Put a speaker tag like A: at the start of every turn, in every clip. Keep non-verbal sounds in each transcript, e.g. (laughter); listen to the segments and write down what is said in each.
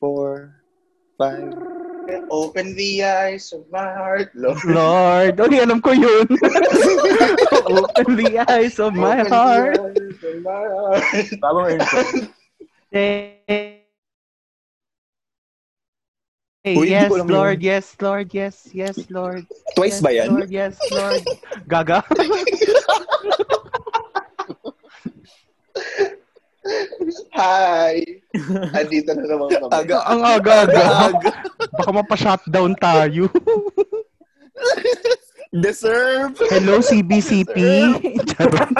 A: four, five.
B: Open the eyes of my heart, Lord.
C: Lord, uy, alam ko yun. (laughs) Open the eyes of (laughs) my
B: Open the
C: heart.
B: eyes of my heart. (laughs)
A: Tamang intro.
C: Hey,
A: Uy, hindi
C: yes,
A: ko alam
C: Lord, yes, Lord, yes, yes, Lord.
A: Twice
C: yes,
A: ba yan?
C: Lord, yes, Lord. Gaga. (laughs)
B: Hi! Andito na naman kami.
A: Aga.
C: Ang aga-aga. Baka mapa-shutdown
A: (laughs)
C: tayo.
A: Deserve!
C: Hello, CBCP. Charot.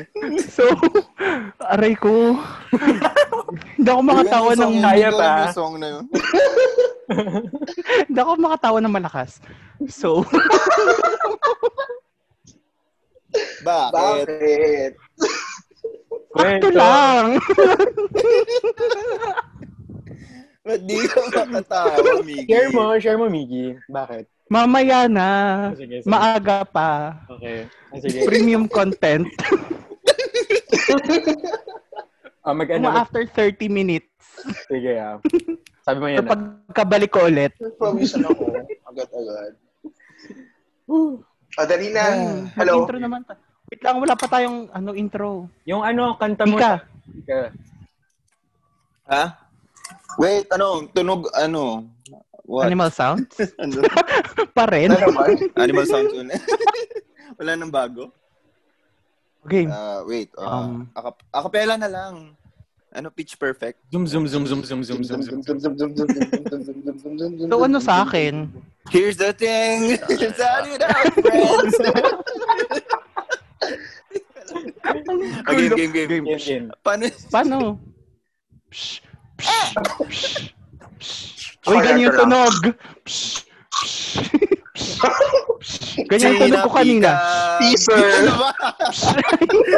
C: (laughs) so, aray ko. Hindi ako makatawa ng
D: Kaya pa.
A: Yung song na yun.
C: Hindi ako makatawa ng malakas.
D: (laughs)
C: So,
A: Bakit?
B: Bakit?
C: ito lang.
A: Ba't di ka makatawa, Miggy?
D: Share mo, share mo, Miggy. Bakit?
C: Mamaya na.
D: Ah, Sige, sige.
C: Maaga pa.
D: okay. Ah, Sige.
C: Premium
D: (laughs)
C: content.
D: Ah, mag ano,
C: Mga after 30 minutes.
D: sige ah. Sabi mo ah. yan.
C: Kapag kabalik ko ulit.
B: Nagprovision ako. (laughs) Agad-agad. O, dali na. Hello.
C: Mag-intro naman. ta- Wait lang, wala pa tayong ano intro.
D: Yung ano, kanta mo.
C: Ika.
D: Ika.
A: Ha? Wait, ano? Tunog, ano? What?
C: Animal sounds?
A: Ano?
C: pa rin.
B: Na naman.
A: Animal sounds yun. (laughs) Wala nang bago.
C: Okay.
A: Ah, wait. ah,
C: Um,
A: akap- acapella na lang. Ano, pitch perfect?
D: Zoom, zoom, zoom, zoom, zoom, zoom, zoom, zoom.
C: So ano sa akin?
A: Here's the thing. Shout it out,
C: (laughs)
A: friends. okay, game, game, game.
D: Game, game.
A: Paano?
C: Paano? Psh, psh, psh, psh. Uy, ganyan tunog. Psh, psh, psh, psh. Ganyan tunog ko kanina.
A: Teaser.
B: Teaser.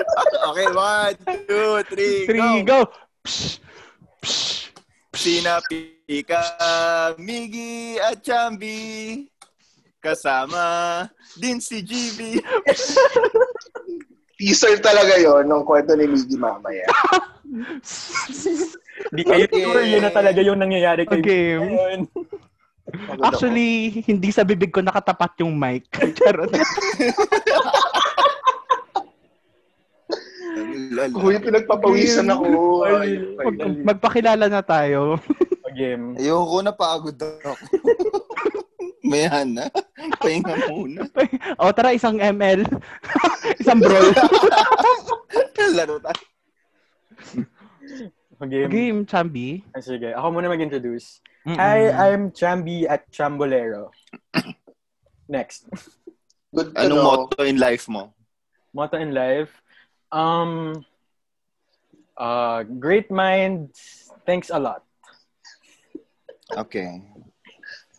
A: (laughs) okay, one, two, three,
C: Three,
A: go.
C: go. Psh, psh.
A: Sina Pika, Miggy at Chambi. Kasama din si GB.
B: Teaser talaga yon ng kwento ni Miggy mamaya.
D: Di kayo
A: Okay.
D: sure yun na talaga yung nangyayari kay
C: Okay.
D: Miggy ngayon.
B: Pagod
C: (laughs) Actually, hindi sa bibig ko nakatapat yung mic. (laughs) Charot.
B: ako. Uy, pinagpapawisan ako. Ay,
C: Mag- magpakilala na tayo.
D: Game.
A: Ayoko na pagod ako. (laughs) Mayan na. Pahinga muna.
C: O, Oh, tara, isang ML. (laughs) isang brawl.
A: Laro tayo.
D: Game.
C: Game, Chambi.
D: Ah, Sige, ako muna mag-introduce.
C: Mm-mm.
D: Hi,
C: (laughs)
D: I'm Chambi at Chambolero. Next.
B: Good to
A: Anong
B: know.
A: motto in life mo?
D: Motto in life. Um, uh, great mind, thanks a lot. (laughs)
A: Okay.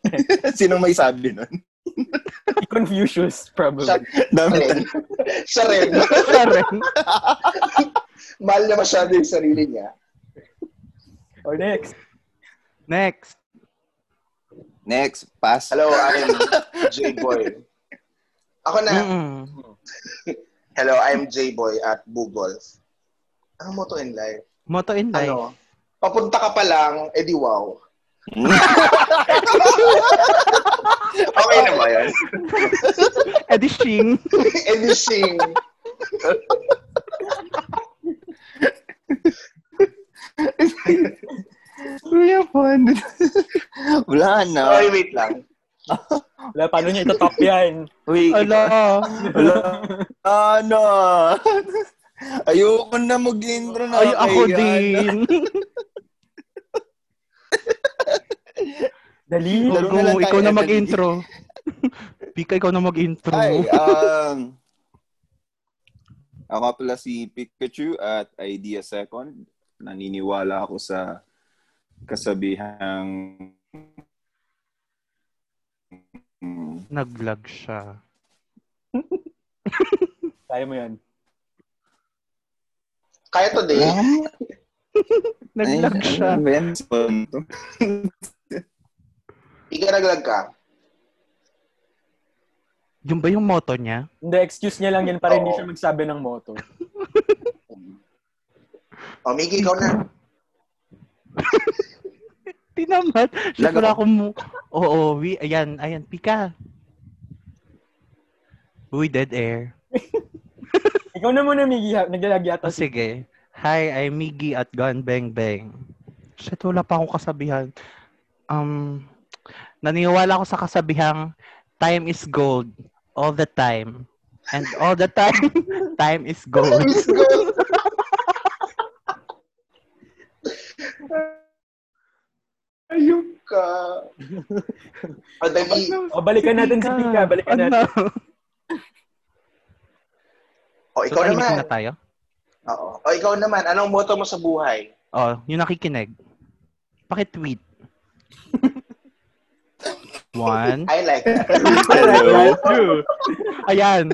A: (laughs) Sino may sabi nun? (laughs)
D: Confucius, probably.
B: Siya,
A: Dami
B: (laughs) Ren. Siya rin.
C: Siya rin.
B: Mahal niya masyado yung sarili niya.
D: Or Oh, next.
C: Next.
A: Next, pass.
B: Hello, I'm J-Boy. Ako na.
C: Mm-mm.
B: Hello, I'm J-Boy at Bugolf. Ano motto in life?
C: Moto in life.
B: Ano? Papunta ka pa lang, edi wow. (laughs) okay na ba (laughs) yan?
C: Edishing.
B: edi sing.
A: Kuya Juan. Wala na.
B: Ay, wait lang.
D: Wala, paano niya itatop yan?
A: Uy,
C: Ala.
A: Wala na. (laughs) Ayoko na mag-intro na.
C: Ay, ako
A: Kaya
C: din.
D: Dali.
A: (laughs)
E: Oh.
A: Laro na lang tayo,
C: Go, ikaw na
A: Emily. (laughs)
C: mag-intro. Pika, ikaw na mag-intro.
A: Hi, um, ako pala si Pikachu at Idea Second. Naniniwala ako sa kasabihang Mm,
C: Nag-vlog siya.
D: Kaya mo yan.
B: Kaya today,
C: Nag-vlog siya.
A: ano ba yan? Spam to.
B: ikaraglag ka.
C: Yun ba yung moto niya?
D: Hindi, excuse niya lang yan para hindi
B: Oo.
D: siya magsabi ng motto.
B: O, Miggy, Oh, ikaw na.
C: Tinamat. Shit,
A: Lago.
C: wala akong mu- Oo, we, ayan, ayan, pika. Uy, dead air.
E: Ikaw na muna, Miggy. ha- Naglalagi
C: O
E: ata. si-
C: sige. Hi, I'm Miggy at Gun Bang Bang. Shit, wala pa akong kasabihan. Um, naniniwala ako sa kasabihang time is gold all the time. And all the time, (laughs) time is gold.
B: Ayun ka. Oh, O, Dagi,
E: O, Oh, balikan natin si Pika. Balikan
C: Ano?
E: natin.
B: o,
C: So,
B: Oh, ikaw
C: tahimik
B: naman.
C: na tayo?
B: Oo. O, ikaw naman. Anong motto mo sa buhay?
C: Oh, yung nakikinig. Pakitweet. One.
B: I like that.
A: Hello?
C: Ayan.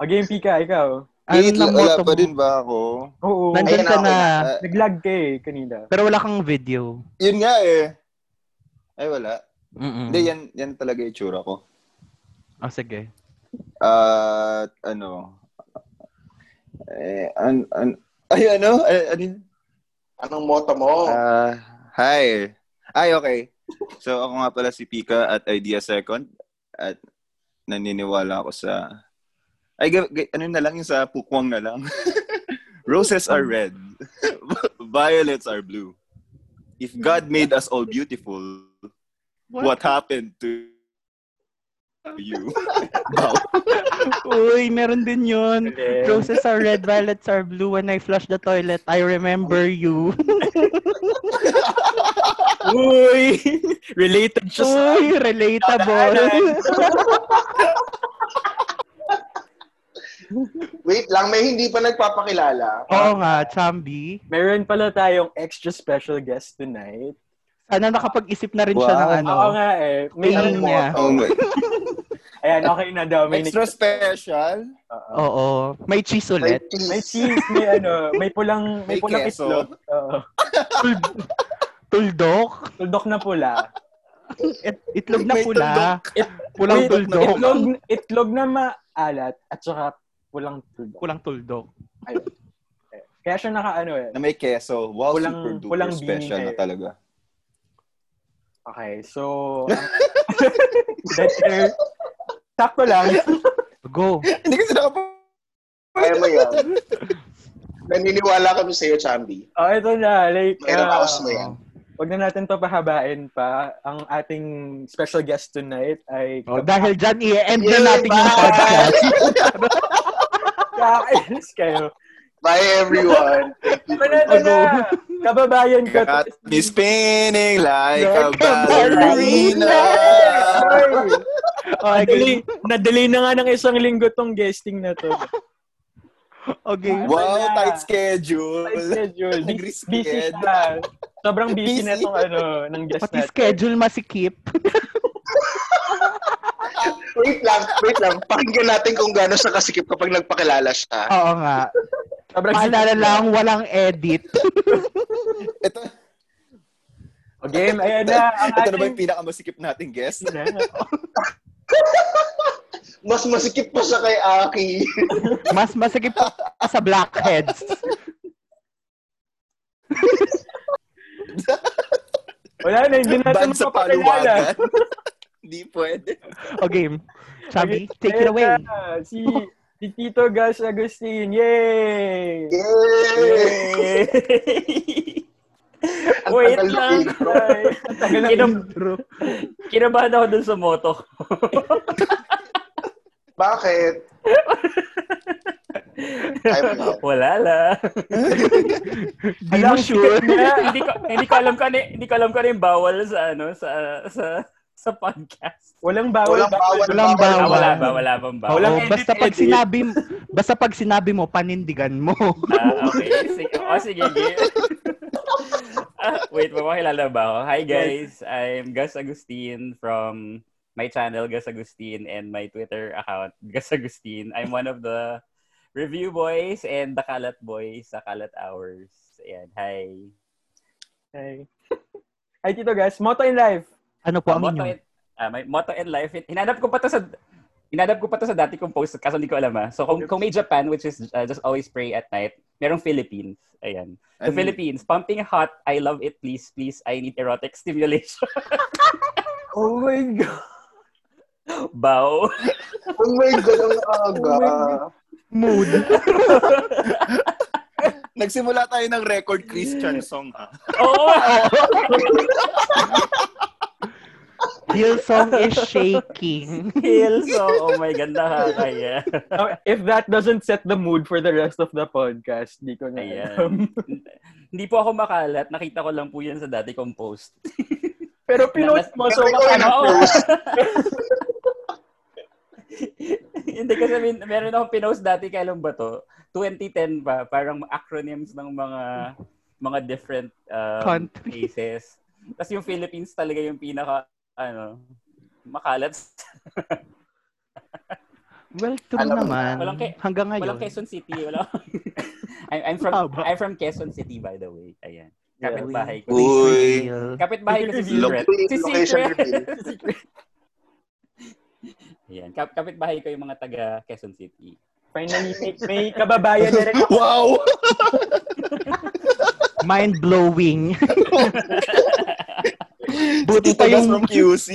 E: O, game Pika, ikaw.
A: Wait,
C: Ano
A: wala
C: motto
A: pa
C: mo?
A: din ba ako?
E: Oo.
C: Nandyan
B: Ayan
C: ka
B: ako.
C: na.
A: Ah,
E: Naglag ka eh, kanina.
C: Pero wala kang video.
A: yun nga eh. Ay, wala.
C: Hmm. Mm-mm.
A: Hindi, yan, yan talaga yung tsura ko.
C: Oh,
E: Ah,
C: sige.
A: At ano? Eh, an, an, ay, ano? Ay, ano? yun?
B: Anong motto mo?
A: Ah, hi. Ay, okay. So, ako nga pala si Pika at Idea Second. At naniniwala ako sa... Ay, ga- ga- ano na lang yung sa pukwang na lang. (laughs) Roses are red. (laughs) Violets are blue. If God made us all beautiful, what, happened to you? (laughs) Wow.
C: Uy, meron din yun.
E: Galing.
C: Roses are red, violets are blue. When I flush the toilet, I remember you.
E: Uy! (laughs) Related siya sa...
C: Uy, relatable.
B: Wait lang, may hindi pa nagpapakilala.
C: (laughs) Oo nga, Chambi.
E: Meron pala tayong extra special guest tonight.
C: Sana nakapag-isip na rin siya
A: Wow.
C: ng ano.
E: Oo nga eh. May
C: Tingin
E: ano
C: niya.
A: Oh my.
E: Ayan, okay na daw. May,
A: Extra special.
E: Oo.
C: Oo. May cheese
B: May
C: ulit.
B: cheese.
E: may cheese, may ano, may pulang,
A: May
E: may, pulang
A: keso.
E: itlog. Oo.
C: Tuldok.
E: Tuldok na pula.
C: It, itlog na
A: May
C: pula.
A: tuldok.
E: It-
C: pulang
E: Wait,
C: tuldok.
E: Itlog, itlog na maalat at saka pulang tuldok.
C: Pulang tuldok.
E: Ayun. Eh, Kaya siya naka ano eh.
A: Na may keso. Wow,
E: Walang-
A: super duper
E: walang
A: special
E: bini
A: na
E: eh.
A: talaga.
E: Okay, (laughs) so... that air. Sakto lang.
C: Go.
A: Hindi kasi nakapag...
B: Kaya mo yun. Naniniwala kami sa'yo, Chambi.
E: Oh, ito na. Like,
B: Mayroon
E: ah,
B: ka mo yan.
E: Huwag na natin to pahabain pa. Ang ating special guest tonight ay...
C: Oh, dahil dyan, i-end na
B: Yay,
C: natin yung
A: (laughs)
B: bye!
C: podcast.
E: Kakainis kayo.
B: Bye, everyone. Thank you
E: Ito
B: for
E: na, ito na.
C: Ano?
E: Kababayan ko.
A: Got me spinning like a
C: Like a
A: ballerina.
C: Okay.
E: Nadali, nadali na nga ng isang linggo tong guesting na to.
C: Okay.
A: Wow, tight schedule.
E: Tight
A: (laughs)
E: schedule. Busy,
A: Nag-risk
E: busy
A: yan.
E: siya. Sobrang busy,
A: Busy.
E: na tong ano, ng guest
C: Pati
E: natin.
C: schedule
A: (laughs)
C: masikip.
B: Wait lang, wait lang. Pakinggan natin kung gano'n sa kasikip kapag nagpakilala siya.
C: Oo nga.
E: Sobrang
C: Paalala lang, walang edit.
A: Ito,
E: O game, ayan na. Ang
A: (laughs) ito na ba
E: ating...
A: yung pinakamasikip nating guest?
B: Mas masikip pa siya kay Aki.
C: Mas masikip pa sa blackheads.
E: Wala na, hindi
A: Ban
E: natin
A: sa
E: mapapakilala.
A: paluwagan. (laughs) Hindi pwede.
C: Okay. Chubby,
E: Okay,
C: take it
E: ayan
C: away.
E: na. Si, si Tito Gas Agustin. Yay!
B: Yay!
E: Yay!
B: Ang
E: Wait
B: tagal
E: lang.
B: ng intro.
E: Ay, ang tagal ng
F: Kinab-
E: intro.
F: Kinabahan ako dun sa moto.
B: Bakit? Ay, wala.
F: Wala lang.
C: Di mo sure.
F: hindi ko hindi ko alam kani hindi ko alam kani yung bawal sa ano sa sa sa podcast.
E: Walang bawal.
B: Walang bawal.
C: Walang
F: Ah,
C: bawal.
F: wala ba wala bang bawal? Ah,
E: Walang
C: Oh,
E: edit,
C: basta pag
E: edit.
C: sinabi basta pag sinabi mo panindigan mo.
F: Ah, okay. Sige. Oh, sige. sige. ah, wait, mapakilala ba ako? Hi guys, I'm Gus Agustin from my channel Gus Agustin and my Twitter account (laughs) Gus Agustin. I'm one of the review boys and the Kalat boys sa Kalat Hours. Ayan, hi.
E: Ay. Ay, Tito Gas, motto in life.
C: Ano po
F: Ah,
C: ang
F: motto
C: inyo?
F: in- ah, may motto in life. Hinanap ko pa to sa hinanap ko pa to sa dati kong post kaso hindi ko alam ah. So kung, kung may Japan which is uh, just ah, always pray at night. merong Philippines. Ayan. The
A: Ano-
F: Philippines, pumping hot, I love it, please, please, I need erotic stimulation.
D: (laughs) Oh my God. (laughs)
F: Bow.
B: Oh my God, ang aga.
D: Oh my God.
C: Mood.
A: Nagsimula tayo ng record Christian song, ha?
F: Oo.
C: Hillsong is shaking.
F: Hillsong. Oh my God,
D: (laughs)
F: nakakaya.
D: Now, Oh, if that doesn't set the mood for the rest of the podcast, di ko na alam.
F: Ayan. Hindi po ako makalat. Nakita ko lang po yan sa dati kong post.
D: Pero pinost mo, so
B: Pero ikaw
D: baka
B: yung
F: Oo.
B: nag-post.
F: (laughs) Hindi kasi min, meron akong pinost dati kailan ba to? 2010 pa. Parang acronyms ng mga mga different um,
C: Country.
F: places. Tapos yung Philippines talaga yung pinaka ano makalat.
C: Well, true
B: Alam mo,
C: naman.
F: walang kay-
C: Hanggang ngayon.
F: Walang Quezon City. eh, Wala. (laughs) I'm, I'm from
C: Haba.
F: I'm from Quezon City by the way. Ayan. Kapitbahay ko.
A: Uy.
F: Kapitbahay ko si
B: (laughs)
A: Look-
F: Secret. (laughs) Si
B: Location
F: Secret.
B: reveal.
F: Ayan. Kap- kapitbahay ko yung mga taga Quezon City.
D: Finally, may, may kababayan na rin.
A: wow! (laughs)
C: Mind-blowing. buti
A: Tito
C: pa
A: Gus
C: yung
A: Diba from QC.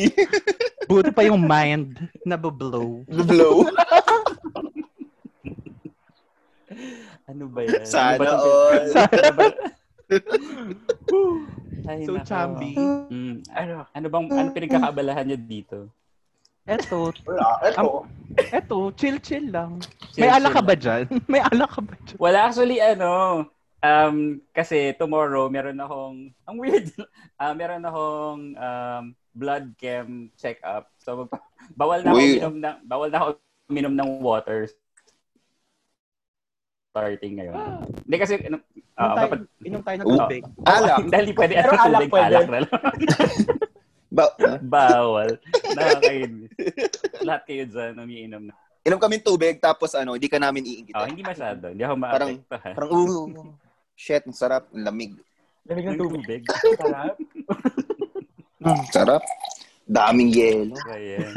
C: buti pa yung mind na blow.
A: The blow.
F: Ano ba yan?
A: Sana
F: ano ba tong-
A: all.
F: Ano ba- Ay,
C: So,
F: nako.
C: Chambi.
F: Mm, ano, ano bang ano pinagkakaabalahan niyo dito?
C: Eto,
B: Wala, eto.
C: eto, chill-chill lang.
F: Chill,
C: May ala ka
F: chill
C: ba
F: lang.
C: dyan? May ala ka ba dyan?
F: Wala actually ano. Um, kasi tomorrow meron akong ang weird. (laughs) ah meron akong um, blood chem check-up. So magpa- bawal na ako
A: Uy.
F: uminom ng bawal na ako uminom ng water starting ngayon. Hindi kasi ano,
C: Inom
F: ah,
C: tayo,
F: dapat-
C: inom tayo ng
A: Oh.
C: tubig.
A: Alak.
F: (laughs) dahil hindi pwede (laughs)
D: Pero
F: ano,
D: alak
F: tubig,
D: pwede.
F: alak na lang.
A: Ba-
F: Bawal. Nakakainis. Lahat kayo dyan umiinom na.
A: inom kami tubig, tapos ano, hindi ka namin iingit.
F: Oh, hindi masyado. Hindi ako maapektahan.
A: Parang, ooh, shit, ang sarap, ang lamig.
D: Lamig ng
F: Ng
D: tubig.
F: tubig.
D: Sarap.
A: Sarap. Daming yelo.
F: Ayan.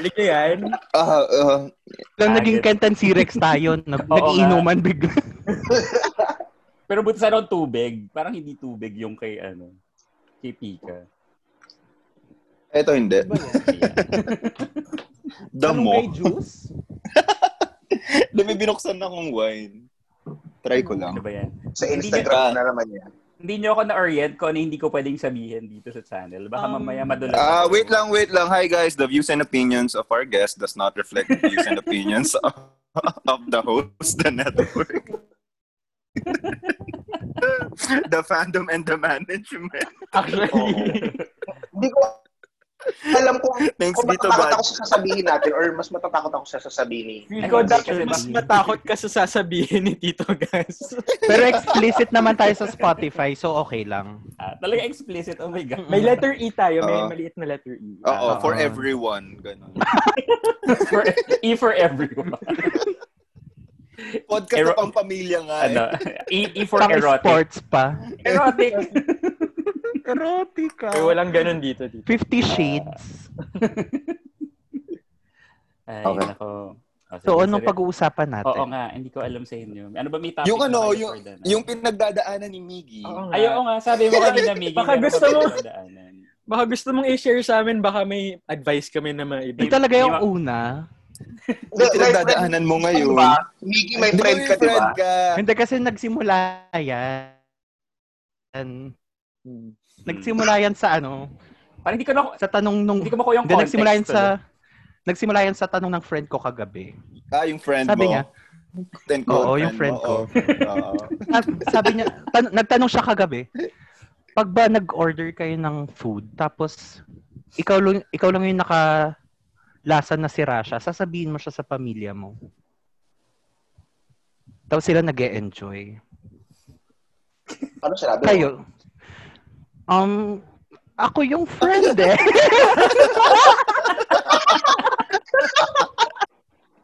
D: Lig na yan.
A: Ah, ah,
C: Lang naging
F: Agad.
C: Kentan si Rex tayo. Nag-
F: (laughs) Oo nga.
C: nagiinuman bigla.
F: Pero buti sana ang tubig. Parang hindi tubig yung kay ano kay Pika.
A: eto hindi.
C: Ano
F: Ayan.
A: Damo.
C: juice?
A: Dami binuksan akong wine. Try ko lang.
F: Ano ba yan?
B: Sa
F: Hindi
A: niya-
B: Instagram na naman yan.
F: Hindi nyo ako na-orient kung ano hindi ko pwedeng sabihin dito sa channel. Baka
C: Um,
F: mamaya madulas.
A: Ah,
F: ako.
A: wait lang, wait lang. Hi guys, the views and opinions of our guest does not reflect the views and opinions of, of the host, the network. the fandom and the management.
D: Actually.
B: Hindi ko alam kung,
A: Thanks,
B: kung
A: Vito
B: matatakot
A: Bad.
B: ako sa sasabihin natin or mas matatakot ako sa sasabihin ni...
D: Feel ko
F: Ay,
D: dahil
F: kasi
D: mas
F: ba-
D: matakot ka sa sasabihin ni Tito Gas.
C: Pero explicit naman tayo sa Spotify, so okay lang.
F: Ah, talaga explicit. Oh my God.
D: May letter E tayo. May
A: Oo.
D: maliit na letter E.
A: Oo, for
C: Ah.
A: everyone. Ganun.
F: (laughs) for, e for everyone.
A: Podcast na
F: Ero-
A: pang pamilya nga eh.
F: ano, e, e for
C: Pang
F: erotic.
C: sports pa. (laughs)
F: Erotic.
C: Erotica.
D: Pero walang ganun dito, Tito.
C: Fifty
F: Ah.
C: Shades.
F: Ay,
A: Okay.
F: nako. Oh,
C: So,
F: sige,
C: anong
F: sorry.
C: pag-uusapan natin?
F: Oo nga, hindi ko alam sa inyo. Ano ba may topic
A: Yung ano,
F: na tayo
A: yung,
F: for that?
A: yung pinagdadaanan ni Miggy.
D: Oo nga.
F: Ay, oo nga, sabi mo kanina, Miggy.
D: Baka
F: meron
D: gusto
F: ka
D: mo.
F: pinagdadaanan.
D: Baka gusto mong i-share sa amin, baka may advice kami na maibigay.
C: Ito talaga yung
F: Di ba-
C: una.
A: Yung pinagdadaanan mo ngayon.
B: Diba? Miggy, may
A: Di ba
B: friend
A: ano may
B: ka, diba? di ba?
A: friend ka?
C: Hindi kasi nagsimula yan.
D: Hmm.
C: Nagsimula yan sa ano,
F: Parang hindi ko na,
C: sa tanong nung...
F: hindi ko makuha yung
C: Hindi,
F: context.
C: nagsimula yan
F: to.
C: sa... Nagsimula yan sa tanong ng friend ko kagabi.
A: Ah, yung friend
C: Sabi
A: mo.
C: niya.
A: Ten
C: Oo,
A: quote
C: yung friend
A: mo.
C: ko.
A: Oo.
C: Sab- sabi niya, tan- nagtanong siya kagabi, pag ba nag-order kayo ng food, tapos ikaw lang, ikaw lang yung nakalasa na si Rasha, sasabihin mo siya sa pamilya mo. Tapos sila nag enjoy
B: Ano sinabi mo?
C: Kayo, um, ako yung friend eh. (laughs)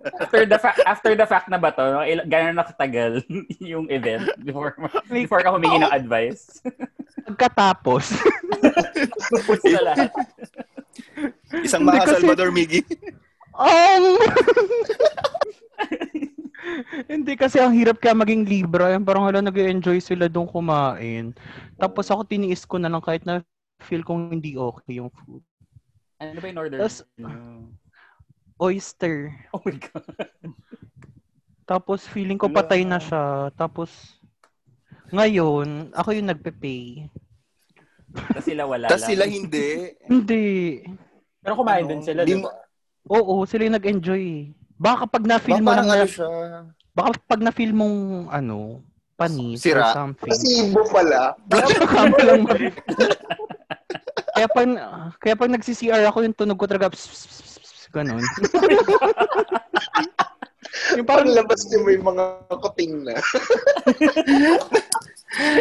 F: After the, fa- after the fact na ba to, no? Il- gano'n nakatagal (laughs) yung event before, before ka
C: (laughs)
F: humingi ng advice.
C: Pagkatapos,
F: Tapos na lahat.
A: Ah, Isang
C: Hindi
A: mga
C: kasi-
A: Salvador Miggy.
C: um, (laughs) Hindi kasi ang hirap kaya maging libra. Yung parang hala nag-enjoy sila doon kumain. Tapos ako tiniis ko na lang kahit na feel kong hindi okay yung food.
F: Ano ba in order?
C: Tas-
F: nyo?
C: Oyster.
F: Oh my God.
C: Tapos feeling ko
A: Ano?
F: Wala.
C: patay na siya. Tapos ngayon, ako yung nagpe-pay.
F: Tapos sila wala
A: Tapos
F: lang.
A: sila hindi.
C: Hindi.
D: Pero kumain
A: Ano?
D: din sila.
A: Di
D: Di
A: mo-
C: Oo, sila yung nag-enjoy. eh. Baka pag na-feel
A: Baka
C: mo lang
A: parang ano
C: na,
A: siya.
C: baka pag na-feel mong ano, panis
A: Sira.
C: or something.
B: Kasi Ibo pala.
C: Kaya mo lang mag- (laughs) Kaya pag, kaya pag nagsi-CR ako, yung tunog ko talaga, pss, pss, pss, pss, pss, ganun. yung
B: Parang
C: parang,
B: labas niyo may mga kating na.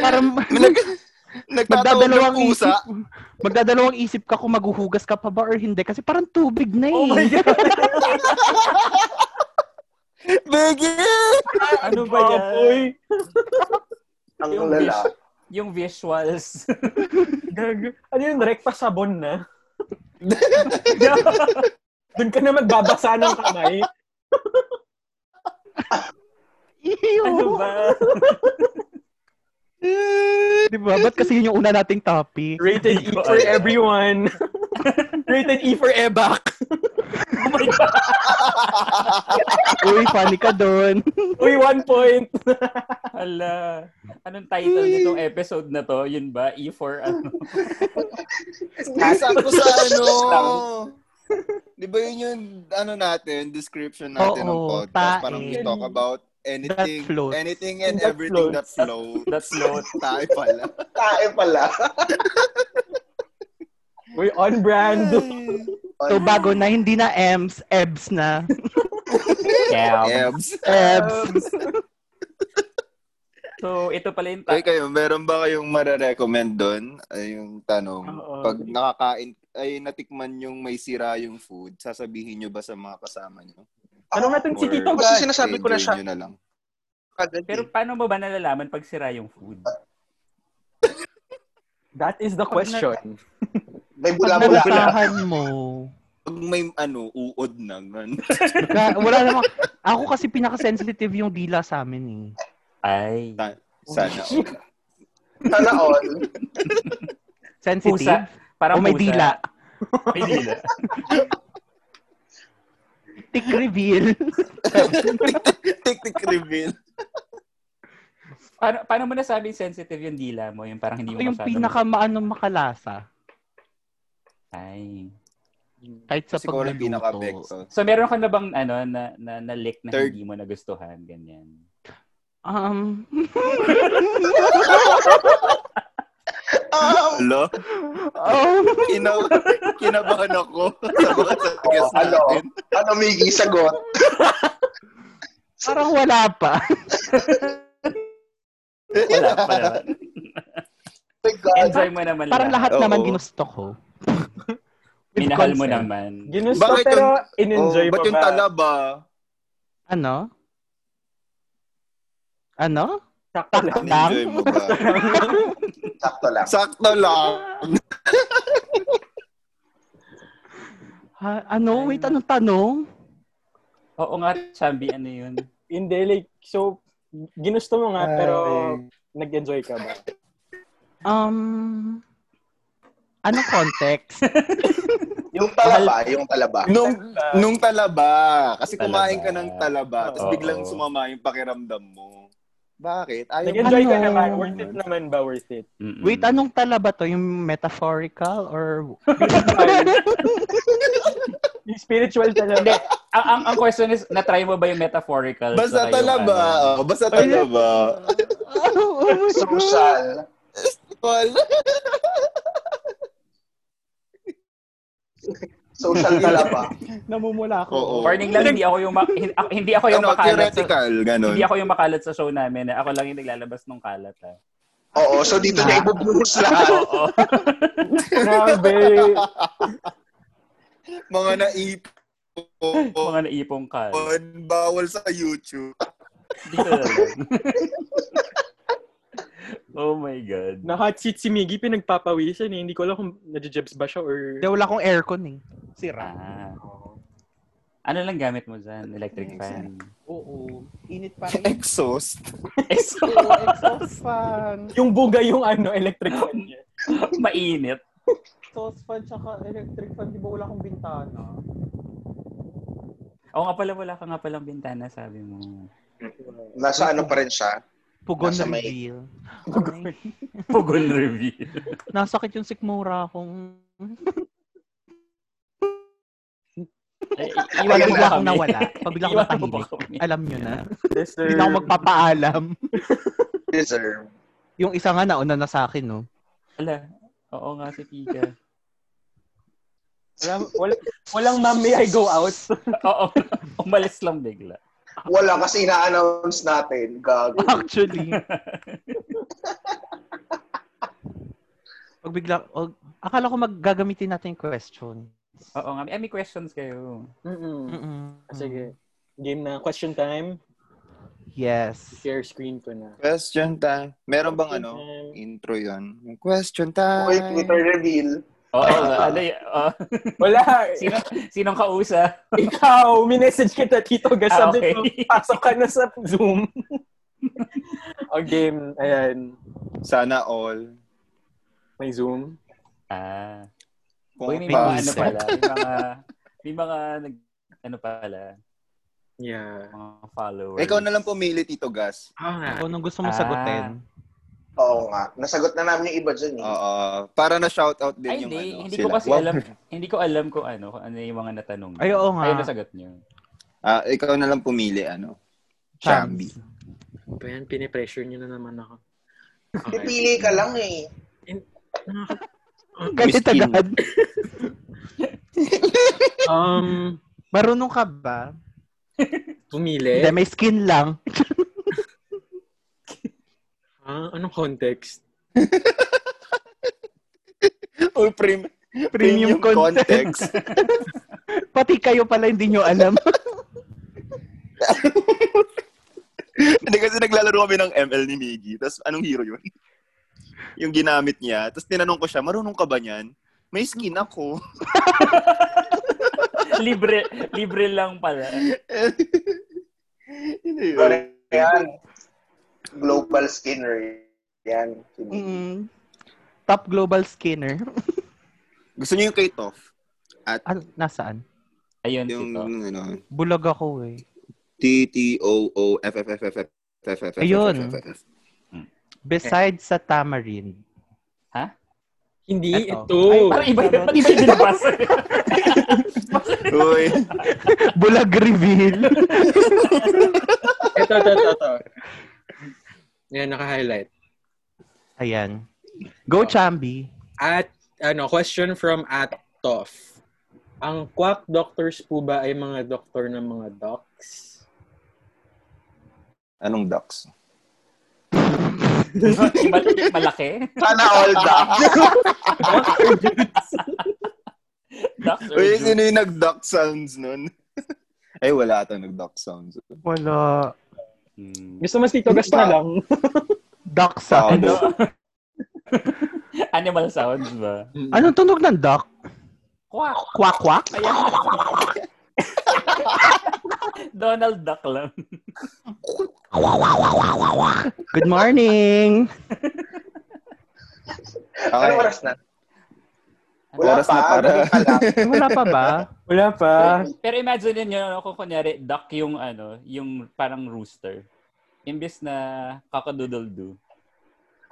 C: parang, (laughs)
A: Nag, nagtatawag ng
C: magdadalawang
A: pusa.
C: isip. Magdadalawang isip ka kung maghuhugas ka pa ba or hindi. Kasi parang tubig na eh.
D: Oh my God!
A: Biggie!
F: Ano ba yan?
D: Uy!
B: Ang
F: Yung
B: lala.
F: Yung
D: (laughs)
F: visuals.
D: Gag. Ano yun, rek pa sabon (laughs) na? Doon ka na magbabasa ng kamay.
C: (laughs) Ew.
F: ano ba?
C: Diba? Ba't kasi yun yung una nating topic?
D: Rated E for everyone. (laughs) Rated E for ebac.
F: Oh my God.
C: Uy, funny ka
A: (laughs)
C: doon.
D: Uy, one point.
F: Hala. Anong title nitong episode na to? Yun ba? E for ano? (laughs)
A: Nasaan ko sa ano?
B: Lang.
A: Di ba yun yung ano natin, description natin ng
C: Oo,
A: podcast? Parang we
C: tain.
A: talk about anything,
C: That floats.
A: anything and
D: That
A: everything that
D: floats.
A: flows.
F: That
A: (laughs)
F: float.
A: Tayo pala.
B: (laughs) Tae pala.
D: Uy, on brand.
C: So, bago na, hindi na EMS, EBS na.
F: Yeah.
A: Ebs.
C: EBS.
F: So, ito pala yung...
A: Ay
F: Ta-
A: kayo, meron ba kayong marerecommend doon? Ay yung tanong.
D: Oo.
A: Pag nakakain, ay natikman yung may sira yung food, sasabihin nyo ba sa mga kasama nyo?
D: Ano nga itong si
A: Or
D: Tito
B: Kasi sinasabi ko na
A: i-enjoy
B: siya.
A: nyo na lang.
C: Eh.
F: pero paano mo ba nalalaman pag sira yung food?
D: That is the question.
B: may
C: Pag
B: bula-bula.
C: nalasahan mo.
A: Pag may ano, uod ano, na.
D: (laughs)
A: ganun.
C: Ka- wala namang, ako kasi pinaka-sensitive yung dila sa amin eh.
F: Ay.
A: Sana all.
B: Sana all.
C: Sensitive? O
F: Parang
C: Oh, may
F: pusa.
C: dila.
F: (laughs) May dila.
C: Tick
A: (laughs)
C: reveal.
A: Tik-tik reveal.
F: Paano, paano mo nasabing sensitive yung dila mo? Yung parang hindi mo
C: yung
F: masyado-
C: pinaka maano makalasa.
F: Ay.
C: Kahit sa
A: Siguro yung
C: pagluluto.
A: pinaka-apekto.
F: So, meron ka na bang ano, na, na, na lick na
A: Third.
F: hindi mo nagustuhan? Ganyan.
G: (laughs)
C: Um, (laughs)
D: Oh.
B: Um,
A: Hello?
C: um,
A: Kina- kinabahan ako (laughs) sa mga sagas
B: Oh, hello.
A: natin.
B: ano, Miggy, sagot?
C: parang wala pa.
F: Wala pa
C: (laughs)
F: naman.
B: Oh my God.
F: Enjoy mo naman
C: Parang lahat
A: Oo.
C: naman ginusto
A: (laughs)
C: ko. With
F: Minahal mo
C: consent.
F: naman.
D: Ginusto
A: Bakit
D: pero
A: Oh,
D: in-enjoy
A: ba't
D: pa
A: yung
D: ba?
A: tala ba?
C: Ano? Ano?
D: Sakto lang.
C: Taktak?
A: Enjoy mo ba?
B: Sakto lang.
A: Sakto lang.
C: Ha, ano? Wait, anong tanong?
F: Oo nga, Chambi, ano yun?
D: Hindi, like, so, ginusto mo nga, pero nag-enjoy ka ba?
C: Um, anong context?
A: (laughs)
B: Yung talaba, yung talaba.
A: Nung, nung talaba. Kasi
F: Talaba.
A: kumain ka ng talaba, tapos
F: Oo.
A: biglang sumama yung pakiramdam mo. Bakit? Ayaw
D: Nag-enjoy ka
C: Ano?
D: naman. Worth it naman ba? Worth it?
F: Mm-mm.
C: Wait, ano anong tala ba to? Yung metaphorical
A: (laughs)
C: or...
D: Yung spiritual talaga.
F: Hindi. Ang, ang, ang question is, na-try mo ba yung metaphorical?
A: Basta
F: Saka yung
A: talaba.
F: ano?
A: Oh, basta talaba.
B: Social.
A: Wala.
B: Social talaba.
C: (laughs) Namumula ako.
A: Oo.
F: Warning lang, hindi ako yung, ma- hin- hindi ako yung
A: Ano,
F: makalat sa,
A: theoretical, ganun.
F: hindi ako yung makalat sa show namin. ah. Ako lang yung naglalabas ng kalat. Ah.
B: Oo, so dito na ibubuhos lahat.
A: (laughs)
F: Oo.
D: Grabe.
A: Mga naipon.
F: Mga naipong kalat.
A: Bawal sa YouTube.
F: Dito na lang. (laughs) oh my God.
D: Na hot seat si Miggy, pinagpapawisan eh. Hindi ko alam kung nadijebs ba siya or...
C: Hindi, wala akong aircon eh. Sira.
F: Ah. Ano lang gamit mo dyan? Electric fan. (laughs)
G: Oo. Init pa
A: (laughs)
G: rin.
A: Exhaust.
G: Oo, (laughs) exhaust fan.
E: Yung buga yung ano, electric (laughs) fan niya.
F: Mainit.
G: Exhaust fan tsaka electric fan. Di ba wala akong bintana?
F: Oo nga pala, wala ka nga palang bintana, sabi mo.
B: Nasa ano pa rin siya.
C: Pugon
B: Nasa
C: na
B: may-
C: reveal. Ay,
F: Pugon review.
C: nasakit yung sikmura kung
F: (laughs) Ay,
B: Wala
F: Iwan
C: pabigla akong
F: mo ba kami? (laughs)
C: nawala. Pabigla akong
F: Iwan mo ba
C: natahimik.
F: kami?
C: Alam nyo na.
E: Deserve.
C: Hindi na ako magpapaalam. (laughs)
B: Reserve.
C: Yung isa nga nauna na sa akin, no?
F: Wala. Oo nga, si Pika. (laughs)
E: Walang, walang, walang ma'am, may I go out? (laughs)
F: Oo. Umalis lang bigla.
B: Wala kasi ina-announce natin. Gag.
C: Actually. Pag bigla, oh, akala ko maggagamitin natin yung question.
F: Oo nga. Eh, may questions kayo.
E: Mm-mm.
C: Mm-mm.
E: Sige. Game na. Question time.
C: Yes.
E: Share screen ko na.
A: Question time. Meron bang ano?
E: Question
A: Intro yon Question time.
B: Okay, Twitter reveal.
F: Oo. ano y- oo. (laughs)
E: time. (laughs) Wala. (laughs)
F: Sino, sinong kausa?
E: Ikaw, minessage kita, Tito Gas.
F: Ah,
E: Sabi
F: okay.
E: ko, pasok ka na sa (laughs) Zoom. o game, ayan.
A: Sana all.
E: May Zoom.
F: Ah.
A: Kung
F: Uy, may mga ano
A: pass.
F: pala. May mga, may mga nag, ano pala,
E: Yeah.
F: mga followers.
A: Ikaw na lang pumili, Tito Gas.
C: Kung anong gusto mong
F: Ah.
C: sagutin.
B: Oo nga. Nasagot na namin yung iba dyan eh.
A: Oo. Para na shoutout din
F: Ay,
A: yung
F: hindi.
A: ano,
F: hindi
A: sila.
F: ko kasi
A: Wow.
F: alam, hindi ko alam kung ano, kung ano yung mga natanong.
C: Ay, oo nga.
F: Ayun, nasagot niyo. (laughs)
A: Ah, ikaw na lang pumili, ano? Chambi.
E: Pa yan, pinipressure niyo na naman (laughs) ako.
B: Pipili ka lang eh.
C: Galit
A: Miskin.
C: agad.
E: Um,
C: Marunong ka ba? Hindi,
E: pumili.
C: may skin lang.
E: Ah, anong context?
A: Or prim-
C: (laughs) Premium context. Pati kayo pala hindi nyo alam.
A: Hindi kasi naglalaro kami ng ML ni Miggy. Tapos anong hero yun? yung ginamit niya. Tapos tinanong ko siya, marunong ka ba niyan? May skin ako.
F: libre, libre lang pala.
A: Hindi yun.
B: Correct. Yan. Global skinner. Yan.
C: (laughs) Mm. Top global skinner.
A: Gusto niyo yung kay Toph?
C: Ano, nasaan?
F: Ayun,
A: Yung,
F: Tito.
A: (laughs) ano,
C: Bulag ako eh.
A: T-T-O-O-F-F-F-F-F.
C: Ayun. Besides sa (laughs) tamarind.
E: Hindi,
C: Eto.
E: ito.
C: Ay,
E: (laughs)
F: Parang iba, ba't iba yung
A: (laughs)
F: binabasa?
A: Uy.
C: Bulag (laughs) reveal.
E: ito, ito, ito, ito. Yan, naka-highlight.
C: Ayan. Go, Chambi.
E: At, ano, question from Atof. Ang quack doctors po ba ay mga doktor ng mga docs?
A: Anong ducks?
F: Mal- malaki?
B: Sana all that.
F: Ducks or
A: Uy,
F: Jew?
A: sino yung nag-duck sounds nun? Ay, wala ata nag-duck sounds.
C: Wala.
F: Hmm.
E: Gusto mas Tito Gas na lang.
C: Duck sound.
A: Ano?
F: Animal sounds ba?
C: Anong tunog ng duck?
F: Quack!
C: Kwak, kwak?
A: (laughs)
F: Ayan. Donald Duck lang.
C: Good (laughs) morning!
B: Anong
A: Okay.
B: oras na?
A: Wala Oras na para. Ah.
B: ganun ka
A: (laughs)
B: lang.
C: Wala pa ba?
E: (laughs) Wala pa.
F: Pero imagine niyo ano, kung kunyari, duck yung ano, yung parang rooster. Imbis na kakadoodle-doo.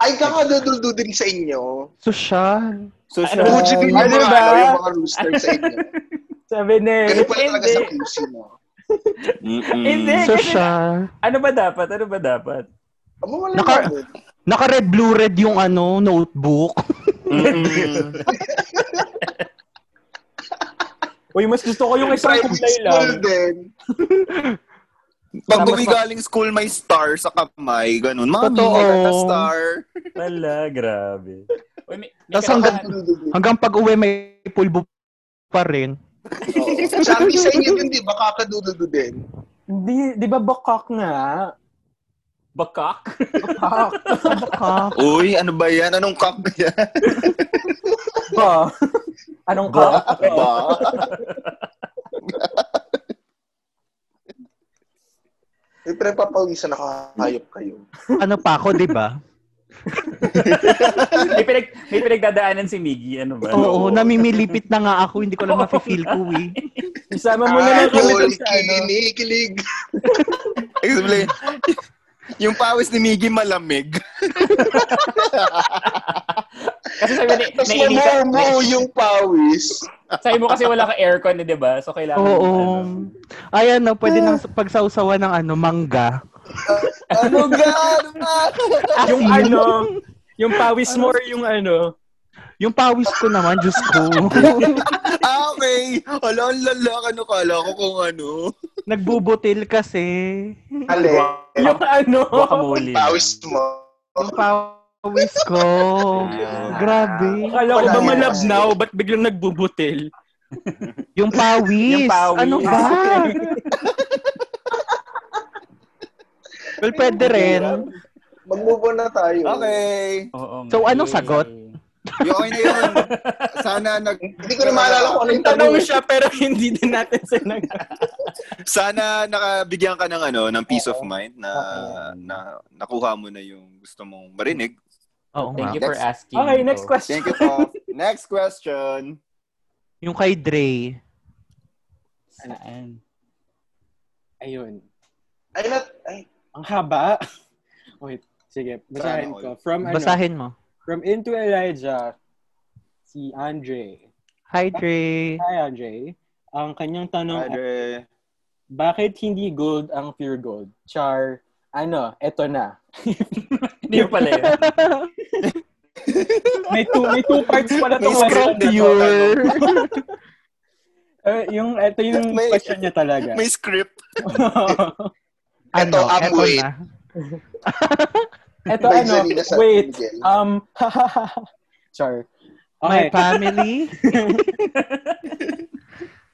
B: Ay, kakaduduldo din sa inyo.
C: Social.
A: So,
F: Ano?
A: sure.
B: OG din yung
E: ano
B: mga,
E: ba?
B: ano, yung mga rooster sa inyo.
E: Sabi ni,
B: Ganun pala talaga
F: Hindi.
B: sa QC mo.
A: Mm-mm.
F: Hindi. Eh,
C: Social.
F: Ano ba dapat? Ano ba dapat?
B: Amo, wala
C: Naka-
B: na yun.
C: Naka-red, blue-red yung ano, notebook.
A: Mm-mm.
E: Uy, mas gusto ko yung isang
B: Private
E: kulay
B: school
E: lang.
B: din.
A: Pag uwi galing school, may star sa kamay. Ganun. Mami,
C: Totoo.
A: Totoo. star.
F: Wala, (laughs) grabe. Uy, may, may
C: Tas ang
F: kailangan-
B: Kakaduduldo.
C: Hanggang pag uwi may pulbo pa rin.
B: Oo. (laughs) Sabi sa inyo yun, di ba? Kakaduduldo din.
E: Di, di ba bakak nga?
F: bakak.
E: Bakak.
C: Baka.
A: Uy, ano ba yan? Anong cock ba yan?
B: (laughs)
C: (laughs)
A: Diba?
E: Ba? Anong ka?
A: Ba?
B: May pinagpapawisan ako, hayop kayo.
C: Ano pa ako, di ba?
F: may, pinag, may pinagdadaanan si Miggy. Ano ba?
C: Oo, namimilipit na nga ako. Hindi ko lang
F: Oo.
C: mafe-feel ko eh.
E: Isama mo na
B: Ay,
E: lang kami
B: Ah, holy
E: dun sa ano.
B: kinikilig.
A: Explain. yung pawis ni Miggy malamig.
F: Kasi sabi ni,
B: Tapos
F: nainitan,
B: mamumu yung pawis.
F: sabi mo kasi wala kang aircon, eh, di ba? So, kailangan...
C: Oo.
F: ano.
C: Ayan na, pwede nang pagsausawa ng ano, mangga.
A: Ano gan?
E: Yung ano, yung pawis mo or yung ano.
C: Yung pawis ko naman, Diyos ko. (laughs)
A: Ah, okay. Wala, ang lala. Ano kala ko kung ano.
C: Nagbubutil kasi.
B: Ale,
E: Yung ano.
F: Guacamole.
B: pawis mo.
C: Yung pawis ko. Grabe.
E: Akala ko ba
B: Wala.
E: malabnaw? Ba't biglang nagbubutil?
C: Yung pawis.
F: Yung pawis.
C: Ano
F: (laughs)
C: ba? well, pwede rin.
B: Magmubo na tayo.
A: Okay.
F: Oo, nga.
C: So, anong sagot?
A: Yung okay na yun. Sana nag...
B: Hindi ko na maalala kung ano yung tanong.
E: Tanong siya pero (laughs) hindi din natin siya nag...
A: Sana nakabigyan ka ng ano, ng peace of mind na, na nakuha mo na yung gusto mong marinig.
C: Oo nga.
F: Thank you for
A: Next.
F: asking.
E: Okay, next
F: though.
E: question.
A: Thank you, Tom. Next question.
C: Yung kay Dre.
F: Saan?
E: Ayun.
B: Ay, nat, ay,
E: Ang haba. (laughs) Wait, sige.
A: Sana
E: Basahin
A: all.
E: ko. From ano?
C: Basahin mo.
E: From Into Elijah, si Andre.
C: Hi, Dre. (laughs)
E: Hi, Andre. Ang kanyang tanong ay,
A: Padre.
E: bakit hindi gold ang pure gold? Char, ano, eto na. (laughs)
F: Hindi pala yun.
E: May two, may two parts pala ano. to.
A: May script
E: question na to.
A: Pure.
E: Eh, yung, eto yung
A: (laughs) May-
E: question niya talaga.
A: (laughs) May
E: (laughs)
A: script.
C: ano,
B: Eto, I'm
C: eto
B: wait.
C: na.
E: eto
B: by
E: ano,
B: Janina San
E: wait.
B: Miguel.
E: Um, (laughs) Char.
C: My
E: Okay. (laughs)
C: family?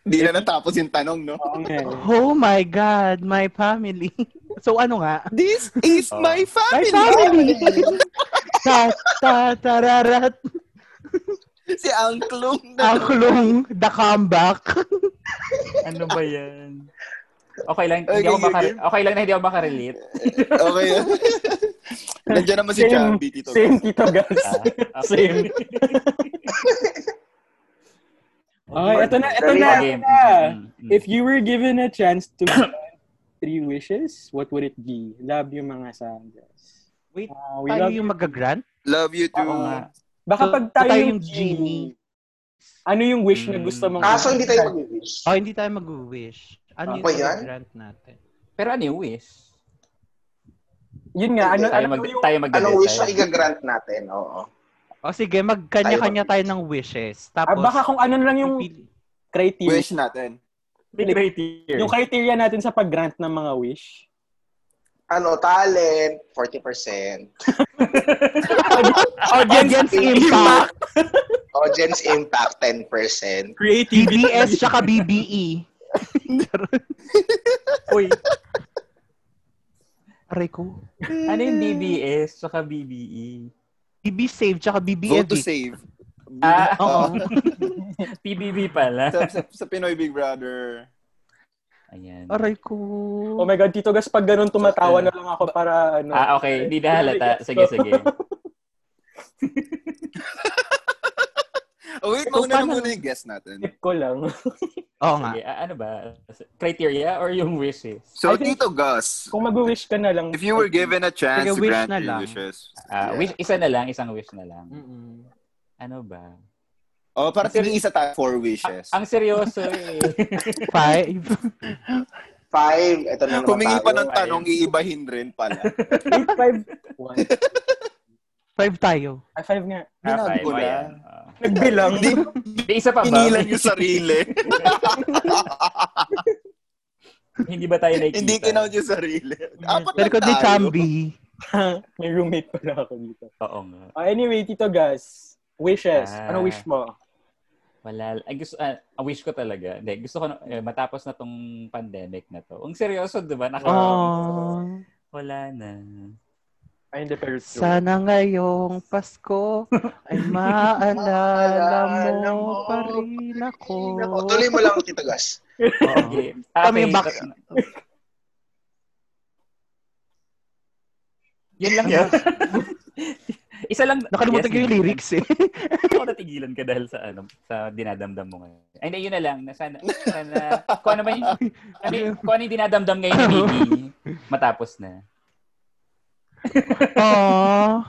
A: Hindi na natapos yung tanong, no?
E: Oo nga eh.
C: Oh my God, my family. (laughs) So ano nga?
A: This is
F: Oh.
A: my
C: My
A: family!
C: family! (laughs) ta ta tararat,
A: (laughs) Si Angklong na.
C: aklong, the comeback.
F: Ano ba yan? Okay lang,
A: Okay,
F: hindi ako
A: okay.
F: makare- okay lang na hindi ako makarelate.
A: okay. Nandiyan naman Oh, si
E: Same-
A: Jambi, Tito.
E: Same, Tito Gas.
F: Ah, okay.
E: (laughs) Same. Okay, eto na, eto
B: Sorry,
E: na.
B: ah.
F: Game. Mm, mm.
E: If you were given a chance to grant three wishes, what would it be? Love you mga Sanders.
C: Wait,
E: Ah, we
C: Tayo
E: love
C: yung
E: you.
C: magagrant?
A: Love you too.
F: Oo nga.
E: Baka pag
C: So,
E: tayo, yung genie, ano yung wish na gusto mong...
A: Ah,
B: Kaso hindi tayo mag-wish.
C: Oh, hindi tayo mag-wish. Ano yung
B: Ako yan?
C: magagrant natin?
F: (laughs) Pero ano yung wish?
E: Yun nga, ano,
F: Tayo
E: ano,
F: mag
E: yung...
F: tayo mag
B: Anong wish na i-grant natin? Oo.
C: O Oh, sige, magkanya-kanya tayo ng wishes.
E: Ah,
C: Tapos,
E: baka kung ano lang yung
C: pili-
E: criteria.
A: Wish natin.
F: criteria.
E: Yung criteria natin sa pag-grant ng mga wish.
B: Ano, talent, 40%.
C: audience
E: (laughs)
C: impact,
B: Audience impact, 10%.
E: Creativity.
C: TBS, tsaka E. BBE.
E: Uy,
C: Aray ko.
F: Ano yung BBS tsaka E? BBE?
C: BB save, tsaka BB
A: Vote to
C: edit.
A: save.
F: Ah,
C: Oo.
F: PBB pala.
A: sa, sa, sa Pinoy Big Brother.
F: Ayan.
C: Aray ko.
E: (laughs) oh my God, Tito Gas, pag ganun tumatawa na lang ako para ano.
F: Ah, okay. Hindi na halata. Sige, sige.
A: Oh, wait,
C: So,
A: mauna na
C: paano-
A: muna yung guest natin.
E: Tip ko lang. (laughs)
C: Oo nga.
F: sige. Ah, ano ba? Criteria or yung wishes?
A: So,
E: I think-
A: Tito Gus,
E: Kung mag-wish ka na lang.
A: if you
E: (laughs)
A: were given a chance to
C: Sige, wish
A: grant
C: na
A: your
C: lang.
A: wishes. Yeah.
F: Ah, wish, isa na lang, isang wish na lang.
E: Mm-mm.
F: Ano ba?
A: Oh, para sa isa tayo, four wishes.
F: Ang seryoso eh.
C: Five.
B: Five, ito na naman
A: Humingi
B: tayo.
A: pa ng tanong, iibahin rin pala.
E: 8-5-1.
C: Five tayo.
E: Ah, 5 nga.
F: Ah, five,
A: Binago
F: oh,
A: na.
F: yan. Ah.
E: Nagbilang.
A: Hindi,
F: Hindi, isa pa ba?
A: pinilan yung sarili.
F: Hindi ba tayo nakikita?
A: Hindi kinount yung sarili. Apat lang
C: Pero ni
A: tayo.
C: Chambi.
E: (laughs) May roommate pala ako dito.
F: Oo nga.
E: Oh, anyway, Tito Gas, wishes.
F: Ah.
E: Ano wish mo?
F: Wala. Ay, gusto, ah, ang wish ko talaga. Hindi, gusto ko na- eh, matapos na tong pandemic na to. Ang seryoso, di ba? Naka-
C: Oh,
F: Wala na.
E: Ay, hindi, pero true.
C: sana ngayong Pasko ay maalala
B: Maalala mo
C: mo pa rin ako.
B: Nako, Tuloy mo lang, Tito Gas.
F: Okay. Ah,
C: Kami
F: okay.
C: back.
F: Yun lang
B: Yeah.
F: yun. (laughs) Isa lang.
C: Nakalimutan ko yung
F: Nigel.
C: lyrics eh.
F: Ako natigilan ka dahil sa ano, sa dinadamdam mo ngayon. Ay, na, yun na lang. Na sana,
C: (laughs)
F: sana, kung ano ba yung, ano, yung- kung ano yung dinadamdam ngayon ni Miggy, matapos na.
C: Aww.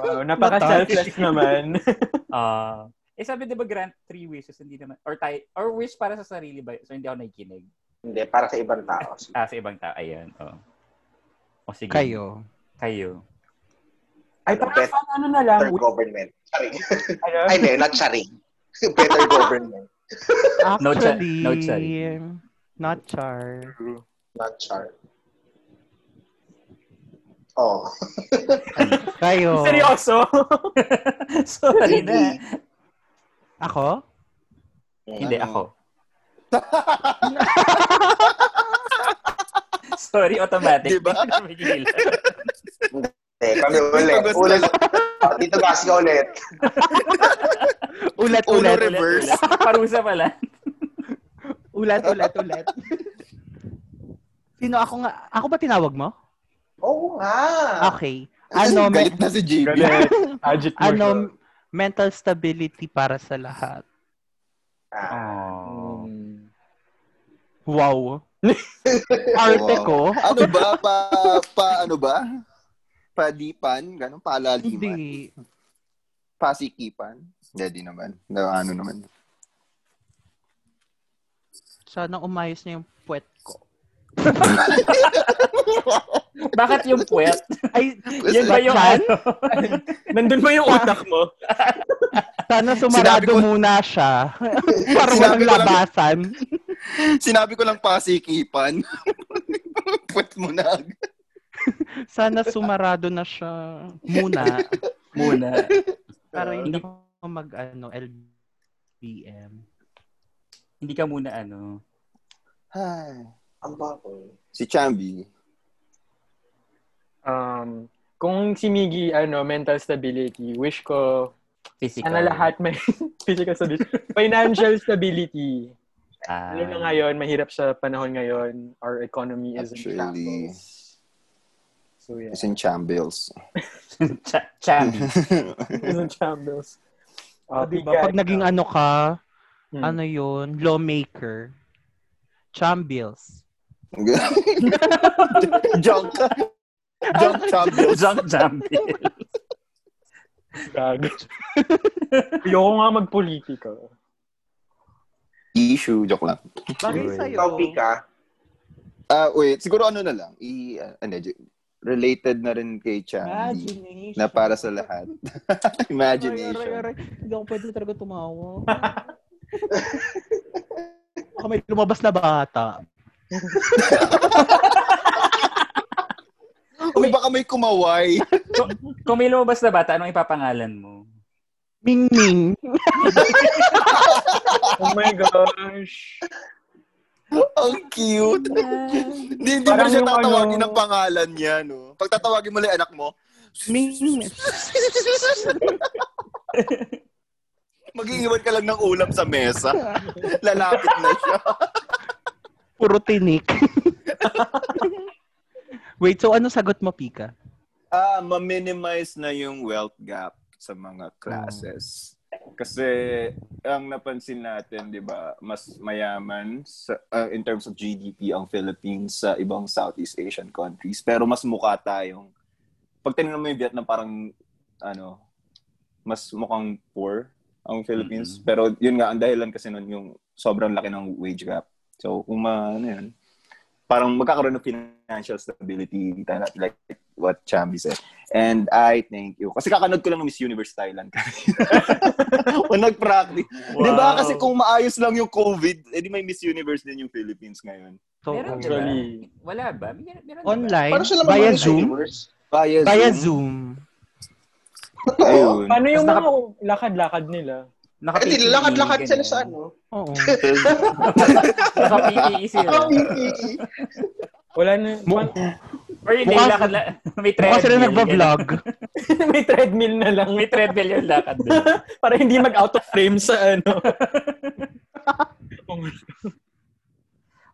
E: Wow, napaka-selfless naman.
F: Ah, eh, sabi diba grant three wishes, hindi naman, or, tayo, or wish para sa sarili ba? So, hindi ako nakikinig.
B: Hindi, para sa ibang tao.
F: Ah, sa ibang tao. Ayan, oh. O sige.
C: Kayo.
F: Kayo.
E: Ay, parang
B: Better
E: ano na lang.
B: government. Sorry.
E: Ano?
B: Ay, hindi, not sorry. (laughs) Better government.
F: No char-
C: Actually,
F: no char.
C: Not char.
B: Not char. Oh.
C: Kayo.
E: Seryoso?
F: Oh. (laughs) Sorry na.
C: Ako?
F: Hindi,
A: Ano?
F: ako. (laughs) Sorry, automatic. (laughs)
A: Diba?
F: Hindi na pigilan.
B: Hindi, kami ulit.
A: Dito,
B: Ulit. Oh, Dito gas ka ulit.
C: Ulat,
A: Ulo
C: ulat.
A: reverse.
F: Ulat, ulat. Parusa pala.
C: Ulat, ulat, ulat. (laughs) Sino ako nga? Ako ba tinawag mo?
B: Oo nga.
A: (laughs)
C: Okay. Ano,
A: Ah.
C: me-
A: Galit na eh. si JB.
E: Galit. Agit mo
C: ano,
E: siya.
C: mental stability para sa lahat.
B: Ah.
F: Oh.
A: (laughs)
D: Mm.
C: Wow. Arte ko.
A: ano ba? Pa, pa ano ba? Padipan? Ganun? Palaliman?
C: Hindi.
A: Pasikipan? Hindi, di naman. No, ano naman.
C: Sana umayos na yung
A: (laughs)
C: puwet ko.
F: Bakit yung puwet?
C: Ay,
F: Yan ba yung
C: Chan?
F: ano?
E: Nandun ba yung utak mo?
C: sana
A: Sinabi
C: sumarado
A: ko-
C: muna
A: (laughs)
C: siya. Para walang
A: Sinabi ko lang-
C: labasan.
A: Sinabi ko lang pasikipan. (laughs) Pwet mo na agad.
C: Sana sumarado na siya
A: (laughs)
C: muna.
F: Muna.
C: Para
A: Oo.
C: hindi ko mag, ano, LBM.
F: Hindi ka muna ano.
A: Ay.
B: Ang baboy.
A: Si Chambi.
E: Um, kung si Miggy, ano, mental stability, wish ko,
F: Physical.
E: sana Ano lahat may (laughs) physical stability. Financial stability.
F: Ah.
E: Alam na (laughs) ngayon, mahirap sa panahon ngayon. Our economy is in
A: Actually,
E: shambles. So, yeah. (laughs)
A: it's in Chambils.
F: Ch- Chambi. (laughs)
E: It's in shambles.
C: Oh,
E: Uh,
C: diba?
E: bigay.
C: Pag naging ano ka,
E: Hmm.
C: ano yun, lawmaker, chambills.
A: (laughs) Junk. Junk Chambils.
F: Junk Chambi.
E: Gago. (laughs) Ayoko nga magpolitika.
A: Issue. Joke lang.
C: Bagay
F: Sure.
C: sa'yo.
B: Ikaw, Pika.
A: Ah, wait. Siguro ano na lang. I, ah, ano, j- related na rin kay
C: Ah,
A: Chambi.
C: Imagination.
A: Na para sa lahat. (laughs)
C: Aray, aray,
A: Imagination.
C: aray. Hindi ako pwede talaga tumawa. Baka may lumabas na bata.
A: Uy, baka may kumaway. (laughs)
F: Kung may lumabas na bata, anong ipapangalan mo?
C: Ming-ming.
E: Oh my gosh.
A: Ang cute. Hindi, hindi mo
E: Parang
A: siya
E: yung
A: tatawagin
E: ano-
A: ng pangalan niya, no? Pag tatawagin mo lang yung anak
E: (laughs)
A: mo,
C: Ming-ming.
A: mag-iiwan ka lang ng ulam sa
E: (laughs)
A: mesa. Lalapit na siya.
C: Puro (laughs) tinik. Wait, so ano sagot mo, Pika?
A: Ah, ma-minimize na yung wealth gap sa mga classes. Kasi ang napansin natin, 'di ba, mas mayaman sa, ah, in terms of GDP ang Philippines sa ibang Southeast Asian countries, pero mas mukha tayong pag tinignan mo yung Vietnam parang ano, mas mukhang poor ang Philippines,
F: Mm-mm.
A: pero yun nga ang dahilan kasi nun yung sobrang laki ng wage gap. So, kung ma, ano yun, parang magkakaroon ng financial stability tala- like what Chambi said. And I thank you. Kasi kakanood ko lang ng Miss Universe Thailand kanina. Kung nag-practice. Di ba? Kasi kung maayos lang yung COVID, edi may Miss Universe din yung Philippines ngayon.
C: So, ano?
F: Meron, di ba?
E: Actually,
F: Wala ba? Meron, meron diba? ba?
C: online,
B: Parang sila
C: via
B: mga
C: Zoom.
B: universe.
A: Via
C: Via Zoom.
A: Ayun.
E: paano yung
F: Mas
E: mga
F: naka-
E: lakad-lakad nila?
B: Eh, di,
F: Naka-PPE,
B: lakad-lakad sila
F: ganyan.
B: sa ano.
C: Oo.
F: Naka-PPE sila.
B: (laughs)
E: Wala na.
C: Mu-
F: Or hindi,
C: Mukha-
F: lakad la- May
C: Mukha
F: treadmill.
C: sila
F: ganyan.
C: nagbablog.
E: (laughs) may treadmill na lang.
F: May treadmill yung lakad
B: (laughs)
F: doon.
E: Para hindi mag-out of frame sa ano.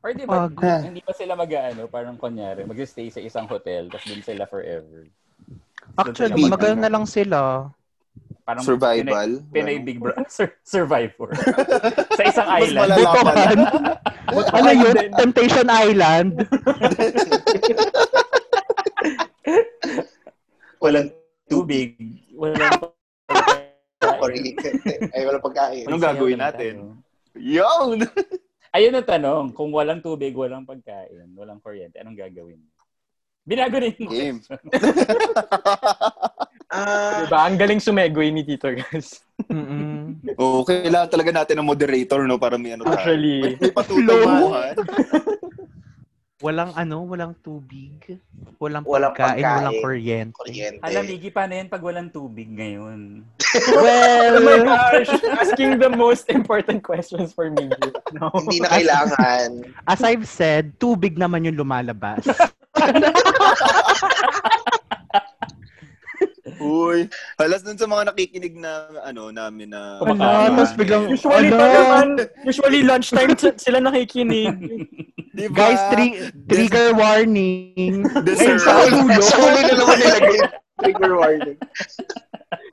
F: Or diba, di ba,
C: Pagod.
F: hindi pa sila mag-ano, parang kunyari, mag-stay sa isang hotel, tapos doon sila forever.
C: Actually,
A: Namatay
C: magaling
A: na.
C: na lang sila.
F: Parang
A: Survival.
F: Pinay, Pinay Big Brother. (laughs) Sur- survivor.
B: (laughs)
F: Sa isang
A: Mas
F: island.
A: malala pa
C: Butokan. (laughs) ano yun? Temptation Island?
B: Walang
F: Tubig. (laughs) Walang
B: kuryente. Ay, walang pagkain.
F: Ano?
A: Anong gagawin
F: Sayaw na lang
A: natin?
F: tayo.
A: Yo!
F: ano, Ayun ang tanong. Kung walang tubig, walang pagkain, walang kuryente, anong gagawin? Binago na yung
A: Game.
F: question.
B: Ah,
E: Diba? Ang galing sumegoy ni Tito (laughs) guys.
C: Mm-mm.
A: Oo, Oh, kailangan talaga natin ng moderator, no? Para may ano tayo. May,
E: Actually.
A: may patutunguhan.
C: Walang ano, walang tubig, walang,
B: Walang
C: pagkain,
B: pagkain.
C: walang kuryente.
B: kuryente.
F: Alam, Miggy, paano yan pag walang tubig ngayon?
E: Oh my
C: Well,
E: gosh! Asking the most important questions for me. No?
B: Hindi na kailangan.
C: as I've said, tubig naman yung
B: (laughs)
C: lumalabas.
B: Diba?
A: Uy. Halas dun sa mga nakikinig na, ano, namin na...
F: Wala,
C: Ano, tapos biglang,
E: Usually
C: ano,
E: pa naman, usually lunchtime si- sila nakikinig.
A: Diba?
C: guys, tri- trigger
B: (laughs)
C: warning.
A: Deserve.
B: Sa ulo, (laughs)
A: (laughs)
B: sa ulo na naman nilagay yung trigger warning.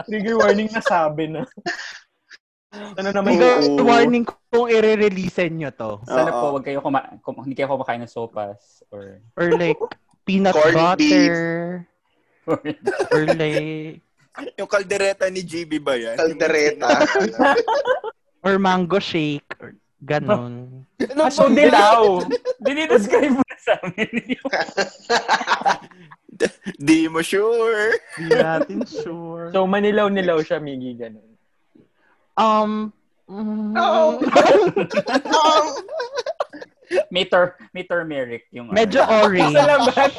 E: Trigger warning na sabi na. Ano naman
A: Trigger-
E: yung
C: Trigger
A: Oo.
C: warning kung i-release nyo to.
F: Sana
A: Oo.
F: po, wag kayo kuma- kum- hindi kayo kumakain ng sopas or...
C: Or like, peanut
B: Corned
C: butter.
F: or (laughs)
C: Or like,
A: Yung kaldereta ni JB ba yan?
B: Kaldereta.
C: or mango shake. Or ganon.
A: Ano
E: So,
A: ba-
H: (laughs)
E: dilaw.
F: Dinidescribe mo na sa amin yun.
A: Di mo sure.
C: Di natin sure.
E: So, manilaw-nilaw siya, Miggy, ganun.
C: um, mm,
B: No.
F: May, tur- may turmeric yung...
C: medyo
F: ano.
C: orange.
E: Salamat!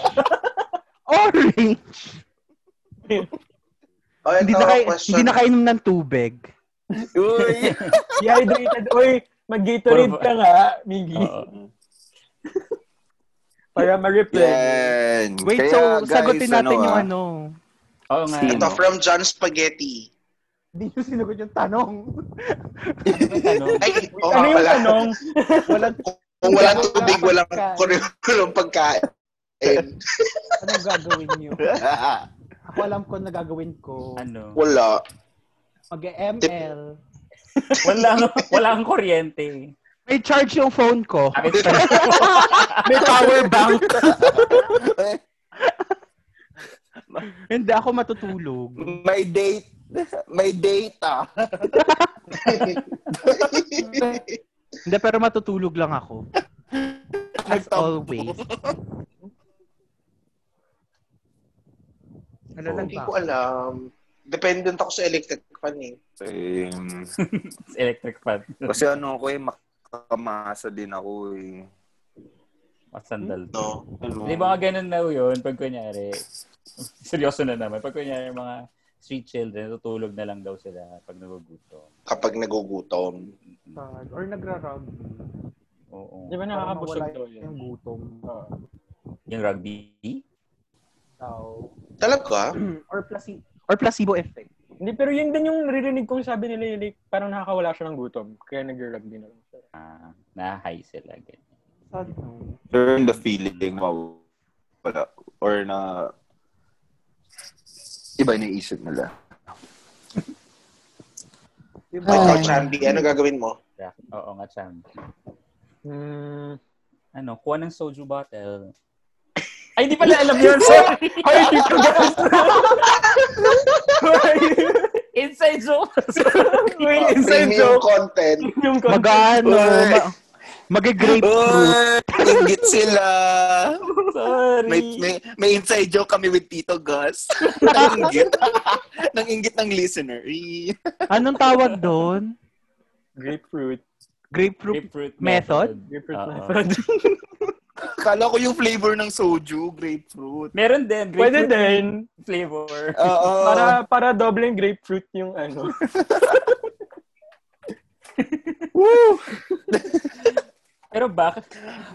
C: orange.
B: (laughs) Oh,
C: Hindi
B: ito,
C: na, kayo,
B: question.
C: hindi na kainom ng tubig.
A: Uy.
E: Dehydrated. Uy, mag-Gatorade ka nga, Miggy,
F: Oo.
E: para ma-replenish.
A: Yan.
C: Wait,
A: Kaya,
C: so
A: guys,
C: sagutin natin
A: ano,
C: yung
A: ah,
C: ano.
F: Oo nga.
A: Sino?
B: Ito, from John Spaghetti.
H: Hindi nyo sinagot yung tanong.
F: Ano ba yung tanong?
B: Ay, oo
E: ano
B: nga
E: yung
B: pala.
E: tanong?
H: Walang,
B: Kung walang tubig, walang
H: Pagkain.
B: kury- walang pagkain.
H: anong ano gagawin nyo? Ako alam ko na gagawin ko.
F: Ano?
B: Wala.
H: Mag-ML.
F: Wala, wala ang kuryente.
C: May charge yung phone ko.
F: Sabi ko,
C: May (laughs) power bank. ano?
A: Eh,
C: Hindi ako matutulog.
A: (laughs) May date. May ah. data.
C: Hindi, pero matutulog lang ako. As always. Ano lang
B: Hindi
C: ba?
B: ko alam. Dependent ako sa electric fan eh.
A: Same.
F: It's electric fan.
A: Kasi ano ako eh, makamasa din ako eh.
F: Masandal.
B: No?
A: Ano?
F: Di ba mga ganun na yun, pag kunyari, seryoso na naman, pag kunyari mga street children, tutulog na lang daw sila pag nagugutom.
B: Kapag nagugutom.
H: Or nagra-rugby.
F: Oo.
E: Di ba
H: Para
E: nakakabusog
H: mawala
E: daw yun?
H: Yung gutom.
F: Yung rugby?
H: Tao.
B: Talaga?
H: Or placebo.
C: Or placebo effect.
E: Hindi, pero yun din yung ririnig kong sabi nila, like, parang nakakawala siya ng gutom. Kaya nag-rugby na lang siya.
F: Ah, na-high sila. ganyan.
H: Sad no.
A: Turn the feeling. Wow. Wala. Or na... Iba yung naisip nila.
B: Ay, ikaw, Chandy, ano gagawin
C: (laughs)
B: mo?
F: Ra- Oo nga, Cham.
E: Hmm.
F: Ano, kuha ng soju bottle. Ay, di pala alam yun.
E: (laughs)
F: Sorry.
E: Hi, Tito guys!
F: Inside joke.
E: Uy, inside
B: Premium
E: joke.
B: content.
E: Yung
C: mag ano,
E: content.
A: Uy.
C: ma- mag-grapefruit.
A: Ingit sila.
F: Sorry.
A: May, may, may inside joke kami with Tito
C: (laughs)
A: Gus. (laughs) Nangingit. Nangingit ng listener. Eh.
C: Anong tawag doon?
E: Grapefruit.
C: Grapefruit.
F: Grapefruit
C: Method?
E: Grapefruit
A: Ah,
F: Oo.
E: method.
A: Kala ko yung flavor ng soju,
I: (laughs)
A: grapefruit.
F: Meron din.
E: Pwede
F: Grapefruit
E: din.
F: flavor.
A: Oo.
E: Para, para dobleng grapefruit yung ano.
F: Pero bakit?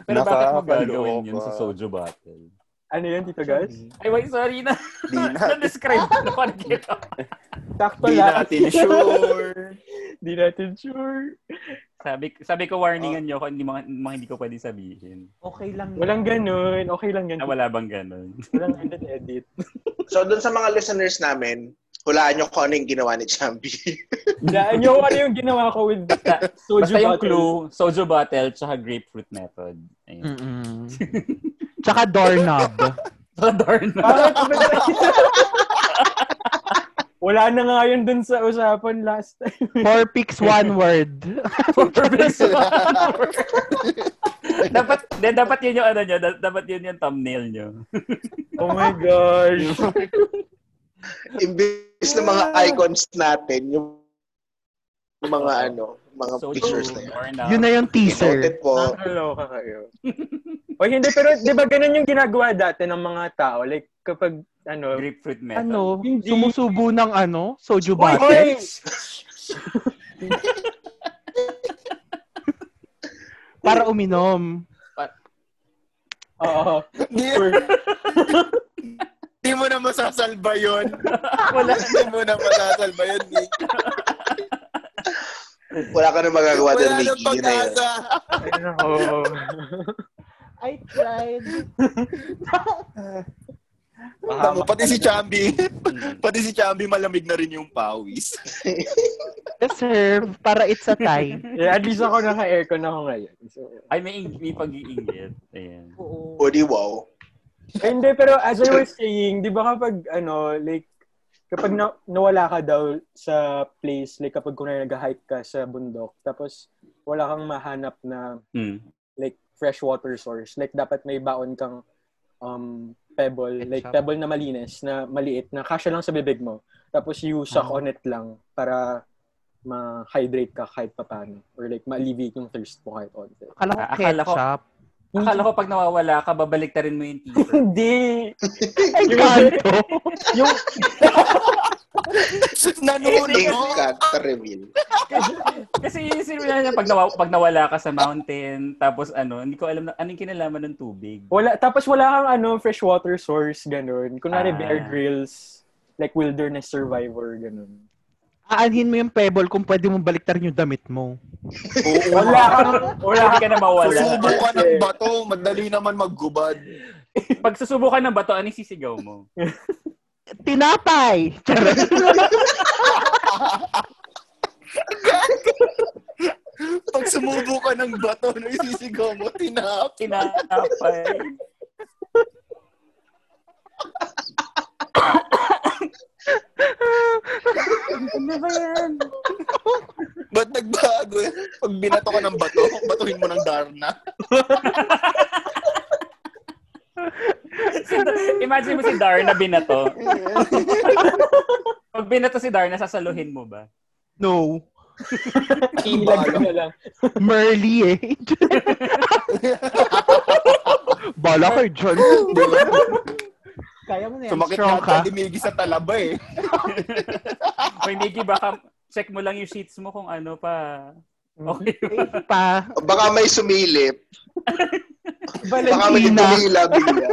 F: Pero
A: Naka-
F: bakit mo gagawin yun
A: kaloka.
F: sa soju bottle?
E: Ano yun, Tito guys?
F: Ay, wait, sorry na.
A: Di na.
F: Na-describe ko na nakita.
E: Sakto
A: Di
E: lang.
I: (laughs)
A: natin sure.
E: Di natin sure.
F: Sabi, sabi ko,
B: Oh.
F: warningan nyo kung hindi mga, mga hindi ko pwede sabihin.
H: Okay lang. yun.
E: Walang ganun. Okay lang yan.
F: Na Ah, wala bang
C: (laughs)
F: ganun?
E: Walang edit edit.
B: So, dun sa mga listeners namin, hulaan nyo kung ano yung ginawa ni Chambi.
E: Daan nyo kung ano yung ginawa ko with
F: Basta,
E: soju
F: basta yung
E: bottle.
F: clue, soju bottle tsaka grapefruit method. Ayun.
C: Hmm.
F: (laughs)
C: Mm-mm. Tsaka doorknob.
F: Sa
C: (laughs)
F: door na. (laughs)
E: Bakit? (laughs) Wala na nga yun dun sa usapan last time. (laughs)
C: Four picks, one word.
F: (laughs) dapat, then, dapat yun yung ano nyo, da- dapat yun yung thumbnail nyo.
E: Oh my gosh.
B: Imbis na mga icons natin, yung yung mga ano, mga pictures na yan.
F: doorknob.
C: Yun na yung teaser.
B: Noted po.
E: Nakakaloka kayo. Oy, hindi. Pero di ba ganun yung ginagawa dati ng mga tao? Like, kapag ano,
F: Grapefruit method.
C: Ano?
E: Hindi.
C: Sumusubo ng ano? Soju
E: Oy,
C: bottle?
E: oy!
C: Para uminom.
E: Oo.
I: Hindi mo na masasalba yun. (laughs) Wala. Hindi mo na masasalba yun, Nick.
B: Wala ka na magagawa
I: Wala
B: doon,
I: nang
B: Mickey. Yun na yun.
I: pag-asa.
E: Oo.
H: I tried.
E: (laughs)
I: Tama, pati si Chambi. Pati si Chambi malamig na rin yung pawis. (laughs)
C: Yes, sir. Para it's a tie.
E: Yeah, Eh, at least ako naka-aircon ako ngayon. So,
F: Ay, may, ing- may pag-iingit. Ayan.
H: Oo.
C: Oh.
B: Woody, wow.
E: Eh, hindi, pero as I was saying, di ba kapag, ano, like, kapag na, nawala ka daw sa place, like kapag kunwari nag-hike ka sa bundok, tapos wala kang mahanap na,
F: Mm.
E: like, fresh water source. Like, dapat may baon kang um, pebble,
C: Ketchup.
E: like, pebble na malinis, na maliit, na kasya lang sa bibig mo. Tapos you suck on it lang para ma-hydrate ka kahit papano. Or like, ma-alleviate yung thirst mo kahit onte.
C: Akala ko
F: Ah, akala ko-
C: ketchup.
F: Akala ko pag nawawala ka, babalik na rin mo yung
C: (laughs)
F: teaser.
E: (laughs) Hindi!
C: Ay, kanto.
E: (laughs) Yung,
B: Instant
I: Nanunod.
B: character reveal.
F: Kasi yun yung sinabi niya, pag, nawa- pag nawala ka sa mountain, tapos ano, hindi ko alam na, anong kinalaman ng tubig.
E: Wala, tapos wala kang ano, freshwater source, ganun. Kunwari
F: Ah.
E: Bear Grylls, like wilderness survivor, ganun.
C: Aanhin mo yung pebble kung pwede mong baliktarin yung damit mo.
I: Oo.
E: Wala kang,
F: (laughs)
E: wala
F: Hindi
E: kang,
F: ka na mawala.
I: Susubo ka ng bato. Madali naman maggubad.
F: Pag susubukan ng bato, anong sisigaw mo?
C: Tinapay! Charot.
I: Pag sumubo ka ng bato, ano isisigaw mo? Tinap.
F: Tinapay.
H: Ano ba yan?
I: Ba't nagbago? yan? Pag binato ka ng bato, batuhin mo ng darna.
F: Imagine mo si Darna binato. Pag binato si Darna, sasaluhin mo ba?
C: (laughs) No.
E: ilag ka (laughs) na lang.
C: Merly eh. (laughs) Bala kayo dyan.
H: Kaya mo na yan.
I: Sumakit
C: strong
I: yata
C: ka.
I: ni Miggy sa talaba eh.
F: Hoy, Miggy, baka check mo lang yung sheets mo kung ano pa. Okay. (laughs)
C: Safe pa.
B: Baka may sumilip. Baka may
C: Valentina.
B: tumila
C: (laughs)
B: bigla.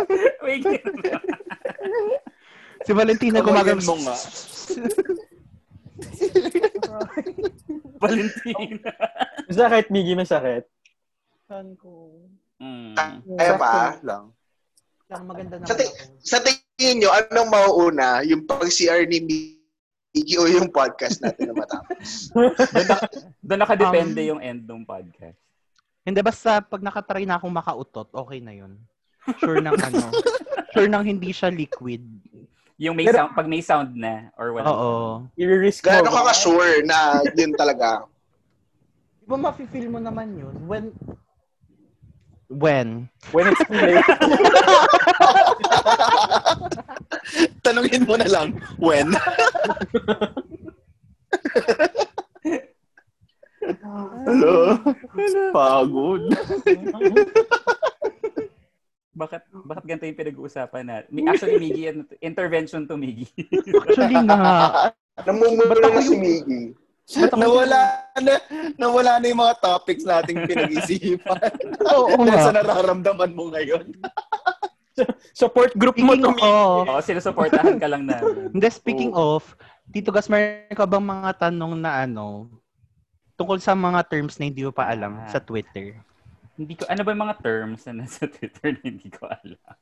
F: Wait.
C: Si Valentina gumagam.
I: Kamagin mo nga.
F: Valentina.
E: Masakit, Miggy, masakit.
H: Saan ko?
F: Mm.
B: Kaya pa.
I: Ah, lang. (laughs)
H: Lang maganda na.
B: Sa, ti- sa tingin nyo, anong mauuna? Yung pag-CR ni Miggy o yung podcast natin na
C: (laughs)
B: matapos?
F: Doon nakadepende yung end ng podcast.
C: Hindi, basta pag nakatry na akong makautot, okay na yun. Sure ng ano. sure ng hindi siya liquid.
F: Yung may
E: Pero-
F: sound, pag may sound na or wala.
C: Oo.
E: I-risk mo.
B: Gaano ka ka-sure na yun talaga?
H: Di ba mafe-feel mo naman yun? When,
C: When?
E: When it's too late.
I: Tanungin mo na lang,
C: (laughs)
I: when? Hello? Pagod.
F: Bakit bakit ganito yung pinag-uusapan natin? Mi- Actually, Miggy, ano to- intervention to Miggy.
C: Actually nga.
B: Namumuno
C: Ba't ako
B: na si
C: yung-
B: Miggy.
I: Nawala na, nawala na yung mga topics
C: (laughs)
I: nating pinag-isipan.
C: Oo
I: Dahil sa
C: nga.
I: nararamdaman mo ngayon.
E: (laughs) Support group mo
C: Speaking
E: to, eh. Miggy.
C: of,
F: Oo, sinusuportahan ka lang namin.
C: hindi, speaking of, Tito Gas, meron ka bang mga tanong na ano, Tungkol sa mga terms na hindi mo pa alam
F: Ah.
C: sa Twitter.
F: Hindi ko, ano ba yung mga terms na nasa (laughs) Twitter na hindi ko alam?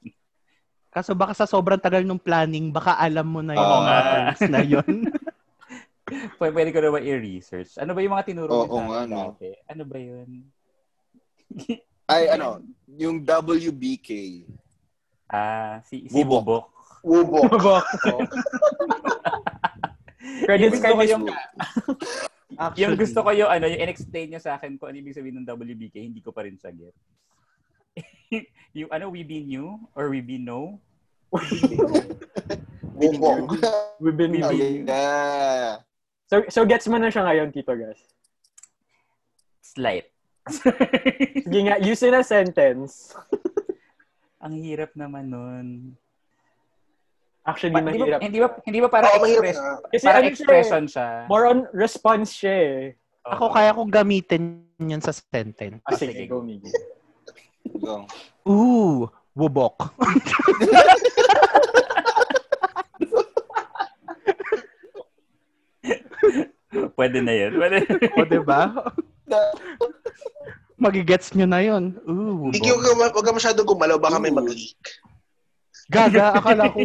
C: Kaso baka sa sobrang tagal ng planning, baka alam mo na yung
J: Oo
C: mga
F: nga.
C: terms na yun.
F: Pwede, pwede ko na ba i-research? Ano ba yung mga tinuro
J: Oo
F: niyo sa
J: nga,
F: akin
J: no.
F: dati? Ano ba yun?
A: Ay, ano, yung WBK.
F: Ah, si, si
A: Bubok.
B: Ubo.
C: (laughs)
F: Bubok.
E: Bubok. (laughs) Credits
F: Gusto
E: kay
F: ko
E: Miss
F: yung,
C: Actually,
F: yung gusto ko yung ano, yung in-explain niyo sa akin kung ano ibig sabihin ng WBK, hindi ko pa rin siya get. (laughs) yung ano, we be new or we be no?
B: Ubo.
E: We've been...
F: We
A: Oh,
F: be
A: yeah.
E: So, so gets mo na siya ngayon, Tito Gas.
F: slight. (laughs)
E: Sige nga, use in a sentence.
F: Ang hirap naman nun.
E: Actually,
F: Pa- Hindi ba,
E: mahirap.
F: hindi ba, hindi ba para
B: Oo, mahirap
F: express,
B: na.
E: Kasi
F: para
E: ano siya, eh,
F: expression siya?
E: more on response siya eh.
F: Oo.
C: Ako kaya kong gamitin yun sa sentence.
E: Ah,
F: Ah,
E: sige,
F: sige.
E: go, Miggy.
J: Go.
C: Ooh, bubok.
F: Pwede na yun. Pwede.
E: (laughs)
C: o, diba? (laughs) Magigets nyo na yun. Ooh,
B: Hindi ko
C: bubok.
B: huwag ka masyadong gumalaw, baka may mag-leak.
C: Gaga, akala
A: (laughs)
C: ko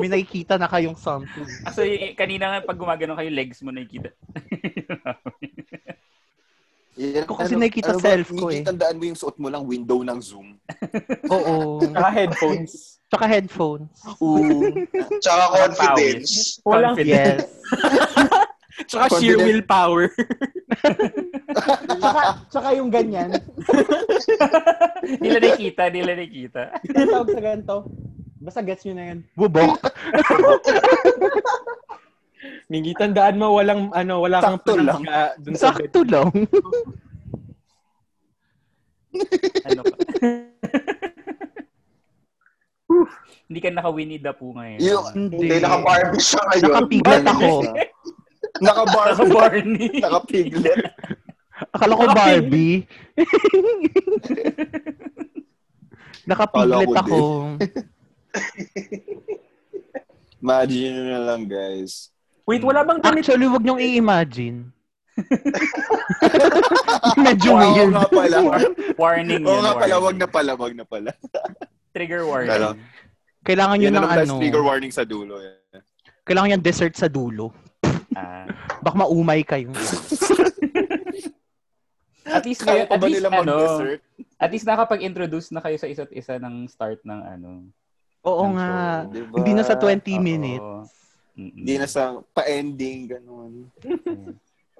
C: may nakikita na kayong something.
F: so, y- kanina nga pag gumagano kayo, legs mo nakikita. (laughs)
A: Yan,
C: Ako
I: ano,
C: kasi nakikita
A: ba,
C: self ko
A: Miki,
C: eh.
A: Tandaan mo yung suot mo lang window ng Zoom.
C: Oo.
F: (laughs)
E: Tsaka headphones.
C: Tsaka headphones.
A: Ooh.
B: Tsaka confidence.
E: Walang
F: Confident.
C: (laughs) Yes.
E: Tsaka sheer
A: Confident.
E: willpower.
K: Tsaka, tsaka yung ganyan.
F: nila nakikita, nila nakikita.
K: Ang tawag sa ganito. Basta gets nyo na yan.
C: Bubok.
E: Miggy, tandaan mo, walang, ano, wala kang
A: Sakto lang.
E: panangga dun sa bed.
C: Sakto lang.
F: Ano pa? Hindi ka naka-Winnie the Pooh ngayon.
A: Yung,
F: (laughs)
C: Hindi.
B: Hindi, naka-Barbie siya ngayon.
C: Nakapiglet ako.
F: (laughs)
A: naka-bar,
F: Naka-Barney.
A: naka-piglet.
C: Akala ko
A: (laughs)
C: Barbie.
A: Akala
C: Nakapiglet
A: ko
C: ako.
J: Imagine nyo na lang, guys.
E: Wait, wala bang
A: Ah.
E: ganito?
C: Actually, wag niyong
A: (laughs)
C: i-imagine. Medyo
A: Wow,
C: weird.
A: nga pala.
F: warning
A: Oo
F: yun.
A: nga pala,
F: warning.
A: wag na pala, wag na pala.
F: Trigger warning.
J: Pero,
C: Kailangan niyo
A: Yan na
C: ng
A: naman
C: ano.
A: tayo trigger warning sa dulo. Eh.
C: Kailangan niyo ng dessert sa dulo.
F: Ah.
C: Baka maumay
A: (laughs)
C: kayo.
F: At least,
A: Kaya
F: ngayon,
A: pa
F: at
A: ba
F: least,
A: nila
F: ano,
A: mag-dessert?
F: at least nakapag-introduce na kayo sa isa't isa ng start ng ano.
C: Oo
F: ng
C: nga.
F: show.
J: Diba?
C: Hindi na sa 20
F: Oo.
C: minutes.
F: Mm-mm.
A: Hindi na sa pa-ending, ganun.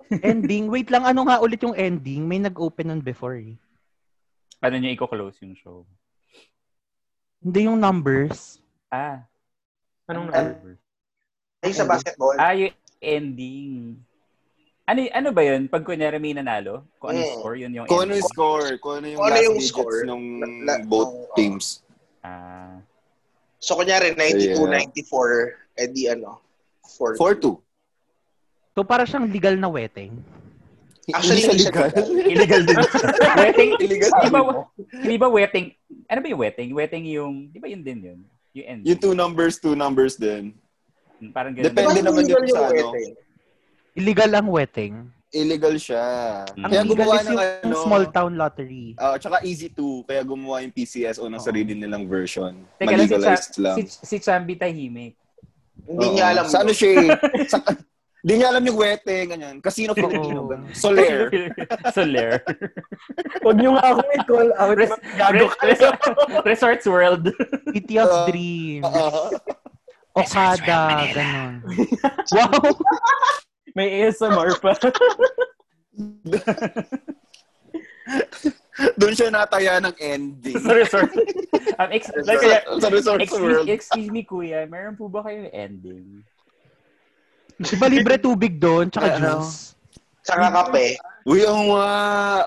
C: Ending. Wait lang, ano nga ulit yung ending? May nag-open nun before eh.
F: Paano niyo Ano i-close yung show?
C: Hindi yung numbers.
F: Ah. Ano?
E: Anong
B: Ay, sa basketball.
F: Ah, yung ending. Ano, y- ano ba yun? Pag kunyari may nanalo? Kung ano yung
B: Mm.
F: score, yun yung
A: Kung ano
F: ending.
A: yung score, kung ano yung
B: Kung ano
A: last
B: yung
A: digits
B: score,
A: ng
B: la- la-
A: both
B: ng-
A: teams.
F: Ah.
A: (laughs)
B: So, kunyari, 92, 94, eh di ano, 4.
A: 4-2.
C: So, para siyang legal na wedding.
B: Actually,
A: hindi
B: hindi
A: siya
B: siya
A: legal.
F: Illegal (laughs) din. wetting.
A: Illegal.
F: Di ba, di ba wetting? Ano ba yung wetting? Wetting yung, di ba yun din yun? Yung ending.
A: (laughs) Yung two numbers, two numbers din.
F: Parang ganun.
A: Depende
F: Diba?
A: naman dito sa ano.
C: Illegal ang wedding.
A: Illegal siya.
F: Ang
C: Ang
A: Kaya
C: legal
A: gumawa
C: Hmm. is
A: ng
C: yung
A: ano,
C: small town
A: (laughs)
C: lottery.
A: Ah, tsaka easy to. Kaya gumawa yung PCS o ng
F: Oo.
A: sarili nilang version.
F: Teka lang, si,
A: Malegalized
F: Cha-
A: lang.
F: si, si Chambi tahimik.
B: Hindi
A: Oo.
B: niya alam.
A: Sa ano
B: yun. (laughs)
A: siya eh. Sa, hindi niya alam yung wete, ganyan. Casino Filipino,
C: Oo.
A: ganun. Soler.
F: (laughs) Soler.
E: Huwag niyo nga ako i-call out.
F: Res,
E: Gago
F: res- Resorts World. (laughs)
C: City of
A: Ah.
C: Dreams.
A: Oo.
C: Okada.
A: (laughs)
C: Ganon. wow.
E: May ASMR pa. (laughs)
A: Doon siya nataya ng ending.
F: sa resort. Um, ex-
A: Sa,
F: like, kaya,
A: sa Resorts
F: excuse,
A: World.
F: excuse me, kuya. Meron po ba kayong ending?
C: Di ba libre tubig doon? Tsaka
A: Ano?
C: juice.
B: Saka kape.
A: Uy, ang mga.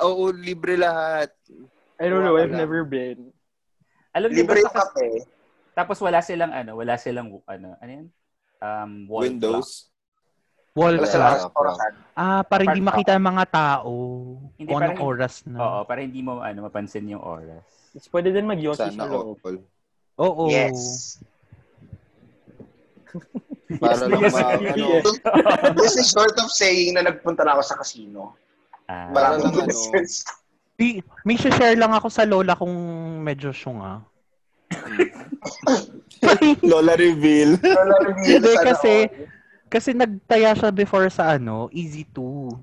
A: Oo, libre lahat.
E: I don't know, I've
A: Wala.
E: never been.
F: Alam niyo ba
B: Libre
F: sa
B: yung kape.
F: Tapos wala silang ano, wala silang ano, ano yan? Um, wall clock.
A: Windows.
C: Wall
A: Wala
B: Wala sa
C: clock.
A: lahat.
B: lakas orasan.
C: Ah, para hindi
F: Parang-
C: makita ang mga tao.
F: Hindi,
C: Kung anong
F: parang-
C: oras na.
F: Oo, para hindi mo ano mapansin yung oras.
C: Oh.
E: Mas pwede din mag-yossi sa
A: Sana
E: loob.
A: all.
C: Oo.
B: Yes.
A: Para lang
F: Yes,
A: ma,
F: yes,
A: ano,
E: yes.
B: This is short of saying na nagpunta na ako sa casino.
F: Ah,
A: Para
B: Maraming
A: lang ano.
B: beses.
C: Di, may share lang ako sa lola kung medyo syunga.
I: Lola reveal.
B: Wala ano? rin dito
C: Hindi,
B: sana
C: kasi-
B: ako.
C: Kasi nagtaya siya before sa ano, Easy 2.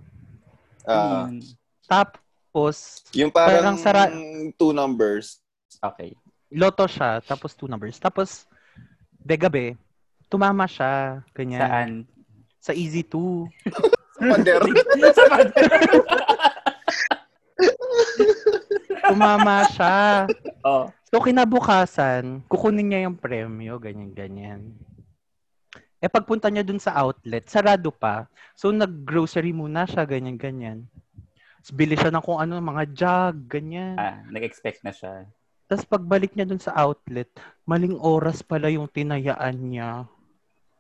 A: ah,
F: mm,
C: Tapos,
A: yung parang,
C: Parang sara-
A: two numbers.
F: okay.
C: loto siya, tapos two numbers. Tapos, de gabi, tumama siya. Ganyan.
F: Saan? (laughs)
C: Sa Easy 2.
I: Pader.
F: Sa pader.
C: Tumama siya.
F: oh.
C: So, kinabukasan, kukunin niya yung premyo, ganyan-ganyan. Eh, pagpunta niya dun sa outlet, sarado pa. So, nag-grocery muna siya, ganyan-ganyan. Tapos, bili siya ng kung ano, mga jug, ganyan.
F: Ah, nag-expect na siya.
C: Tapos, pagbalik niya dun sa outlet, maling oras pala yung tinayaan niya.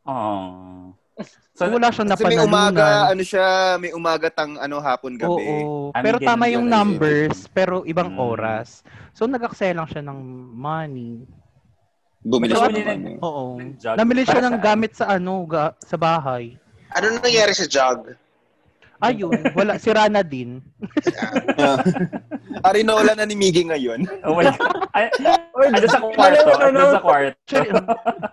F: Oh.
C: So, wala siya
A: Kasi may
C: napanalunan.
A: umaga, ano siya, may umaga tang ano hapon gabi. Ano
C: Oo.
F: I mean,
C: Pero
F: ganun
C: tama yung
F: yun, I think.
C: numbers, pero ibang
F: Mm.
A: Hmm.
C: oras. So, nag-aksaya lang siya ng money.
A: Bumili siya
F: Pero
A: ng
F: wala
A: ano.
C: Oo.
F: Nag-jog.
C: Hmm. Namili siya
F: Para
C: ng
F: saan?
C: gamit sa ano, ga- sa bahay.
B: Ano nangyari sa jog?
C: Ayun, wala. Sira na din.
A: eh. Arinola na ni Miggy (laughs) ngayon.
F: Oh
C: (laughs)
F: my God. Ay,
E: Oy,
F: ano sa kwarto? Ano sa kwarto? (laughs)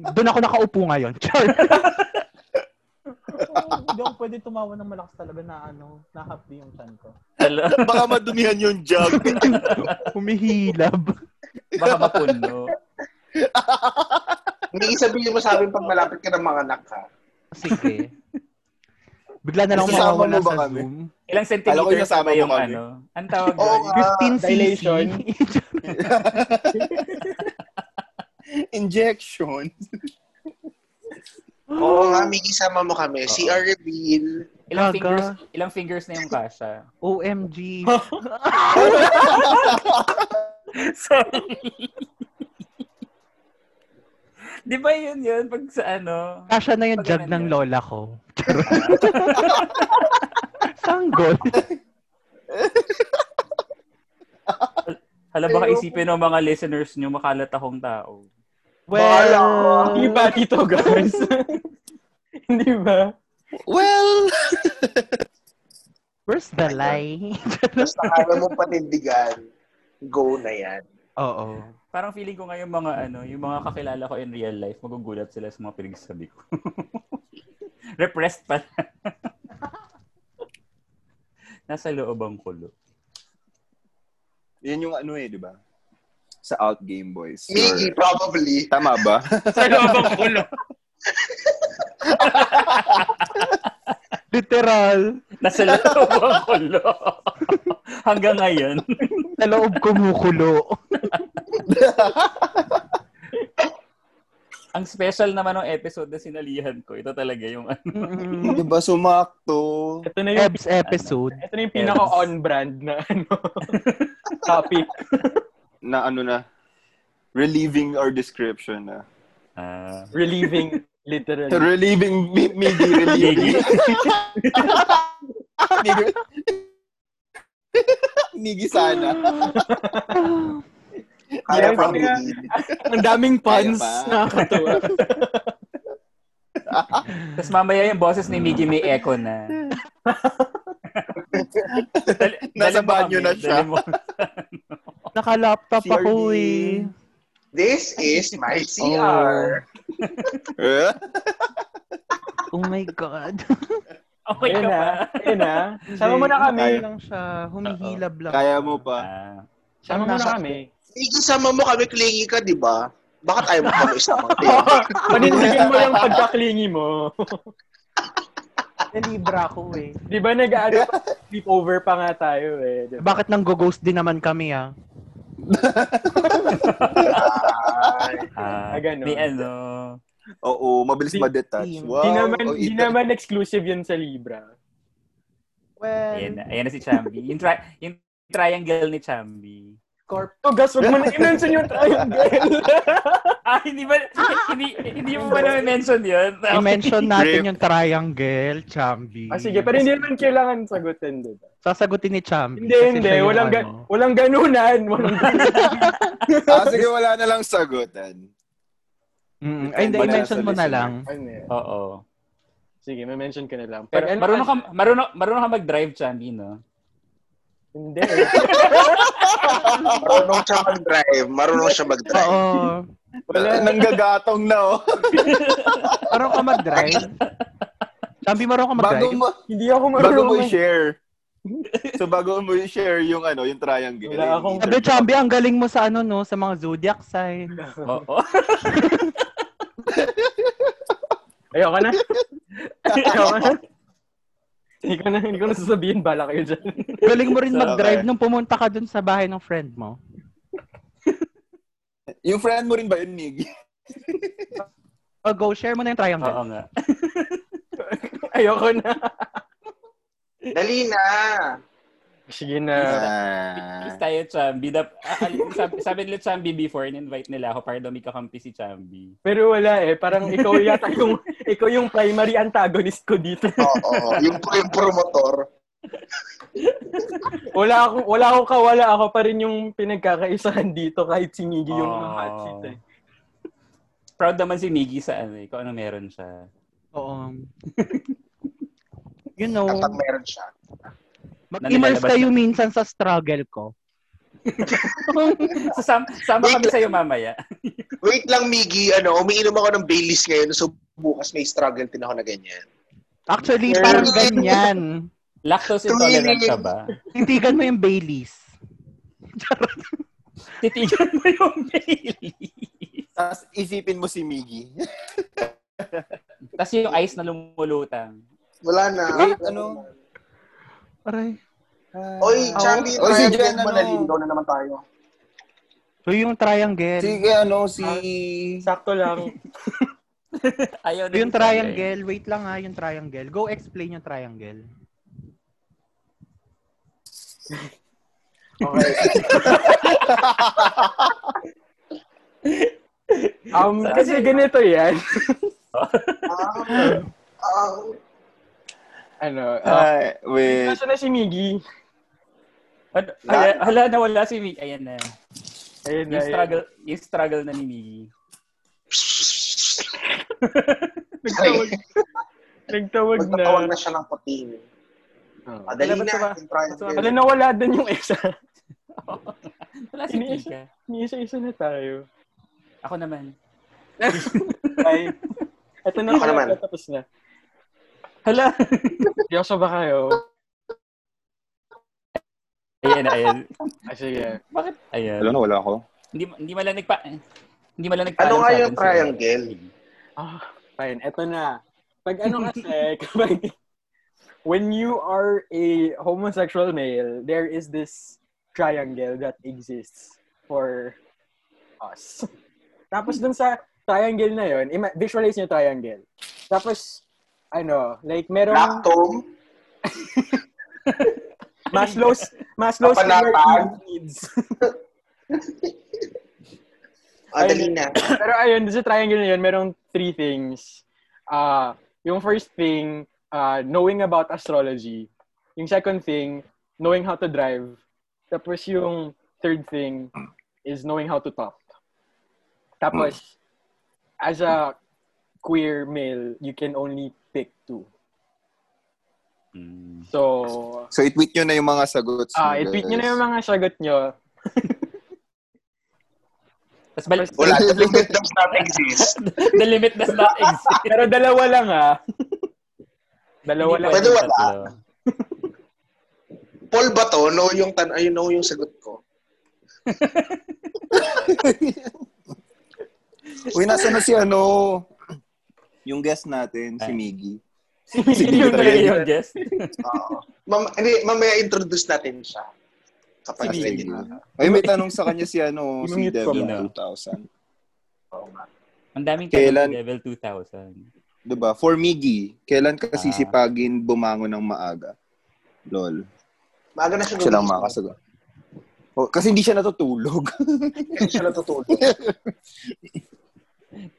C: Sure. Doon ako nakaupo ngayon. Char.
H: Hindi ako pwede tumawa ng malakas talaga na ano, na-happy yung chan ko.
F: Hello?
I: Baka madumihan yung
A: (laughs)
I: jug.
C: Humihilab.
F: Baka mapuno.
B: Hindi isabihin mo sa amin pag malapit ka ng mga anak ha.
C: Sige. Bigla na lang ako
A: Sasama mo
C: mawawala
A: ba
C: sa
A: kami?
C: Zoom.
A: Alam ko
F: Ilang centimeters
A: yung sama
F: ba
A: mo
F: yung
A: kami.
F: ano? Ang tawag
B: Oo
F: doon?
B: nga.
C: 15 cc.
E: Dilation. (laughs)
I: Injection.
B: Oo nga, Miggy, sama mo kami.
F: Oo.
B: CR reveal.
F: Ilang
C: Gaga.
F: fingers, ilang fingers na yung kasha?
C: (laughs) OMG.
F: (laughs) Sorry. Di ba yun yun? Pag sa ano?
C: Kasha na yung
F: Pag
C: jug
F: ganun
C: ng
F: yun.
C: lola ko. Charot. (laughs) Sanggol.
F: Hala baka isipin ng mga listeners nyo, makalat akong tao.
B: Bahala
C: Well,
E: Hindi ba dito, guys? (laughs) Hindi ba?
I: Well,
C: where's the lie?
B: Basta kaya mo panindigan, go na yan.
C: Oo.
F: Parang feeling ko ngayon mga ano, yung mga kakilala ko in real life, magugulat sila sa mga pinagsasabi ko. (laughs) Repressed pa. (laughs) Nasa loob ang kulo.
A: Yan yung ano eh, di ba? Sa Out Game Boys.
B: Miggy, probably.
A: Tama ba? (laughs)
F: Sa loob ang kulo.
C: Literal.
F: Nasa loob ang kulo. (laughs) Hanggang ngayon.
C: Sa loob kumukulo. (laughs)
F: Ang special naman ng episode na sinalihan ko, ito talaga yung ano.
C: Mm-mm.
A: di ba sumakto?
E: Ito na yung,
C: Ebs episode.
E: ito na yung pinaka-on-brand na ano, topic.
A: Na ano na, relieving our description na.
F: Ah,
E: Relieving, literally.
A: Relieving, Mi- Miggy,
F: Miggy.
A: relieving. (laughs) Miggy. Miggy sana.
B: Kaya
E: Yeah,
B: pa,
E: kaya-
B: Miggy.
E: Ang daming
C: (laughs)
E: puns
A: Kaya pa.
E: na nakakatawa.
F: Tapos mamaya yung boses ni Miggy may echo na. Dali-
I: (laughs) Nasa
F: dalhin mo
I: banyo
F: kami,
I: na siya.
F: dalhin mo-
C: Naka-laptop
A: CRD.
C: ako eh.
B: This is my
E: Oh.
B: CR.
A: (laughs) Eh?
C: Oh my God.
F: Okay ka
E: Ayun
F: ba?
E: na, ayun na. (laughs) Sama mo na kami.
A: Kaya-
C: Kaya lang siya. Humihilab lang.
A: Kaya mo pa.
F: Ah,
E: Sama mo na kami.
B: Miggy, sama mo kami, clingy ka, di ba? Bakit ayaw mo kami isama?
E: Panindigan mo yung pagkaklingi mo. (laughs)
H: Nalibra ako eh.
E: Di ba nag-ano pa, sleepover pa nga tayo eh. Di ba?
C: Bakit nang go-ghost din naman kami ah?
F: ah,
E: Ah, ganun.
F: may ano.
A: Oo, mabilis
E: Di-
A: ma-detach.
C: di-
A: Wow.
E: di naman,
A: Oh,
E: di
A: ito-
E: naman exclusive yun sa Libra.
F: Ayan na,
C: Well,
F: ayan na si Chambi. Yung, tri- yung triangle ni Chambi.
C: corp.
E: Oh, Gus, huwag mo na i-mention yung triangle.
F: (laughs) Ah, hindi ba, hindi, hindi mo ba na-mention yun?
C: I-mention natin
A: Rip.
C: yung triangle, Chambi.
E: ah, sige, pero hindi naman kailangan sagutin, di ba?
C: Sasagutin ni Chambi.
E: Hindi,
C: kasi
E: hindi.
C: siya yung
E: Walang, ga-
C: ano.
E: (laughs) walang (laughs) ganunan. Walang ganunan.
A: Ah, sige, wala na lang sagutan.
C: Mm, ay, hindi,
A: Depende
C: i-mention
A: sa
C: mo na
A: listener.
C: lang.
E: Ano yan?
F: Oo.
E: Sige, may mention ka na lang.
F: Ah. Pero,
E: ano,
F: marunong, ka, marunong, marunong ka mag-drive, Chambi, no?
E: (laughs) Hindi. eh.
B: Marunong siya mag-drive. Marunong siya mag-drive.
C: Oo.
I: Nanggagatong na,
E: (laughs)
I: oh.
C: Marunong ka mag-drive. Sabi, marunong ka
I: Bago
C: mag-drive?
I: mo,
E: Hindi ako
I: bago
E: marunong.
I: mo i-share. So, bago mo i-share yung ano, yung triangle.
E: Wala akong-
C: Sabi, Chambi, ang galing mo sa ano, no? Sa mga zodiac sign.
F: Oo. (laughs)
E: Ayoko na. (laughs) Ayoko na. Hindi ko na, hindi ko na sasabihin. Bala kayo dyan. (laughs)
C: Galing mo rin
I: So,
C: mag-drive
I: okay.
C: nung pumunta ka dun sa bahay ng friend mo.
I: Yung friend mo rin ba yun,
E: (laughs)
I: Mig?
C: O, Oh, go, share mo na yung triangle.
F: Oo nga.
E: Ayoko na.
B: Dali na.
E: Sige na.
A: Ah.
E: Ah.
F: Please tayo, Chambi. Dap- ah, al- sabi, sabi nila Chambi before, in-invite nila ako para daw may kakampi si Chambi.
E: Pero wala eh. Parang ikaw yata yung, ikaw yung primary antagonist ko dito.
B: Oo. Yung, yung promotor.
E: Wala akong, wala akong kawala. Ako pa rin yung pinagkakaisahan (laughs) dito kahit si Miggy yung
F: Oo.
E: hot seat eh.
F: Proud naman si Miggy sa ano, eh, kung ano meron siya.
C: Oo. (laughs) You know,
B: Kapag meron siya.
C: mag-immerse
F: Nanilalabas
C: kayo minsan sa struggle ko.
F: So, sam- sama kami sa'yo mamaya.
B: Wait lang, Miggy. Ano, umiinom ako ng Baileys ngayon. So, bukas may struggle din ako na ganyan.
C: Actually,
E: Sure.
C: parang ganyan.
F: Lactose intolerant ka ba?
C: Titigan mo yung Baileys.
F: Titigan mo yung Bailey.
I: (laughs) Tapos isipin mo si Miggy.
F: Tapos yung ice na lumulutang.
B: Wala na.
I: Wait, ano?
C: Aray.
B: Oy, Chambi,
I: Oh, si Jen,
B: triangle mo.
I: ano?
B: Naliligaw na naman tayo.
C: So, yung triangle.
I: Si, ano, si...
E: Sakto lang.
F: Ayaw
C: So, yung triangle. Wait lang ha, yung triangle. Go explain yung triangle.
E: Okay. um, kasi ganito yan.
B: Ah, ah,
E: ano,
A: ah,
E: uh,
I: Ay, ah, wait.
E: nasa na si Miggy.
F: Ano, ala, ala, nawala si Miggy. Ayan na.
E: Ayun na,
F: Yung
E: ayun.
F: struggle, yung struggle na ni Miggy.
E: Nagtawag,
B: (laughs)
E: nagtawag na.
B: Magtatawag na siya ng puting.
E: Oh.
B: Madali
F: Wala, ba't
B: na.
F: ba-
B: Yung
E: Wala
B: triangle.
E: nawala din yung isa. (laughs)
F: Wala si
E: Iniisip-
F: Mika.
E: Ni isa-isa na tayo.
F: Ako naman.
E: Ay, eto na
B: Ako naman.
E: ako tapos na.
F: Hala. (laughs)
E: Di ako ba kayo?
F: Ayan, ayan.
E: Ah, sige.
F: Bakit? Ayan.
A: Wala na, wala ako.
F: Hindi, hindi mala nagpa... Hindi mala nagpa...
B: Ano nga
F: sa atin
B: yung
F: si-
B: triangle?
E: Ah, fine. Eto na. Pag ano kasi, kapag when you are a homosexual male, there is this triangle that exists for us. Tapos dun sa triangle na yun, ima- visualize niyo yung triangle. Tapos, ano, like merong
B: Lactome.
E: Maslow's, Maslow's
B: Kapanataan.
E: needs.
B: Ah, dali na.
E: Pero ayun, sa triangle na yun, merong three things. Ah, yung first thing, ah, knowing about astrology. Yung second thing, knowing how to drive. Tapos yung third thing is knowing how to talk. Tapos, as a queer male, you can only pick two.
F: Hmm.
E: So,
A: So, itweet nyo na yung mga sagot.
E: ah, i-tweet nyo na yung mga sagot nyo.
F: Tapos bal...
B: Wala. The
F: (laughs)
B: limit does not exist.
F: The limit does not exist.
E: Pero dalawa lang ah. Dalawa
F: Hindi
E: lang.
B: Pwede
F: yung
B: wala.
F: tatlo.
B: Paul ba to? No yung, tan ay, no yung sagot ko.
A: Uy, nasa na si
E: (laughs)
A: ano? Yung guest natin, si
F: Ah.
A: Miggy.
F: Si Miggy yung talaga yung guest.
B: Oo. Mam hindi, mamaya introduce natin siya. Kapag
F: Sige.
B: ready na.
A: Ay, may tanong sa kanya si ano, si
E: I-mute ko
A: Devil
F: ba?
A: 2000.
B: Oo nga.
F: Ang daming
A: Kailan-
F: tanong ni Level 2000.
A: Diba? For Miggy, kailan ka
F: Ah.
A: sisipagin bumangon ng maaga? Lol.
B: Maaga na siya
A: Siya lang
B: gumising.
A: makakasagot. Oh, kasi hindi siya natutulog. (laughs)
B: Hindi siya natutulog.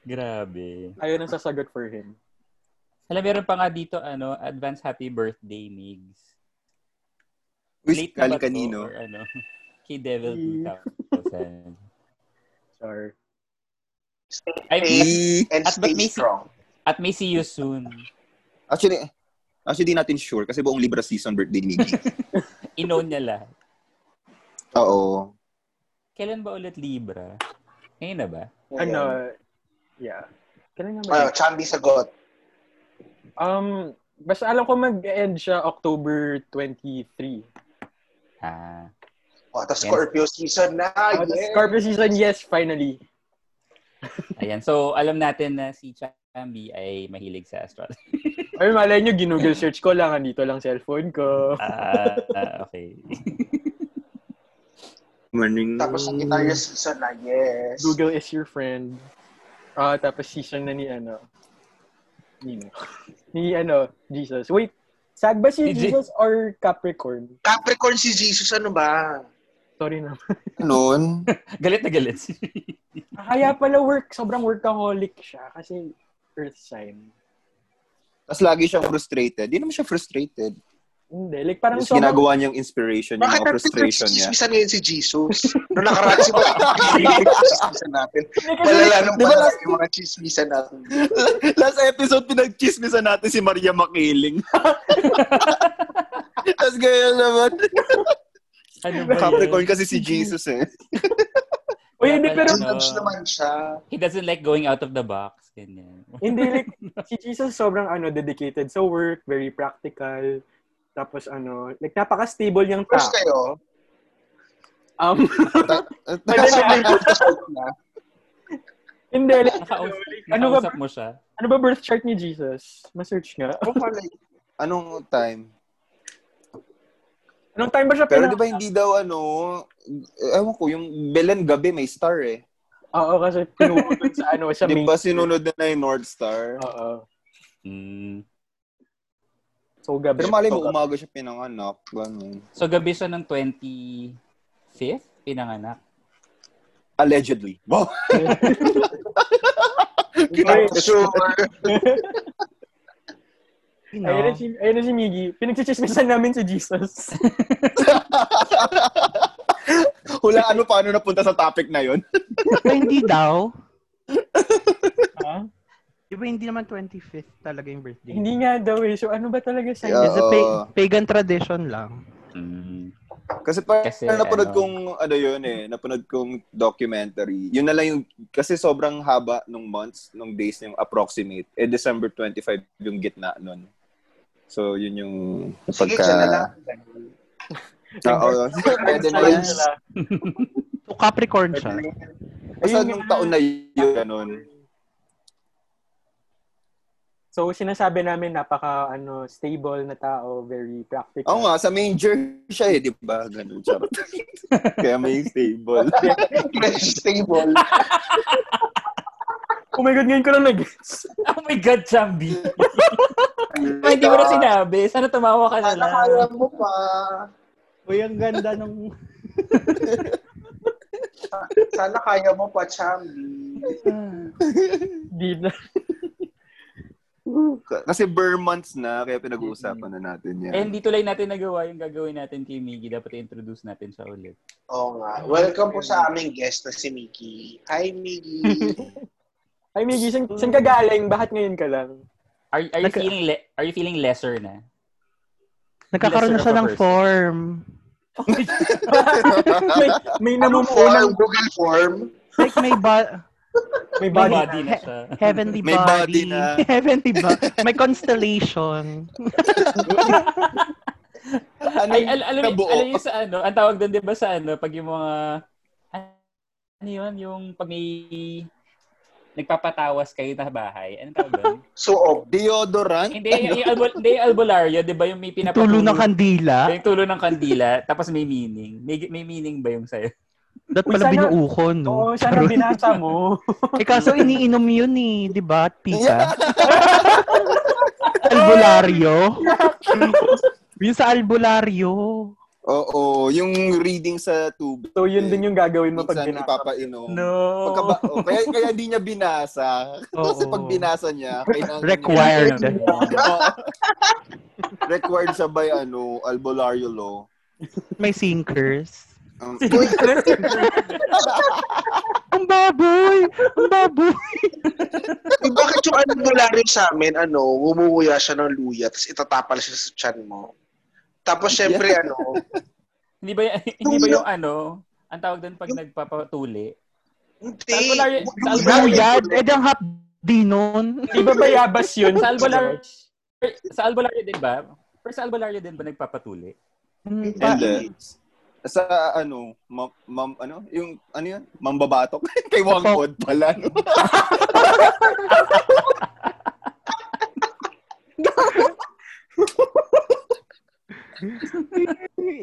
F: Grabe.
E: Ayun ang sasagot for him.
F: Alam, meron pa nga dito, ano, advance happy birthday, Migs.
A: Wish
F: na
A: kali
F: ba to?
A: kanino.
F: Or (laughs) ano? Kay Devil
E: Hmm.
F: 2000.
E: Sorry.
F: I mean,
I: Eh,
B: And
F: At
B: stay
F: ba't may-
B: strong.
F: at may see you soon.
A: Actually, actually, di natin sure kasi buong Libra season birthday ni Miggy.
F: Inown niya lahat.
A: Oo.
F: Kailan ba ulit Libra? Ngayon na ba?
E: Ano, yeah. Kailan nga ba?
B: Ano, Chambi sagot.
E: Um, basta alam ko mag-end siya October 23.
F: Ah.
B: Oh, tapos
F: Yes.
B: Scorpio season na.
F: Oh,
E: Ah,
B: yes.
E: Scorpio season, yes, finally.
F: Ayan. So, alam natin na si Chambi ay mahilig sa astrology.
E: Ay, malay nyo, ginugol search ko lang. Andito lang cellphone ko.
F: Ah, ah, okay.
A: Morning.
B: Tapos Sagittarius season na. Yes.
E: Google is your friend. Ah, tapos season na ni ano. Ni, (laughs) ni ano, Jesus. Wait, sag ba si
F: Ni Je-
E: Jesus or Capricorn?
B: Capricorn si Jesus, ano ba?
E: Sorry na. (laughs)
A: Noon.
F: (laughs) galit na galit (laughs) si
E: Ah, Kaya pala work, sobrang workaholic siya kasi earth sign.
A: Tapos lagi siyang frustrated. Di naman siya frustrated.
E: Hindi, like parang
A: Tapos
E: sobrang
A: ginagawa niyang inspiration, yung
B: Bakit
A: mga
B: ang
A: frustration niya.
B: chismisan ngayon si Jesus? Noong nakaraan si Mike, (laughs) chismisan natin. Malala nung
I: Di ba
B: palala
I: last-
B: yung mga chismisan natin.
I: (laughs) Last episode, pinagchismisan natin si Maria Makiling. (laughs) Tapos ganyan naman.
F: Ano ba
A: Capricorn
F: yun?
A: kasi si Jesus eh.
E: Uy, hindi, pero
F: Ano?
B: Judge naman siya.
F: He doesn't like going out of the box. Ganyan.
E: hindi like si Jesus sobrang ano dedicated sa work, very practical. Tapos ano, like napaka-stable niyang
B: Close
E: tao.
B: kayo.
A: (laughs)
E: Um,
B: Kasi may episode na.
E: hindi like, ano,
F: Nakausap,
E: like, ano ba
F: nakausap mo siya.
E: ano ba birth chart ni Jesus? Ma-search nga.
B: Oh, malay.
A: Anong time?
E: Anong time ba siya
A: Pero
E: pinang...
A: di ba hindi daw ano, eh, ewan ko, yung Belen gabi may star eh.
E: Oo, kasi pinupunod sa ano, sa
A: Di
E: main. Ah,
A: ba sinunod na na yung North Star?
E: Oo.
F: Mm.
E: So, gabi.
A: Pero malay mo, umaga siya pinanganak. Ganun.
F: So, gabi siya ng 25th pinanganak.
A: Allegedly. (laughs) Wow.
B: Not sure.
C: You
E: Ayun na
C: know,
E: si, ayun na si Miggy. Pinagsichismisan namin si Jesus.
I: Hula, ano, paano napunta sa topic na yon?
C: Pero hindi daw.
E: Ha?
C: Di ba hindi naman 25th talaga yung birthday?
E: Hindi nga daw eh. So, ano ba talaga sa
A: Yeah.
C: It's a pa-
A: Oo.
C: pagan tradition lang.
F: Mm.
A: Kasi parang
F: Kasi,
A: napanood
F: ano.
A: kong, ano yun eh, napanood kong documentary. Yun na lang yung, kasi sobrang haba nung months, nung days yung approximate. Eh, December 25 yung gitna nun. So, yun yung
B: Sige, dyan na lang.
A: pagka... Ah,
F: (laughs)
A: Oo. Pwede na yan.
C: So Capricorn siya.
A: Basta
E: Ayun
A: nung
E: nga.
A: taon na yun, ganun.
E: So, sinasabi namin napaka ano stable na tao, very practical.
A: Oo nga, sa major siya eh, di ba? Ganun, charot. (laughs) Kaya may stable.
B: (laughs) Fresh stable.
E: Oh my God, ngayon ko lang nag
F: (laughs) Oh my God, (laughs) Chambi! Ay, Hindi mo na sinabi. Sana tumawa ka
B: Sana
F: na lang.
B: kaya mo pa.
H: Uy, ang ganda nung...
B: Sana kaya mo pa, Chambi.
E: (laughs) di na.
A: Kasi bare months na, kaya pinag-uusapan na natin yan.
F: Mm-hmm. And dito lang natin nagawa yung gagawin natin kay Miggy. Dapat i-introduce natin siya ulit.
B: Oo nga. Welcome po sa aming guest na si Mickey. Hi, Mickey.
E: Ay, Miggy, saan, saan ka galing? Bakit ngayon ka lang? (laughs)
F: Are, are, you,
C: Nagka-
F: feeling le- are you feeling lesser na?
C: Nagkakaroon na siya
F: Lesser of a
C: ng
F: person.
C: form.
E: may, may
A: Ano
B: Anong
E: namumuunang...
B: form? Google form?
C: Like may ba-
E: May
F: May
E: body.
F: body na (laughs) siya.
C: heavenly
A: May body
C: body.
A: na.
C: (laughs) heavenly body. May constellation.
A: Ano
F: Ay, al- alam,
A: nabuo?
F: alam niyo sa ano, ang tawag doon 'di ba sa ano, pag yung mga ano 'yun, yung pag may nagpapatawas kayo sa bahay. Ano tawag doon?
B: Suog.
A: Deodorant?
F: hindi, yung, yung, albul, hindi, yung albularyo, 'di ba, yung may pinapatulo
C: Tulo ng kandila.
F: (laughs) Yung tulo ng kandila, tapos may meaning. May, may meaning ba yung sa'yo?
C: Dapat
E: Uy,
C: pala
E: sana-
C: binuukon, no?
E: Oo, sana binasa mo. (laughs)
C: Eh, kaso iniinom yun eh, di ba? At (laughs) pika. albularyo. yun sa albularyo.
A: Oo, yung reading sa tubig.
E: So, yun din yung gagawin mo pag
A: Minsan
E: binasa.
A: ipapainom.
F: No.
A: Pagkaba, oh, kaya, kaya di niya binasa. Kasi
C: Oo.
A: pag binasa niya, kailangan niya-
C: Required.
A: Oo. required sa by ano, albularyo law.
C: May sinkers.
A: Um,
C: Ang baboy! Ang baboy!
B: Eh, bakit yung albularyo sa amin, ano, gumuguya siya ng luya, tapos itatapal siya sa tiyan mo. Tapos, syempre, ano,
F: (laughs) Hindi ba, y- hindi ba yung ano, ang tawag doon pag nagpapatuli?
B: hindi.
F: Albularyo- sa
C: Ang
F: albularyo-
C: yard! Eh, ang hap di nun.
E: Di ba bayabas yun?
F: Sa albularyo, sa albularyo din ba? Pero sa albularyo din ba nagpapatuli?
A: Hindi. sa ano, mam, mam- ano, yung, ano yun? Mambabatok. (laughs) Kay Wangkod pala, no? (laughs)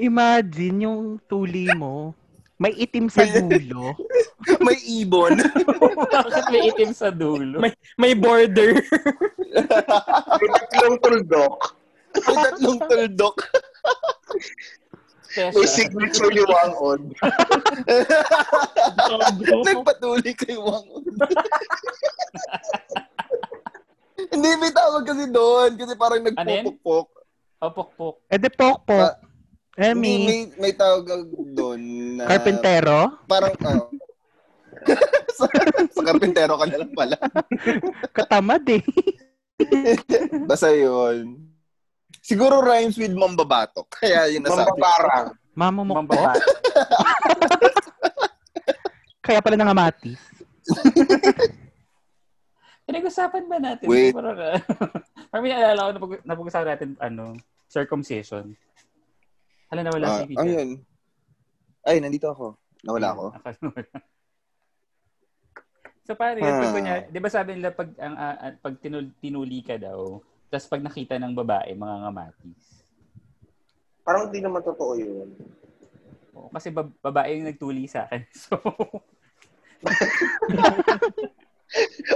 C: Imagine yung tuli mo. May itim sa dulo.
I: May
A: (laughs)
I: ibon.
F: Bakit may itim sa dulo?
E: May- May border.
B: May tatlong tuldok.
I: May tatlong tuldok.
F: Special.
B: May signature ni Wangod.
I: Nagpatuli kay
A: (laughs)
I: Wang. Hindi, may tawag kasi doon. Kasi parang
F: Ano yan?
I: nagpupukpok.
F: O, pukpok.
C: Eh, di Eh, pokpok.
I: Hindi,
C: Emi,
I: may, may tawag doon
A: ah,
I: na...
C: Carpentero?
I: Parang, ah.
A: oh.
F: (laughs)
I: sa, sa karpintero ka na lang pala.
C: Katamad eh. (laughs)
A: Basta yun.
I: Siguro rhymes with mambabatok. Kaya yun nasabi.
B: Mambabarang.
C: Mama mo
F: Mambaba.
C: Kaya pala nangamati.
F: Pinag-usapan ba natin?
A: Wait.
F: Parang, ah, (laughs) parang may naalala ko, napag- napag-usapan natin, ano, circumcision. Hala, nawala
A: Ah,
F: si Pika.
A: ayun. Ay, nandito ako. Nawala
F: (laughs)
A: ako.
F: so, paano yun? Pag
A: Ah.
F: kunya, di ba sabi nila, pag, ang, ah, ah, pag tinul- tinuli ka daw, tapos pag nakita ng babae, mga ngamatis.
B: Parang hindi naman totoo yun.
F: Oo, kasi bab- babae yung nagtuli sa akin. (laughs) So,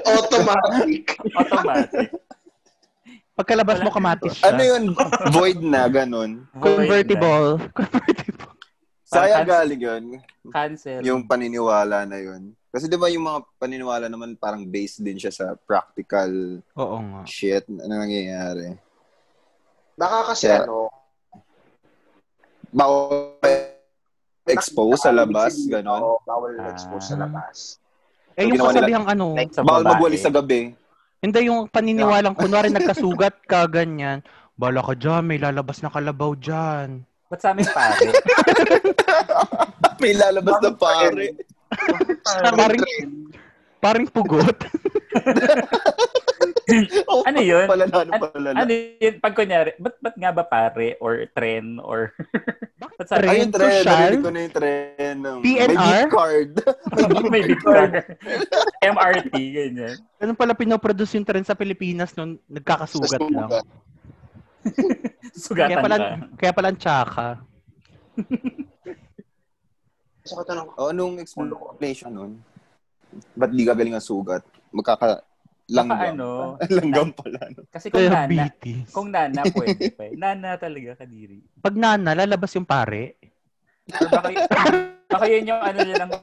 B: Automatic.
F: automatic.
C: Pagkalabas mo,
F: Wala.
C: kamatis siya.
F: Ah.
A: Ano yun? Void na, ganun.
F: (laughs)
C: Convertible. Convertible.
A: Saya
F: Parang-
A: galing yun.
F: Cancel.
A: Yung paniniwala na yun. Kasi di ba yung mga paniniwala naman parang based din siya sa practical
C: Oo nga.
A: shit na nangyayari.
B: Baka kasi,
A: Yeah.
B: ano,
A: Bawal expose sa labas, ganun.
B: Oo, bawal expose sa
F: Ah.
B: labas.
C: Eh, yung
A: Ginawa nila-
C: kasabihang ano,
F: Like sa
A: Bawal
F: babae.
A: magwali sa gabi.
C: hindi yung paniniwalang, kunwari nagkasugat ka, ganyan. Bala ka dyan, may lalabas na kalabaw dyan.
F: Ba't sa amin pare?
I: May lalabas na pare.
C: Parang, parang pugot. (laughs)
I: Oh,
A: (laughs)
F: Ano yun?
I: Pala na, ano
F: An-
I: pala na.
F: ano yun? Pag kunyari, ba't, ba't nga ba pare? Or tren? Or... (laughs) ba't sa
C: Tren?
F: (laughs)
A: Ay, yung tren.
C: Social?
A: Narinig ko na yung tren. May
C: PNR?
A: gift (laughs) card.
F: May
A: (laughs)
F: (laughs) bigla. MRT, ganyan.
C: Ganun pala pinoproduce yung trend sa Pilipinas noon, nagkakasugat lang. Kaya
F: Sugatan
C: pala,
F: ka.
C: kaya pala ang tsaka.
B: Sa katanong ko,
A: O, Oh, anong explanation nun? Ba't di ka galing ang sugat? Magkaka...
F: Baka
A: Langgam.
F: ano,
A: (laughs) Langgam pala. No?
F: kasi kung nana,
C: Diabetes.
F: kung nana pwede
A: (laughs)
F: pa. eh. Nana talaga, kadiri.
C: Pag nana, lalabas yung pare.
F: Or baka, y- (laughs) baka yun yung ano yun ng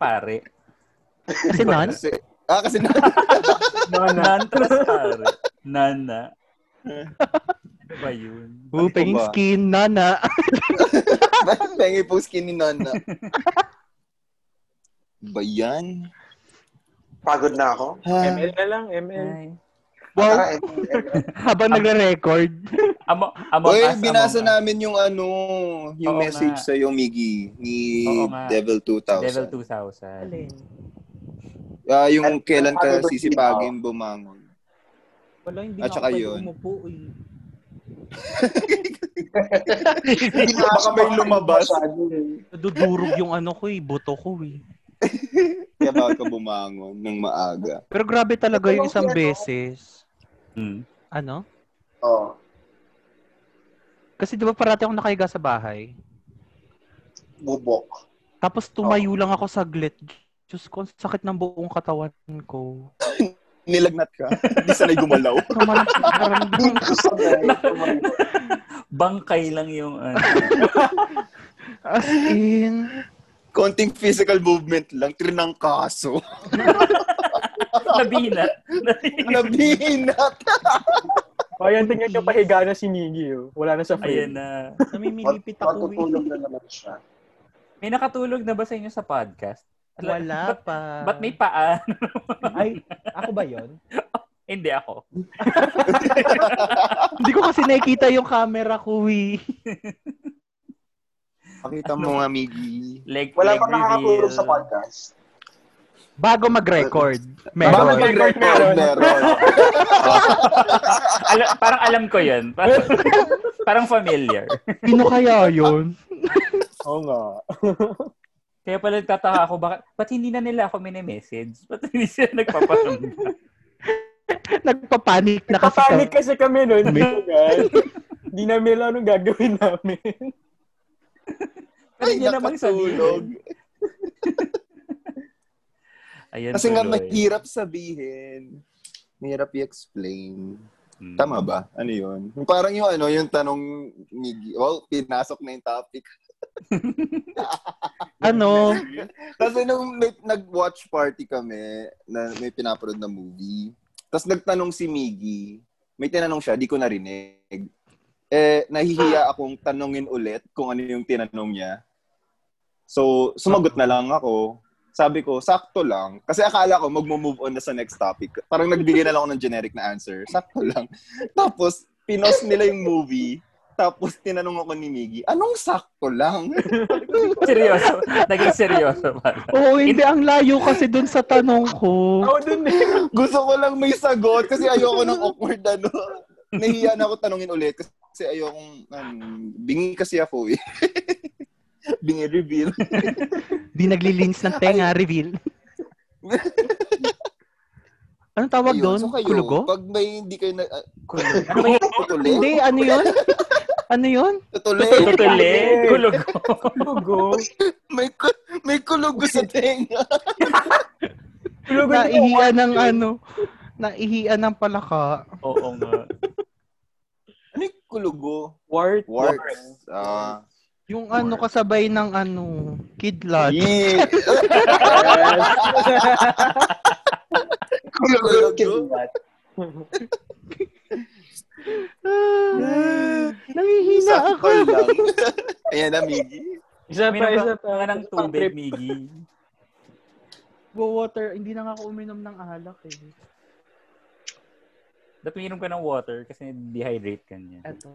F: pare.
C: Kasi nan,
A: Kasi, ah, kasi na,
F: (laughs)
E: Nana.
F: Nan plus pare. Nana. Ano ba yun?
C: whooping
A: ba?
C: skin, nana.
A: pengi po skin ni
F: (laughs)
A: Nana. Ba yan?
B: pagod na ako.
A: Ha?
E: ML na lang, ML.
F: Ay.
C: Wow,
B: Tara, eh, ML.
C: habang nagre-record.
F: Amo, among
A: Uy,
F: us,
A: binasa
F: among us.
A: namin yung ano, yung
F: Oo
A: message
F: nga.
A: sa sa'yo, Miggy, ni
F: Oo nga.
A: Devil 2000.
F: Level 2000.
A: Ah, yung
B: At-
A: kailan ka
B: Happy birthday,
A: sisipagin bumangon.
H: Wala, hindi
A: At
H: na
A: saka
H: ako pwede
A: yun.
H: umupo eh.
B: eh,
A: (laughs)
B: Hindi na
A: Baka may lumabas.
B: masyado eh.
C: Nadudurog yung ano ko eh, buto ko eh.
A: Kaya bawal ka bumangon ng maaga.
C: Pero grabe talaga yung isang
B: Ano?
C: beses.
F: Hmm.
C: Ano?
B: Oo.
C: Kasi di ba parati akong nakahiga sa bahay?
B: Bubok.
C: Tapos tumayo lang ako saglit. Diyos ko, ang sakit ng buong katawan ko.
A: Nilagnat ka. Hindi sanay gumalaw.
C: Naman, naramdaman
B: (laughs) Hindi ko sanay.
F: Bangkay lang yung
E: (laughs)
F: ano.
C: As in,
A: (laughs) Konting physical movement lang.
H: (laughs)
A: Trinangkaso.
E: Oh,
F: Nabina.
A: Nabinat.
E: O, yan, tingnan yung pahiga na si Miggy. Oh. Wala na sa frame.
F: Ayan na.
C: Namimilipit ako.
B: Matutulog
C: eh.
B: na naman siya.
F: May nakatulog na ba sa inyo sa podcast? Ala,
C: Wala
F: Ba't,
C: pa.
F: ba't may paa? (laughs)
H: Ay, ako ba yon?
F: Hindi ako.
C: Hindi ko kasi nakikita yung camera ko eh.
A: Pakita mo nga, Miggy.
F: Leg,
B: Wala
F: leg
B: pa nakakatulog
F: reveal.
B: sa podcast.
C: Bago mag-record.
A: Bago
C: Meron.
A: mag-record, meron.
F: Ala- parang alam ko
B: (laughs)
F: yun. Parang, parang familiar.
C: (laughs) Sino kaya yun?
E: Oo nga.
F: Kaya pala nagtataka ako, bakit, ba't hindi na nila ako mini-message? Ba't hindi sila nagpaparamdam?
C: Nagpapanik na kasi.
E: Kapanic
C: ka-
E: kasi kami nun. (laughs) Hindi namin alam anong gagawin namin.
I: Ay,
F: Pwede niya namang
I: nakatulog.
F: sabihin. Ayan
A: Kasi nga,
F: tuloy.
A: mahirap sabihin. Mahirap i-explain.
F: Hmm.
A: Tama ba? Ano yun? Yung Parang yung ano, yung tanong Miggy. Well, pinasok na yung topic.
C: Ano?
A: Kasi nung may- nag-watch party kami, na may pinaparod na movie. Tapos nagtanong si Miggy. May tinanong siya, di ko narinig. Eh, nahihiya akong tanongin ulit kung ano yung tinanong niya. So, sumagot na lang ako. Sabi ko, sakto lang. Kasi akala ko, magmo-move on na sa next topic. Parang nagbigay na lang ako ng generic na answer. Sakto lang. (laughs) Tapos, pinos nila yung movie. Tapos, tinanong ako ni Miggy, anong sakto lang?
F: Seryoso. Naging seryoso
B: (laughs)
F: pala.
C: Oo, hindi. Ang layo kasi dun sa tanong ko.
E: Ako dun eh.
A: Gusto ko lang may sagot kasi ayoko ng awkward ano. Nahiya na ako tanungin ulit kasi ayokong um, bingi kasi ako eh. (laughs) bingi reveal.
C: Di naglilins ng tenga,
A: (laughs)
C: reveal. Anong tawag
A: Ayun,
C: doon?
A: so kayo,
C: Kulugo?
A: Pag may hindi kayo na... Uh, (laughs)
C: Ano ba yun? Hindi, ano yun? Ano yun? (laughs)
A: Tutuli.
F: Tutuli.
B: (laughs)
F: Kulog.
E: Lugo.
A: may, ku- may kulugo sa tenga.
E: Lugo
C: Naihiya ng ano? Naihiya ng palaka.
F: Oo nga.
A: Ano yung kulugo?
E: Wart.
A: Warts. Ah.
C: Yung ano kasabay ng ano, kidlat. (laughs)
A: Yeah.
B: Kulog
E: (laughs)
B: kidlat.
C: Ah, Nangihina ako.
A: Sakto lang. (laughs) Ayan na, Miggy.
E: Isa pa,
F: Minom
E: isa
F: ka
E: pa.
F: nga ng tubig, Miggy.
C: Go water, hindi na nga ako uminom ng alak eh.
F: Dapat minom ka ng water kasi dehydrate ka niya.
C: Eto.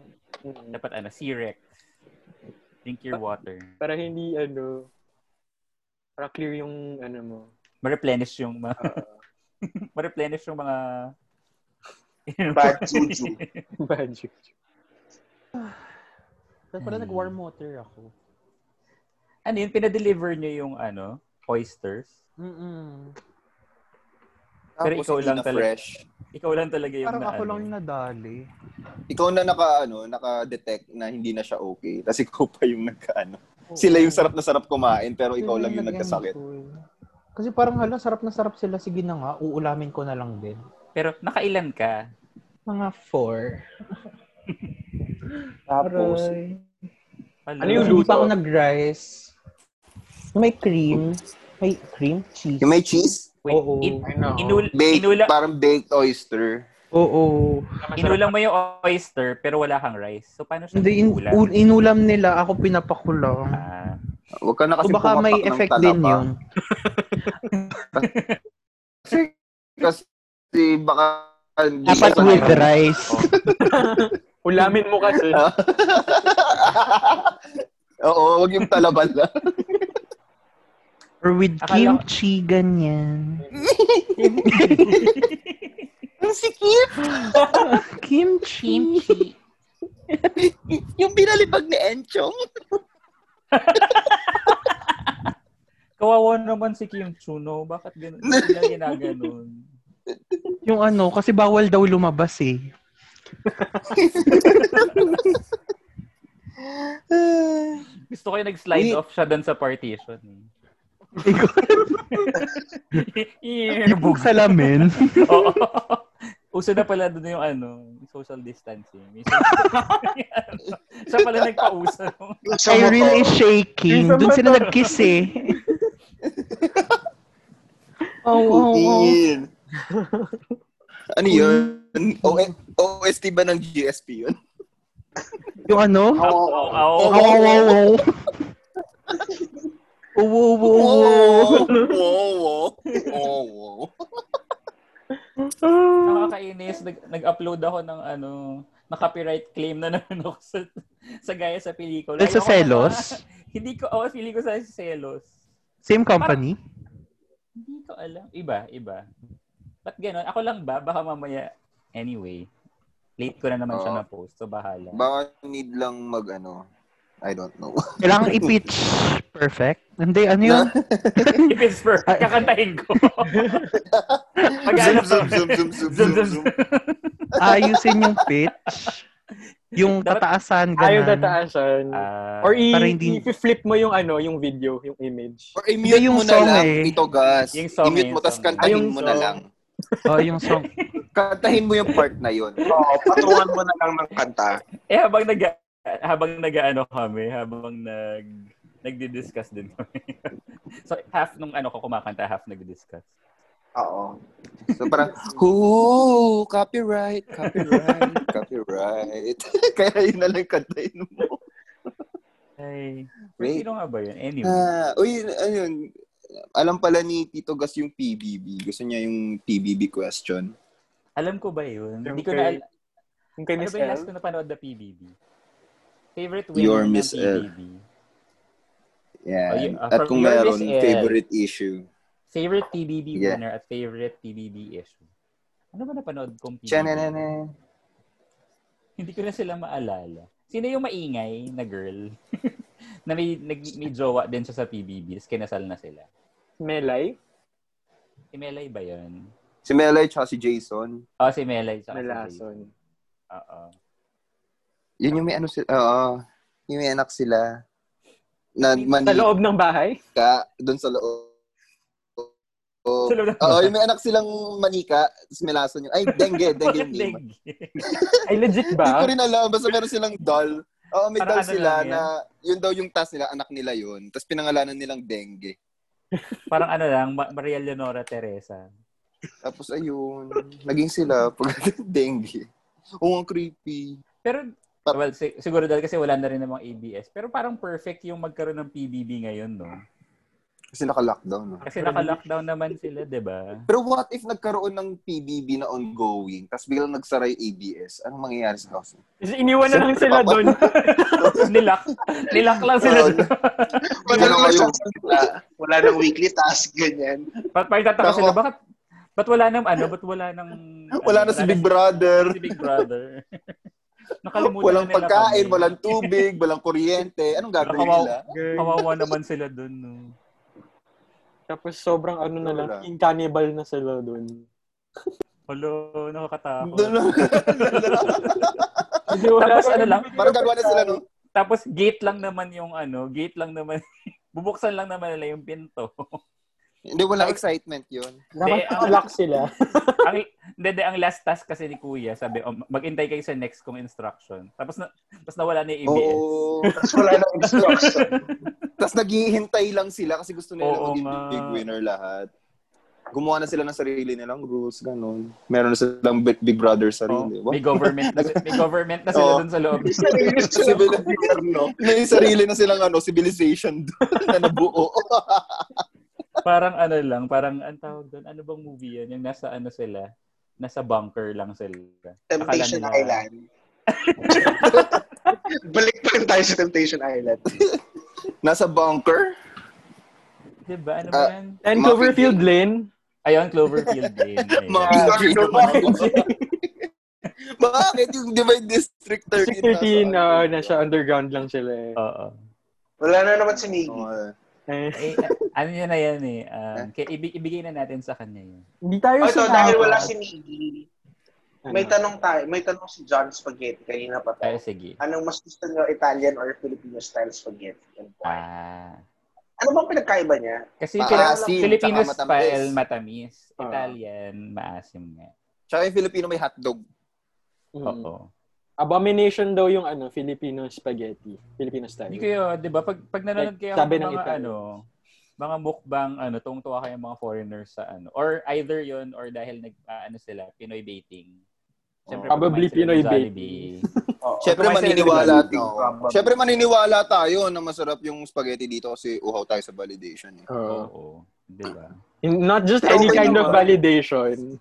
F: Dapat ano, C-Rex. Drink your water.
E: Para hindi ano, para clear yung ano
F: (laughs)
E: mo.
F: Ma-replenish yung mga... (laughs) ma-replenish yung mga...
B: Bad juju.
A: (laughs)
E: Bad juju.
H: Kaya pala
F: Hmm.
H: nag-warm water ako.
F: (laughs) ano yun, pinadeliver niyo yung ano, oysters.
C: Hmm.
H: Mm-mm.
F: Pero
A: Tapos
F: ikaw
A: hindi
F: lang
A: na
F: talaga.
A: Fresh.
F: Ikaw lang talaga yung
C: Parang
F: na,
C: ako
F: ano.
C: lang yung nadali.
A: ikaw na naka ano, naka-detect na hindi na siya okay. Tapos ikaw pa yung nagkaano. Sila yung sarap na sarap kumain pero ikaw lang yung nagkasakit.
H: eh. Kasi parang hala, sarap na sarap sila. Sige na nga, uulamin ko na lang din.
F: Pero nakailan ka?
H: Mga four. (laughs)
B: Tapos,
H: Aray.
F: Wala.
E: Ano yung
H: Hindi
E: luto?
H: pa ako nag-rice. May cream. May cream? Cheese.
A: Yung may cheese,
F: Wait,
H: Oo.
F: in-
E: Ay, nako.
F: inul-
A: baked,
F: inula-
A: parang baked oyster.
H: Oo.
F: inulam mo yung oyster pero wala kang rice. So, paano siya
C: Hindi, in,
F: inulam?
C: u- inulam nila, ako pinapakulang.
F: Ah,
A: Huwag ka na
H: O
A: kasi
H: baka may
A: pumapak ng
H: effect
A: talaba.
H: din yun.
A: Kasi baka hindi
C: Dapat
A: ka
C: with
A: sanay.
C: rice.
E: Ulamin mo kasi.
A: Oo, huwag yung talaba lang.
C: Or with
F: Akala-
C: kimchi, ganyan. (laughs) kimchi.
A: yung pinalipag ni Enchong.
F: kawawa naman si Kim Chuno. Bakit ganun? Bakit niya ginaganon?
C: Yung ano, kasi bawal daw lumabas eh.
F: Gusto ko yung nag-slide
A: Wait.
F: off siya doon sa partition. (laughs)
C: Yung salamin.
F: Oo. Uso na pala doon yung ano, social distancing. May social- (laughs) siya pala nagpauso.
B: yung sa
C: Irene
B: motor,
C: is shaking.
E: Yung sa
C: Doon sila
E: motor.
C: nagkiss eh. Oo, oo, oo.
A: oh, Putin. Ano yun? O- OST ba ng GSP yun?
C: Yung ano?
F: Ako, ako,
C: Oh,
F: ako.
C: oh, oh, oh. Uwo, uwo,
I: Wow!
C: uwo.
I: Wow! Wow! Wow!
F: Nakakainis. Nag- nag-upload ako ng ano, na copyright claim na naman ako sa, sa gaya sa pelikula.
C: Dahil sa
F: Ayoko na-
C: Celos?
F: hindi ko, oh, feeling ko sa Celos.
C: Same company?
F: Hindi ko alam. Iba, iba. Ba't ganun? Ako lang ba? Baka mamaya. Anyway, late ko na naman siya
A: Oo.
F: na-post. So, bahala.
A: Baka need lang mag ano. I don't know.
H: Ano
C: Kailangan i-pitch perfect? Hindi, ano yun?
F: If (laughs) it's for, kakantahin
I: (laughs)
F: ko. Pag ano,
I: Zoom, zoom, zoom, zoom, zoom, zoom, zoom.
C: Ayusin yung pitch. Yung
F: Dapat-
C: tataasan, ganun.
E: Ayaw tataasan.
F: Ah,
E: Or i-
C: Para hindi-
E: i-flip mo yung ano, yung video, yung image.
A: Or i-mute
C: Hindi, yung
A: mo na
C: song
A: lang.
C: eh.
A: Ito, gas.
F: Yung song eh,
A: I-mute mo,
F: yung
A: tas
F: song.
E: Ah,
A: kantahin
E: yung
A: mo na
E: song.
A: lang.
C: Oh, yung song.
A: Kantahin mo yung part na yun.
B: Oo, patungan mo na lang ng kanta.
F: eh, habang nag habang nag-ano kami, habang nag nagdi-discuss din kami. (laughs) so, half nung ano ko kumakanta, half nagdi-discuss.
B: Oo.
A: So parang, Ooh, copyright, copyright,
F: (laughs)
A: copyright. (laughs) Kaya yun na lang yung kantahin mo.
F: Ay,
A: Wait.
F: sino nga ba yun? Anyway.
A: Ah, uy, ano yun, alam pala ni Tito Gas yung PBB. Gusto niya yung PBB question.
F: Alam ko ba yun?
E: Yung
F: Hindi ko
E: kay-
F: na al-
E: Yung kay
F: Ano
E: Miss
F: ba yung last
E: L.
F: ko napanood na PBB? Favorite
A: Your
F: women ng
A: Miss L.
F: PBB? Oh,
A: Yeah.
F: yun, ah,
A: At
F: from
A: kung
F: your
A: meron,
F: Miss L.
A: favorite issue.
F: Favorite PBB
A: Yeah.
F: winner at favorite PBB issue? Ano ba napanood kong PBB?
A: Chananana.
F: Hindi ko na sila maalala. Sino yung maingay na girl? (laughs) na may, nag, may jowa din siya sa PBB. Tapos kinasal na sila.
E: Melay.
F: Si Melay ba yun?
A: Si Melay tsaka si Jason.
F: Oh, si Melay. tsaka si Jay.
E: Melason.
F: Oo.
A: Oh. Yun yung may ano sila. Oo. Yung may anak sila. Na
E: Sa
A: manika
E: loob ng bahay.
A: doon sa loob. Oo.
F: Sa loob ng
A: Oo,
F: bahay.
A: Oh,
F: (laughs)
A: yung may anak silang manika. Tapos melason yun. Ay, dengue. Dengue
F: Bakit
A: yung name.
E: Ay, legit
A: Hindi ko
E: ba?
A: rin alam. Basta meron silang doll. Oo, may doll
F: Parang ano
A: sila
F: lang yan.
A: na yun daw yung task nila, anak nila yun. Tapos pinangalanan nilang dengue.
F: Parang ano lang, Ma- Maria Leonora Teresa.
A: Tapos ayun, naging sila pag (laughs) dengue. Oo, ang creepy.
F: Pero,
A: Par-
F: well, si- siguro dahil kasi wala na rin namang ABS. Pero parang perfect yung magkaroon ng PBB ngayon, no?
A: Kasi naka-lockdown. No?
F: Kasi naka-lockdown naman sila, di ba? (laughs)
A: Pero what if nagkaroon ng PBB na ongoing, tapos biglang nagsara yung ABS? Anong mangyayari sa house?
E: Kasi iniwan na lang sila
A: (laughs)
E: doon.
F: nilak, nilak lang sila.
A: Oo.
B: Wala
A: Hindi na
B: nang
A: kayo.
B: sasala. Wala nang weekly task, ganyan.
F: Pa- Parang tataka
A: Nako.
F: sila, bakit, ba't wala nang ano, ba't wala nang...
A: (laughs)
F: ano,
A: Wala na si Big Brother.
F: Si Big
A: (laughs)
F: Brother. Nakalimutan
A: Walang
F: na nila
A: pagkain,
F: kami.
A: walang tubig, walang kuryente. Anong gagawin
F: Nakawaw-
A: nila?
F: Kawawa naman sila dun, no?
E: Tapos sobrang ano na lang,
A: Wala.
E: king cannibal na sila doon.
F: Hello, nakakatakot.
A: Doon lang.
E: Hindi, wala
F: Tapos ano lang,
A: (laughs) Parang gagawa na sila, no?
F: tapos gate lang naman yung ano, gate lang naman, (laughs) bubuksan lang naman nila yung pinto.
A: Hindi, walang excitement yun.
E: (laughs) Nakatulak sila.
F: ang, hindi, hindi, ang last task kasi ni Kuya, sabi, oh, maghintay kayo sa next kong instruction. Tapos, na, tapos nawala na yung ABS.
A: Oo.
B: Tapos wala nang instruction.
A: Tapos naghihintay lang sila kasi gusto nila
F: Oo
A: maging
F: nga.
A: big winner lahat. Gumawa na sila ng sarili nilang rules, ganun. Meron na silang Big Big Brother
F: Oh,
A: sarili. What?
F: may government na, may government na sila
A: Oo.
F: dun sa loob.
A: (laughs)
B: Sarili sila
A: Civil-
F: (laughs)
B: ng gobyerno.
A: May sarili na silang ano, civilization (laughs) doon na nabuo.
F: parang ano lang, parang ang tawag doon, ano bang movie yan? Yung nasa ano sila, nasa bunker lang sila.
B: Temptation
F: Akala nila-
B: Island. (laughs) Balik pa rin tayo sa Temptation Island.
A: Nasa bunker.
F: Diba? Ano
A: Ah.
F: ba yan?
E: And
A: Mga
E: Cloverfield Lane.
F: Ayun, Cloverfield
A: (laughs)
F: din. Ayun.
A: Mga
E: Yeah.
A: sorry naman. Bakit yung Divide District 13? nasa
E: 13,
A: ano?
E: uh, nasa underground lang sila eh.
F: Oo.
B: Wala na naman si Miggy.
A: Oo, eh.
E: Eh,
F: Eh, a- ano yun na yan eh. Um, kaya ibi- ibigay na natin sa kanya yun.
E: Hindi tayo
B: Oh, ito,
E: sumama.
B: dahil wala si Miggy,
E: Ano?
B: may tanong tayo, may tanong si John Spaghetti kanina pa
F: Pero
B: tayo.
F: sige.
B: Anong mas gusto niyo, Italian or Filipino style spaghetti? And why?
F: Ah.
B: Ano bang pinagkaiba niya?
F: Kasi
A: Maasim,
F: Pila-
A: tsaka
F: Filipino
A: matamis.
F: style matamis.
E: Ah.
F: Italian, maasim nga.
A: Tsaka yung Filipino may hotdog.
E: Mm.
F: Oo.
E: Abomination daw yung ano, Filipino spaghetti. Filipino style.
F: Hindi ko yun, di ba? Pag, pag nanonood kayo
E: Sabi
F: ng
E: ng
F: mga
E: Italian.
F: ano, mga mukbang, ano, tuwang-tuwa kayo mga foreigners sa ano. Or either yun, or dahil nag, ah, ano sila, Pinoy baiting. Siyempre,
E: Probably
F: pag kumain sila ng
E: Pinoy bake.
F: Jollibee.
B: Oh,
E: Oo.
A: Siyempre
F: Kumain sila ng
A: maniniwala
F: Jollibee,
A: tayo.
F: probably.
A: Siyempre maniniwala tayo na masarap yung spaghetti dito kasi uhaw tayo sa validation. Eh.
E: Oo.
F: (laughs) Oo. Di ba?
E: Not just
A: Okay
E: any kind of
A: naman.
E: validation.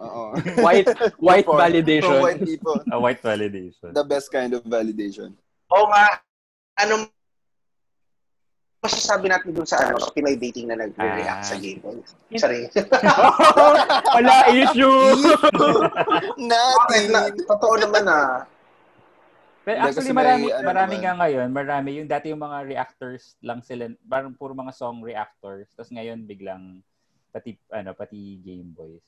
A: Oo.
E: White white
A: People. From white
E: validation.
A: people.
F: A white validation.
A: The best kind of validation.
B: Oo nga. Ano masasabi natin dun sa ano, sa Pinoy dating na nagre-react
F: Ah.
B: sa gay boys? Sorry.
E: Wala issue.
A: Natin!
B: Bakit na, totoo naman ah.
F: Pero
A: Hindi, kasi
F: actually,
A: may,
F: marami,
A: ano
F: marami
A: naman.
F: nga ngayon, marami. Yung dati yung mga reactors lang sila, parang puro mga song reactors. Tapos ngayon, biglang, pati, ano, pati Game Boys.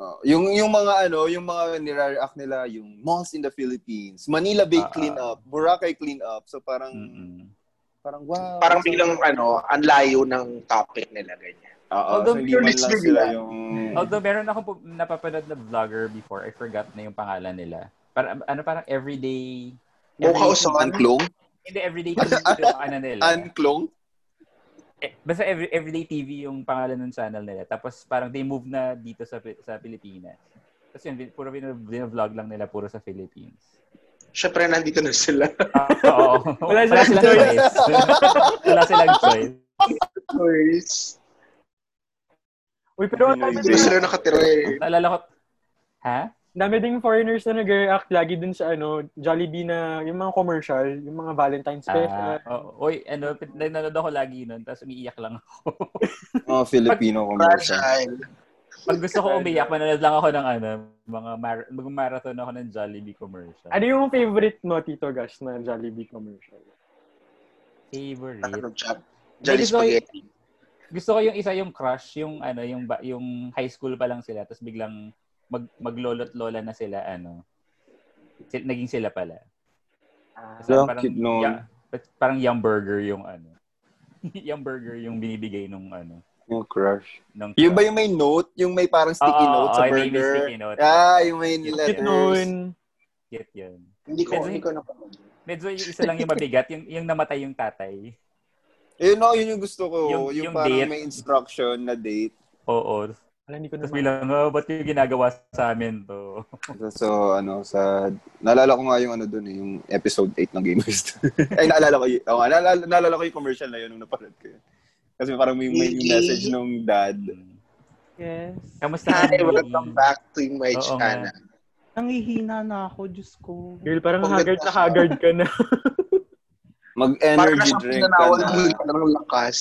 A: Oh, yung yung mga ano, yung mga nire-react nila, yung malls in the Philippines, Manila Bay
F: Ah, ah.
A: clean up, Boracay clean up. So parang
F: Mm-mm.
A: parang wow.
B: Parang biglang ano, ang layo ng topic nila ganyan.
A: Oo, so
F: Although
A: hindi man
B: purely
A: lang
B: sila.
A: sila yung
F: Although, meron akong pu- napapanood na vlogger before. I forgot na yung pangalan nila. Para, ano, parang everyday...
B: Mukha
F: everyday-
B: usapan.
A: Anklong?
F: Hindi, everyday TV yung ano nila.
A: Anklong?
F: Eh, basta every, everyday TV yung pangalan ng channel nila. Tapos parang they move na dito sa Pi- sa Pilipinas. Tapos yun, bin- puro bin- vlog lang nila puro sa Philippines.
B: Siyempre, nandito na sila.
F: Ah, (laughs) Oo.
E: Wala
F: Wala
E: silang
F: silang choice. (laughs) Wala silang choice.
B: Boys.
E: Uy, pero ang
L: Pinoy
E: dami
B: Hindi
E: din-
B: sila nakatira eh.
F: Naalala ko, ha?
E: dami ding foreigners na nag-react lagi dun sa ano, Jollibee na yung mga commercial, yung mga Valentine's
F: Ah,
E: special.
F: oo. Uy, ano, pin- nanonood ako lagi nun, tapos umiiyak lang ako. (laughs)
A: Mga Filipino commercial.
B: Fragile.
F: Pag gusto ko umiyak, manonood lang ako ng ano, mga mar- mag-marathon ako ng Jollibee commercial.
E: Ano yung favorite mo, Tito Gas, na Jollibee commercial?
F: Favorite.
B: Ano, job? Jolly
F: Hindi, gusto ko y-
B: Spaghetti.
F: Gusto ko yung isa yung crush, yung ano, yung ba- yung high school pa lang sila, tapos biglang mag maglolo't lola na sila ano. Si- Naging sila pala. Tapos
A: So,
F: parang,
A: cute nun.
F: ya- parang Yum Burger yung ano. (laughs) Yum Burger yung binibigay nung ano.
A: Yung crush.
F: Nung
A: Yung ba yung may note? Yung may parang sticky
F: Oo,
A: note sa
F: oo, may- may
A: burger?
F: sticky note.
A: Ah, yung may letters.
E: Noon.
F: Cute yun.
B: Hindi ko,
F: Medyo-
B: hindi ko napanood.
F: Medyo yung isa lang yung mabigat, yung, yung namatay yung tatay.
A: Yun ako, yun yung gusto ko. Yung,
F: Yung- yung
A: parang
F: date.
A: may instruction na date.
F: Oo.
E: Alam, hindi ko
F: Tapos
E: naman.
F: bilang, oh, ba't yung ginagawa sa amin
A: (laughs)
F: to?
A: So, ano, sa... Naalala ko nga yung ano dun eh, yung episode 8 ng Game Fest. (laughs) Ay, naalala ko yun. Oo, naalala, naalala ko yung commercial na yun nung napanood ko yun. Kasi parang may, may yung message nung dad.
C: Yes.
F: Kamusta
B: Hi,
F: Miggy?
B: welcome back to my
F: Oo
B: channel.
F: nga.
C: Nangihina na ako, Diyos ko.
E: Girl, parang
B: Pag-
E: haggard na haggard ka na.
B: Parang
A: Mag-energy
B: nasa
A: drink ka
B: pinanawal
A: na.
B: mo ka naman ng lakas.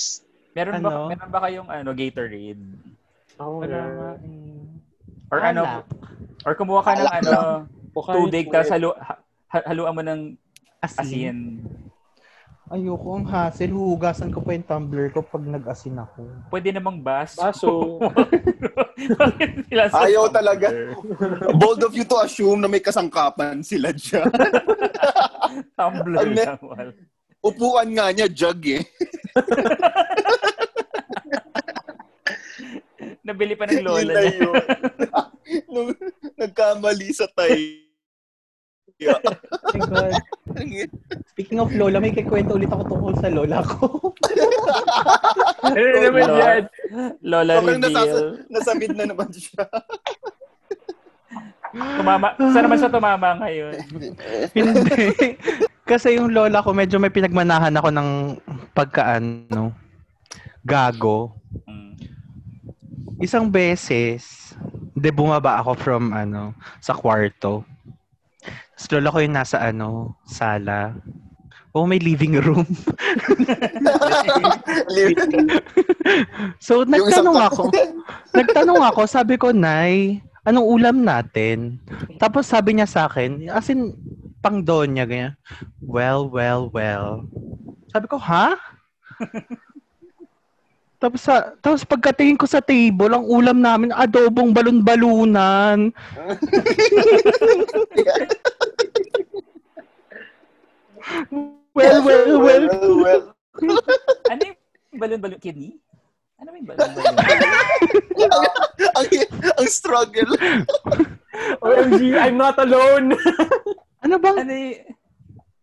F: Meron ba,
C: Ano?
F: meron ba kayong ano, Gatorade?
E: Oo,
C: Wala nga
E: girl.
C: eh.
F: Or ano,
C: Alak.
F: or kumuha ka ng
B: Alak
C: (laughs)
F: ano,
E: Bukay,
F: tubig,
E: wet.
F: tapos halu, ha- haluan mo ng
C: Asin?
F: asin.
C: Ayoko ang hassle. Huhugasan ko pa yung tumbler ko pag nag-asin ako.
F: Pwede namang
E: (laughs)
F: bas.
E: Baso.
F: Bakit (laughs) sila sa
A: Ayaw
F: tumbler?
A: talaga. Bold of you to assume na may kasangkapan sila dyan.
F: Tumbler
A: Ang-
F: lang. wala.
A: Upuan nga niya, jug eh.
F: Nabili pa ng
A: Yun
F: lola
A: na
F: niya. (laughs)
A: yun. (laughs) Nung nagkamali sa tayo. Yeah.
C: Oh my God. Speaking of Lola, may kikwento ulit ako tungkol sa Lola ko.
E: Ano na naman
F: Lola.
E: yan?
F: Lola
A: Sobrang
F: reveal.
A: nasasa- nasa mid na naman siya. (laughs)
F: Tumama. Saan naman siya tumama ngayon?
C: Hindi. Kasi yung Lola ko, medyo may pinagmanahan ako ng pagkaano, gago.
F: Mm.
C: Isang beses, de bumaba ako from ano, sa kwarto. Tapos lola ko yung nasa ano, sala. Oh, may living room. (laughs) So,
A: Yung isang
C: nagtanong
A: ta- (laughs)
C: ako. nagtanong ako, sabi ko, Nay, anong ulam natin? Tapos sabi niya sa akin, as in, pang donya, ganyan. Well, well, well. Sabi ko, ha? (laughs) tapos, sa, tapos pagkatingin ko sa table, ang ulam namin, adobong balon-balunan. well, well, well.
A: well.
F: Ano yung balon-balon? Kidney? Ano yung
A: (laughs)
F: balon-balon?
A: ang, ang struggle.
E: OMG, I'm not (laughs) alone.
C: Ano bang,
F: ano yung...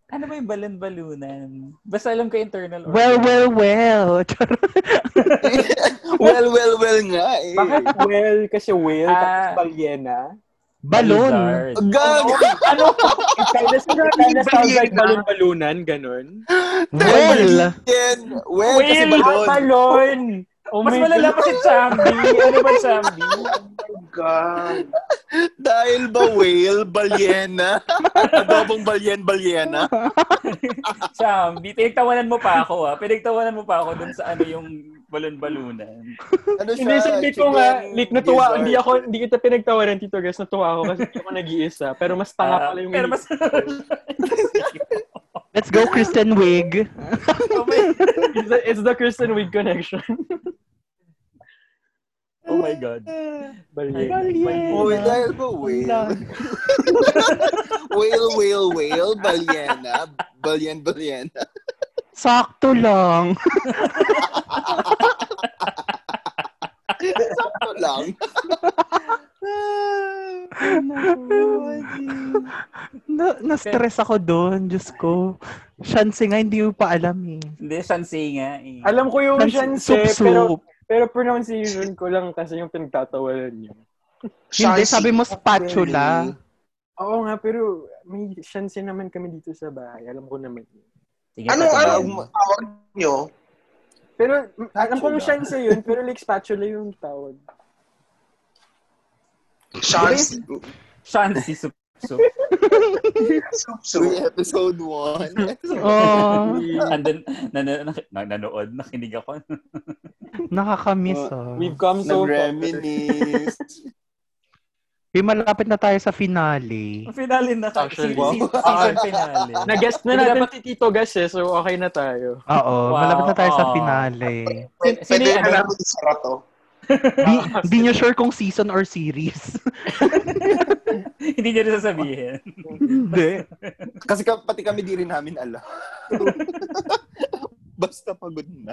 F: Ano ba yung balon-balunan? Basta alam ko internal organ.
C: well, well, well.
A: well, well, well nga eh.
E: Bakit whale kasi whale,
F: Ah.
E: tapos balyena?
C: Balon.
F: Lizard.
A: Gago!
E: ano? It kinda, it kinda sounds like balon-balunan, ganun.
C: Well,
A: Yan! Well, kasi
E: Ah,
F: Well,
A: balon.
E: balon! Oh
F: Mas
E: my
F: malala pa si Chambi. Ano
E: (laughs)
F: ba Chambi?
B: God.
A: Dahil ba whale, balyena? (laughs) Adobong balyen, balyena?
F: Chambi, pinagtawanan mo pa ako ah. Pinagtawanan mo pa ako dun sa ano yung balon-balunan.
A: Ano siya?
E: Hindi, sabi ko nga,
A: Chicken
E: like, natuwa,
A: gizzard.
E: hindi ako, hindi kita pinagtawaran, Tito Gas, natuwa ako kasi hindi ako nag-iisa. Pero mas tanga
F: Ah,
E: pala yung
F: pero mas...
C: let's go Kristen Wiig.
F: oh my
E: it's, the, it's the Kristen Wiig
F: (laughs)
E: connection.
F: Oh my God.
E: Balye.
A: (laughs) Uy, dahil ba whale? (laughs) whale, whale, whale, balyena, balyen, balyena.
C: Sakto lang.
A: Sakto lang.
C: Na, na-stress ako doon, Diyos ko. Shansi nga, hindi mo pa alam eh.
F: Hindi, sansay nga eh.
E: Alam ko yung shanse,
C: Sup-sup.
E: pero, pero pronunciation ko lang kasi yung pinagtatawanan niyo.
C: Hindi, sabi mo spatula.
E: Oo nga, pero may shanse naman kami dito sa bahay. Alam ko naman yun.
F: Sige,
B: Ano, ano,
F: tatabayan.
B: ang tawag nyo?
E: Pero, m- alam ko
A: Spatula.
E: yung shanse yun, pero like spatula yung tawag.
B: Chance.
F: Shansi sup sup.
B: Soup,
A: Uy,
B: soup.
A: episode 1.
C: Oh,
F: Andun, nan- nan- nanood, nakinig ako. (laughs)
C: nakakamiss oh.
E: (laughs) We've come (laughs) so far.
A: Nag-reminisce.
C: Hey, malapit na tayo sa finale.
F: Finale na ka.
E: Actually,
F: si- si- season
E: (laughs)
F: finale.
E: Nag-guest na
F: Hindi
E: natin
F: dapat-
E: si Tito Gas eh, so okay na tayo.
C: Oo,
F: Wow,
C: malapit na tayo sa
F: oo.
C: finale.
A: (laughs)
F: Sin- sino
B: Pwede
F: yung
B: na
F: ano?
B: namin isara to.
C: Di, di nyo sure kung season or series.
F: Hindi niya rin sasabihin.
C: hindi.
A: Kasi ka, pati kami di rin namin alam. (laughs) Basta pagod na.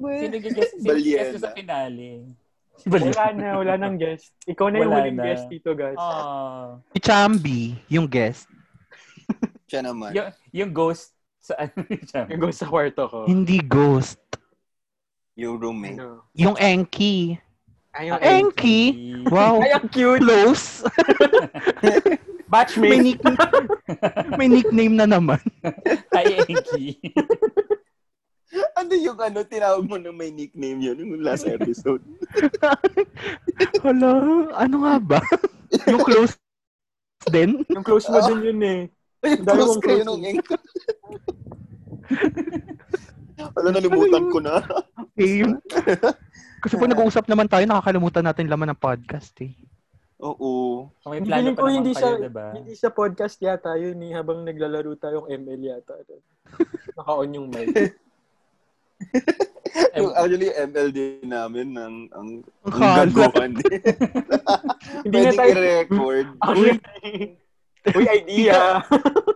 F: Sino yung guest? Sino yung guest ko sa finale? Si
E: ano? Wala na, wala nang guest. Ikaw na Ah. yung
F: Wala
E: huling
F: na.
E: guest, Tito Gas.
F: Oh.
C: Si Chambi, yung guest.
A: Siya naman.
F: Yung, yung ghost sa (laughs) ano
E: Yung go sa kwarto ko.
C: Hindi ghost.
A: Yung roommate.
E: Ano?
C: Yung Enki.
E: Ayun.
C: Ay, Enki. Wow.
E: Ay, ang cute.
C: Close. May,
E: Batchmate.
C: nick- (laughs) may nickname na naman.
F: (laughs) Ay, Enki.
A: Ano yung ano, tinawag mo na may nickname yun yung last episode?
C: Hala, ano nga ba? yung close din?
E: Yung close mo din yun eh.
A: Ay,
E: Dami
A: close
E: kong
A: kayo
E: close
A: nung (laughs)
E: eh.
A: engko. Wala, nalimutan ko na.
C: Game. Kasi pag nag-uusap naman tayo, nakakalimutan natin laman ng podcast eh.
A: Oo.
F: Oh, may
E: Hindi
F: plano
E: rin
F: pa
E: ko,
F: naman
E: hindi
F: kayo,
E: siya-
F: diba?
E: Hindi sa podcast yata yun eh, habang naglalaro tayong ML yata. Naka-on yung mic.
A: (laughs) Yung actually, ML din namin ng ang, ang
C: Akala.
A: gaguhan din.
E: Hindi na
A: Pwede
E: tayo...
A: i-record.
E: Actually, Uy, idea!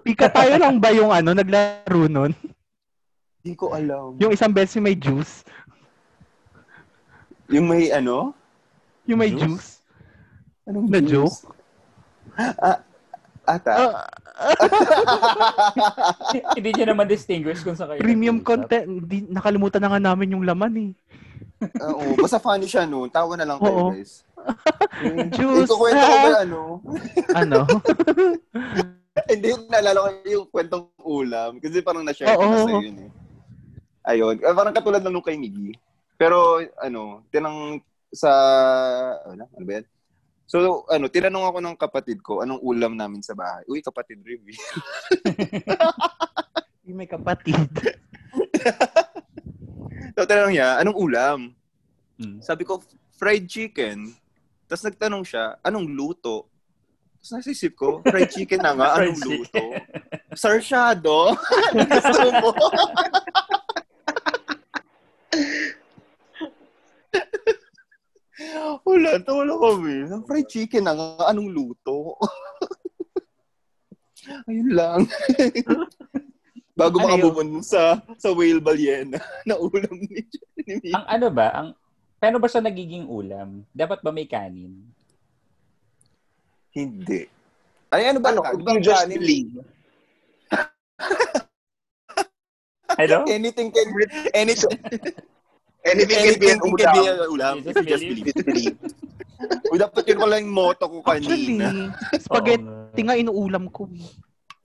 C: Pika tayo lang ba yung ano, naglaro nun?
A: Hindi ko alam.
C: Yung isang beses yung may juice.
A: Yung may ano?
C: Yung may
F: Juice?
C: juice.
A: Anong
C: Na
A: juice?
C: joke?
A: Ah,
C: Ah.
A: Ata?
F: Hindi niya naman distinguish kung sa kayo.
C: Premium
F: nag-uusap.
C: content. Di, nakalimutan na nga namin yung laman eh.
A: Oo, basta funny siya noon. Tawa na lang
C: Oo.
A: kayo, guys.
C: Juice.
A: Ito kwento ko ba
C: ah.
A: yung ano?
C: ano?
A: Hindi, naalala ko yung kwentong ulam. Kasi parang na-share ko
C: Oo.
A: na sa'yo yun eh. Ayun. Ah, Parang katulad lang nung kay Miggy. Pero, ano, tinang sa... Ano, ano ba yan? So, ano, tinanong ako ng kapatid ko, anong ulam namin sa bahay? Uy, kapatid review.
C: Yung may kapatid.
A: (laughs) so, tinanong niya, anong ulam?
F: Mm.
A: Sabi ko, fried chicken. Tapos nagtanong siya, anong luto? Tapos nasisip ko, fried chicken na nga,
F: (laughs) Fried
A: anong
F: chicken.
A: luto? Sarsyado? (laughs) Anong gusto mo? (laughs) wala, to wala kami. Fried chicken na nga, anong luto? (laughs) Ayun lang. (laughs) Bago
F: Ano yun?
A: makabubon sa sa whale balyena (laughs) na ulam ni, ni Mika.
F: Ang ano ba? Ang Paano ba siya nagiging ulam? Dapat ba may kanin?
A: Hindi. Ay, ano ba?
B: Ano,
A: Ano,
B: you just believe.
C: (laughs)
F: Ano?
A: Anything can... Anything,
B: Anything can be
A: anything
B: an
A: can be
B: ulam.
A: an ulam.
F: You
A: if
F: just
A: you just
F: believe.
A: believe.
B: Just believe.
A: (laughs) Uy, dapat yun pala yung motto ko
C: Actually,
A: kanina.
C: spaghetti
F: Oo nga.
C: nga inuulam ko. eh.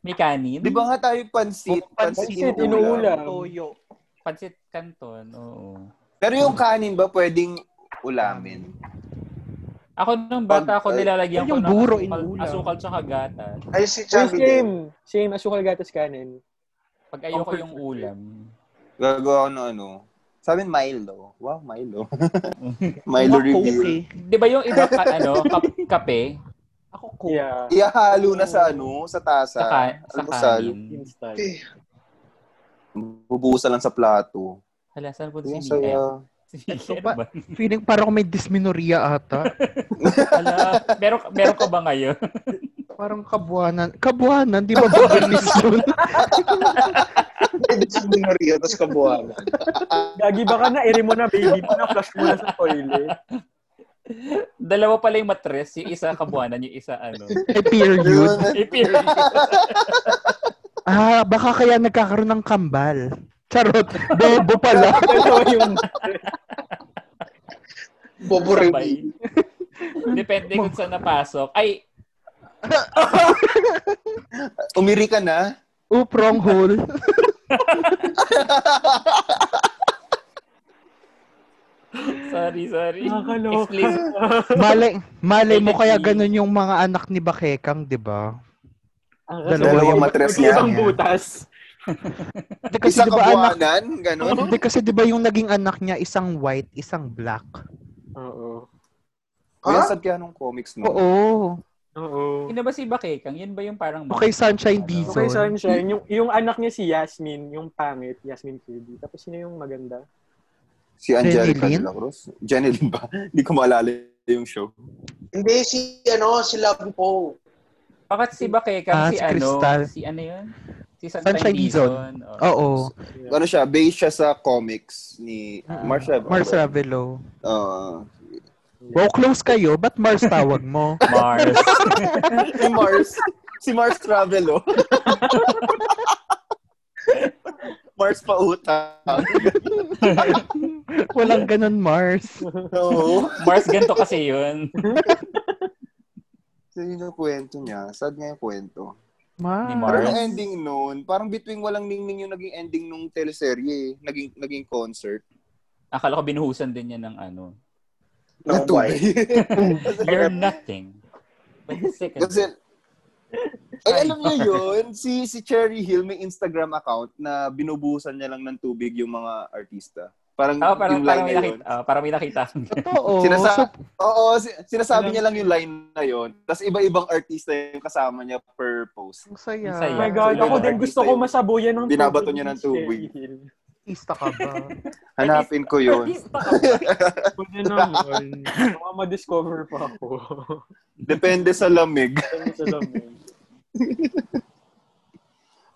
F: May kanin?
A: Di ba nga tayo pansit?
C: Oh, Pansit,
E: Pansit, inuulam.
C: Toyo.
F: Pansit canton, oo.
A: Pero yung kanin ba pwedeng ulamin?
F: Ako nung bata ako
A: Pag-
C: Ay,
F: nilalagyan ko
C: yung
F: ng
C: buro,
F: asukal,
C: inuulam.
F: asukal tsaka gatas.
B: Ay, si
E: Uy,
B: Chubby din.
E: same. Same, asukal gatas kanin.
F: Pag ayoko yung ulam.
A: Gagawa ko ng ano. Sabi Milo. Wow, Milo. Milo
C: Ako Coke
A: reveal.
C: eh.
F: Di ba yung iba ka, ano, kap- kape?
C: Ako Coke.
E: Yeah.
A: Ihahalo na sa ano, sa tasa.
F: Sa, ka- sa
A: almusal.
F: kanin.
E: Instant.
B: Eh,
A: Bubuhusan lang sa plato.
F: Hala, saan po si
A: Yung
F: Miguel?
A: saya.
F: Si
C: Ito
F: Miguel
C: pa.
F: ba?
C: Feeling parang may dysmenorrhea ata.
F: Hala, meron, meron ka ba ngayon?
C: Parang kabuanan. Kabuanan, di ba (laughs) bubulis yun?
B: Hindi sa minorya, tapos kabuhanan.
E: Gagi baka na, iri mo na, baby mo na, flush mo na sa toilet.
F: Dalawa pala yung matres. Yung isa kabuanan, yung isa ano.
C: May period.
F: Ipiri.
C: Ah, baka kaya nagkakaroon ng kambal. Charot. Bobo (laughs) pala.
E: Dalawa yung
B: Bobo
F: Sabay.
B: rin.
F: Depende kung saan napasok. Ay,
A: Umiri ka na?
C: Uprong hole.
F: sorry, sorry.
E: Nakakaloka.
F: Explicit.
C: Malay, malay mo kaya ganun yung mga anak ni Bakekang, di ba?
E: Ang
C: Dalawa
E: kasama
A: yung
E: ko,
A: matres
E: yung
A: niya.
E: Ibang butas.
C: Hindi kasi
A: Isa
C: di ba anak
A: kabuanan?
C: (laughs)
A: Ganon?
C: Hindi kasi 'di ba yung naging anak niya isang white, isang black.
E: Oo.
A: Kuya,
B: Ha?
A: sad kaya nung comics, no?
C: Oo.
E: Oo.
F: Yun na ba si Bakekang? Yun ba yung parang...
C: Okay, Sunshine
F: Ano?
C: Diesel.
E: Okay, Sunshine. Yung, yung anak niya si Yasmin, yung pangit, Yasmin Kirby. Tapos sino yung maganda?
A: Si Angelica
C: Jenny Lin?
A: de la Cruz. (laughs) Jenny Lin ba? Hindi ko maalala yung show.
B: Hindi, si, ano, si Lago po.
F: Bakit si Bakekang
C: Ah,
F: si,
C: si
F: ano?
C: Crystal.
F: Si ano yun? Si Oh.
C: Sunshine
F: Sunshine
C: Dizon.
F: Dizon. Oo.
C: Oo.
A: Ano siya? Based siya sa comics ni Mars Ah. Rebel.
C: Mars Ravelo.
A: Oo.
C: Wow, close kayo. Ba't Mars tawag mo?
F: Mars.
A: (laughs) si Mars. Si Mars oh. Travelo. (laughs) Mars pa utang.
C: (laughs) Walang ganun, Mars.
A: No.
F: Mars, ganito kasi yun.
A: So yun yung kwento niya. Sad nga yung kwento.
F: Ni
A: Pero
F: Mars.
C: Mars.
A: yung ending noon, parang between walang ningning yung naging ending nung teleserye. eh. Naging, naging concert.
F: Akala ko binuhusan din niya ng ano.
A: Na tubig.
F: You're nothing. But the second...
A: Kasi, ay, alam niyo yun, si, si Cherry Hill may Instagram account na binubusan niya lang ng tubig yung mga artista. Parang,
F: Oo, parang,
A: yung
F: parang,
A: line Ano
F: may
A: na
F: nakita,
A: yun.
F: ah, parang may nakita.
C: Totoo.
A: Sinasa-
C: Oh, So,
A: Oo, si- sinasabi niya lang yung line na yun. Tapos iba-ibang artista yung kasama niya per post.
C: ang saya.
F: Ang saya.
E: Oh my God,
F: Tuloy
E: ako
F: ng
E: din gusto ko masabuyan ng
A: Binabato
E: tubig
A: niya ng
E: si
A: tubig.
E: Cherry Hill.
C: Artista ka ba?
A: Hanapin ko
F: (laughs)
A: yun.
F: Artista ka ba?
E: Pwede naman. Baka ma-discover pa ako.
A: Depende sa lamig.
E: Ano sa lamin.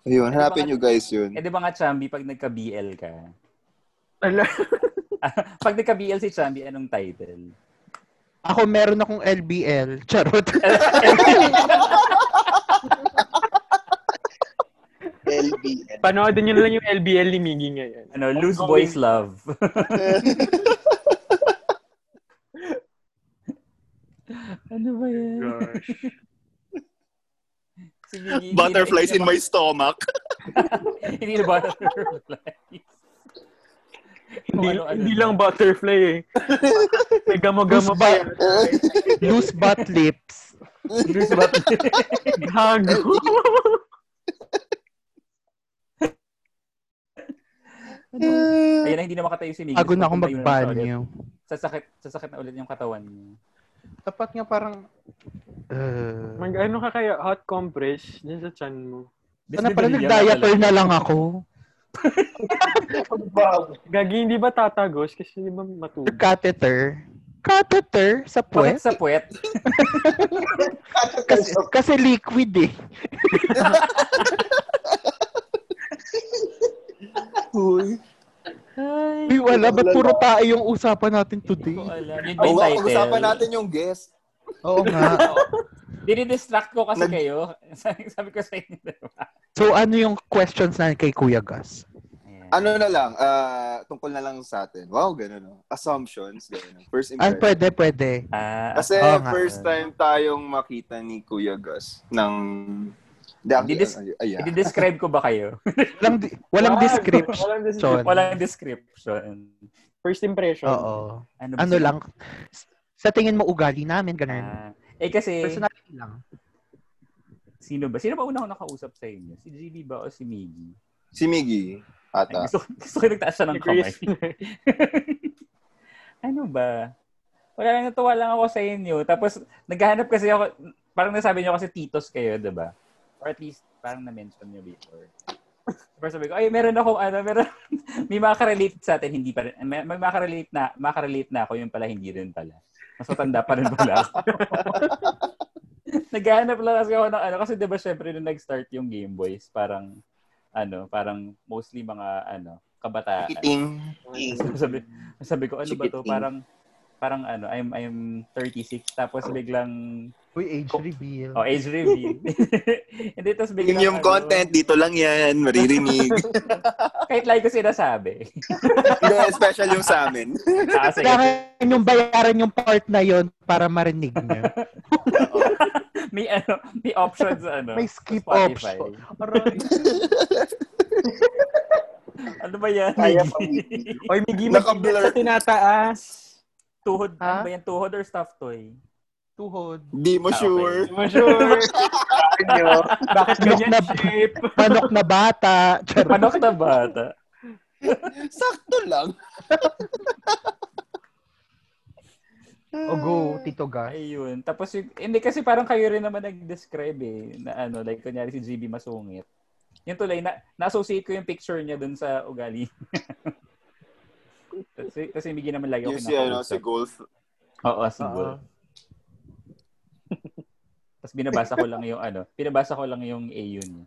A: Ayun, hanapin nyo guys
F: Eh,
A: yun.
F: di ba nga, Chambi, pag nagka-BL ka?
E: Ala.
F: (laughs) Pag nagka-BL si Chambi, anong title? (laughs)
C: Ako meron akong LBL.
F: (laughs)
C: Charot.
B: LBN.
E: Panoodin niyo na lang yung LBL ni Miggy ngayon.
F: Ano, Loose Boys Love. ano ba yan? Si Biggie, hindi na- hindi na-
A: stomach.
F: (laughs) Hindi na butterflies.
A: ano,
E: Hindi,
F: Kung ano-ano
E: hindi
F: na.
E: lang butterfly eh. May
C: Loose
E: gamo-gamo pa
C: ba-
E: yan.
C: Loose butt lips.
F: Loose but...
A: (laughs)
E: Gago.
C: Ano?
F: Ayun na, hindi na makatayo si Miggy.
C: Ago na akong
F: Pupunta yun sa ulit.
C: magbanyo.
F: Sasakit, sasakit na ulit yung katawan niya.
C: Dapat nga parang... Uh,
E: Mag ano ka kaya? Hot compress dyan sa chan mo.
C: Ano pala,
F: Dysmenorrhea
C: nag-diaper
F: pala.
C: na lang ako.
E: Gagi, hindi ba tatagos? Kasi di ba matubig?
C: Catheter. Catheter? Sa
F: Bakit
C: puwet?
F: sa puwet?
C: Kasi, kasi liquid eh.
A: Uy.
C: Uy, wala. Ba't puro tayo yung usapan natin today?
F: Ko alam. Yun ba
A: Oo
F: yung
A: nga,
F: title?
A: pag-usapan natin yung guest.
C: Oo nga.
F: Dinidistract ko kasi
A: Nag-
F: (laughs) kayo. Sabi, sabi ko sa inyo, diba?
C: So, ano yung questions na kay Kuya Gas?
A: ano na lang, ah, tungkol na lang sa atin. Wow, ganun. No? Assumptions, ganun. First
C: Ah,
A: impression.
C: pwede, pwede.
F: Ah,
A: Kasi
C: Oo nga.
A: first time tayong makita ni Kuya Gus ng... Hindi,
F: Didis-
A: ayan.
F: i-describe ko ba
C: (laughs)
F: kayo?
C: Walang, di- walang
E: Wow,
F: (laughs)
C: description.
E: Walang description.
F: Walang description.
E: First impression.
C: Oo.
F: Ano, ba
C: Ano
F: siya?
C: lang, s- sa tingin mo ugali namin, ganun.
F: Ah, eh kasi,
C: Personality lang.
F: sino ba? Sino ba una ko nakausap sa inyo? Si GB ba o si Miggy?
A: Si Miggy,
F: Ay,
A: ata.
F: gusto, ko- gusto ko nagtaas siya ng kamay. (laughs) ano ba? Wala lang, natuwa lang ako sa inyo. Tapos, naghahanap kasi ako, parang nasabi niyo kasi titos kayo, di ba? Or at least, parang na-mention niyo before. Tapos sabi ko, ay, meron ako, ano, meron, (laughs) may makarelate sa atin, hindi pa rin, may, may makarelate na, makarelate na ako, yung pala, hindi rin pala. Mas matanda pa rin pala ako. (laughs) Naghahanap lang kasi ako ng ano, kasi di ba syempre nung nag-start yung Game Boys, parang, ano, parang mostly mga, ano, kabataan.
A: Kiting.
F: (laughs) sabi, sabi ko, ano ba to?
A: Chikiting.
F: Parang, parang ano, I'm, I'm 36, tapos biglang,
C: Uy, age reveal.
F: oh, age reveal. (laughs) Hindi, tapos biglang,
A: Premium
F: ano,
A: content, dito lang yan,
F: (laughs)
A: maririnig.
F: Kahit lagi ko sinasabi.
A: Hindi, special yung sa amin.
F: ah, sige.
C: Kailangan yung bayaran yung part na yon para marinig
F: (laughs)
C: niyo.
F: may, ano, may options, ano.
C: May skip
F: sa Spotify.
C: option.
F: Ano ba yan?
B: Kaya pa,
E: Oy, Miggy,
A: Naka-blur.
E: mag-ingat sa tinataas.
F: tuhod,
C: Ha?
F: ano ba yan? Tuhod or stuffed toy?
C: Tuhod.
A: Di mo
F: Ah, okay.
A: sure.
E: Di mo
A: (laughs)
E: Diba, sure.
B: Ano?
E: Bakit ganyan
C: Manok na-
A: (laughs)
E: shape?
C: Manok na bata. Charot.
F: Manok na bata.
A: Sakto lang.
C: O Oh, go, Tito Gas.
F: Ayun. Tapos, yung- hindi kasi parang kayo rin naman nag-describe eh. Na ano, like kunyari si GB masungit. Yung tuloy, na, na-associate ko yung picture niya dun sa ugali. (laughs) kasi, kasi bigyan naman lagi ako
A: Yung si, ano, si Golf.
F: Oo, si Wolf. Tapos binabasa ko lang yung ano, binabasa ko lang yung AU niya.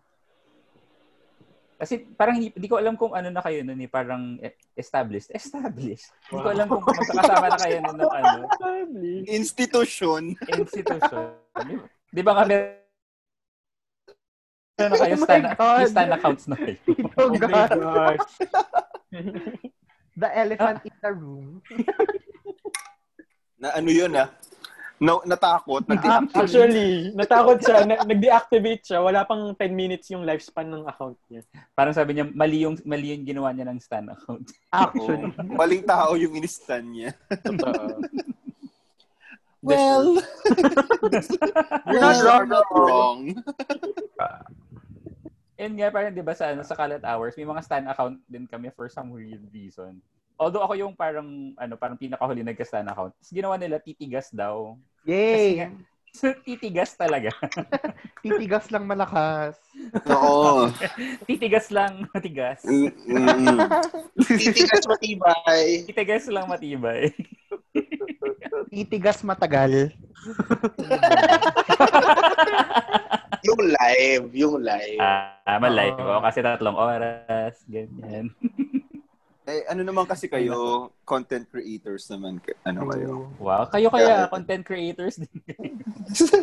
F: Kasi parang hindi, hindi ko alam kung ano na kayo nun eh, parang eh, established. Established. Hindi ko alam kung magkakasama na kayo nun ng ano,
A: Institution.
F: institution. Di ba- Di ba kami na kayo
C: Oh my
F: stand,
C: God.
F: yung stand accounts na kayo?
C: Tito
E: Oh my
C: Gas.
E: gosh.
C: The elephant in the room.
A: Na ano yun, ah. Na, natakot.
C: Ah,
A: Nag-
E: Actually, natakot siya. Na- nag-deactivate siya. Wala pang 10 minutes yung lifespan ng account niya.
F: Parang sabi niya, mali yung, mali yung ginawa niya ng stand account.
C: Actually.
A: Maling tao yung inistan niya. (laughs)
F: Totoo.
A: Well,
F: You're not
A: wrong. wrong.
F: And nga, parang di ba sa, ano, sa Kalat Hours, may mga stand account din kami for some weird reason. Although ako yung parang, ano, parang pinakahuli nagka-stand account. Tapos ginawa nila titigas daw. Kasi
C: Yay!
F: nga- (laughs) So, titigas talaga.
C: Titigas lang malakas.
A: Oo.
F: titigas lang, (laughs) matigas.
A: Mm, mm.
B: Titigas matibay.
F: Titigas lang matibay.
C: Titigas matagal.
B: Yung live. Yung live.
F: Ah, ah, malay
C: Oo.
F: ko. Kasi tatlong oras, ganyan.
A: (laughs) eh, ano naman kasi kayo, content creators naman, ka- ano (laughs) kayo.
F: Wow. Kayo kaya, content creators din.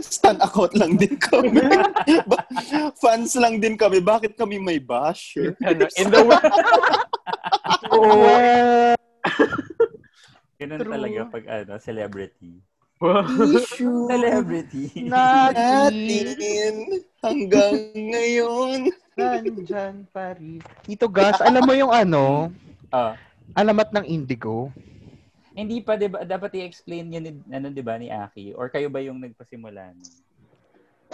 F: (laughs)
A: Stan account lang din kami. (laughs) Ba- Fans lang din kami. Bakit kami may bash?
E: Ano, in the world.
F: (laughs)
C: Well,
F: Ganun
C: True.
F: talaga pag, ano, celebrity.
A: Issue
F: (laughs) Celebrity.
C: (laughs) natin
A: natin hanggang ngayon.
C: nandyan pa rin. Tito Gas, alam mo yung ano,
F: Ah.
C: alamat ng indigo?
F: Hindi pa, 'di ba? Dapat i-explain yun, ni- ano, 'di ba, ni Aki? Or kayo ba yung nagpasimula? nun?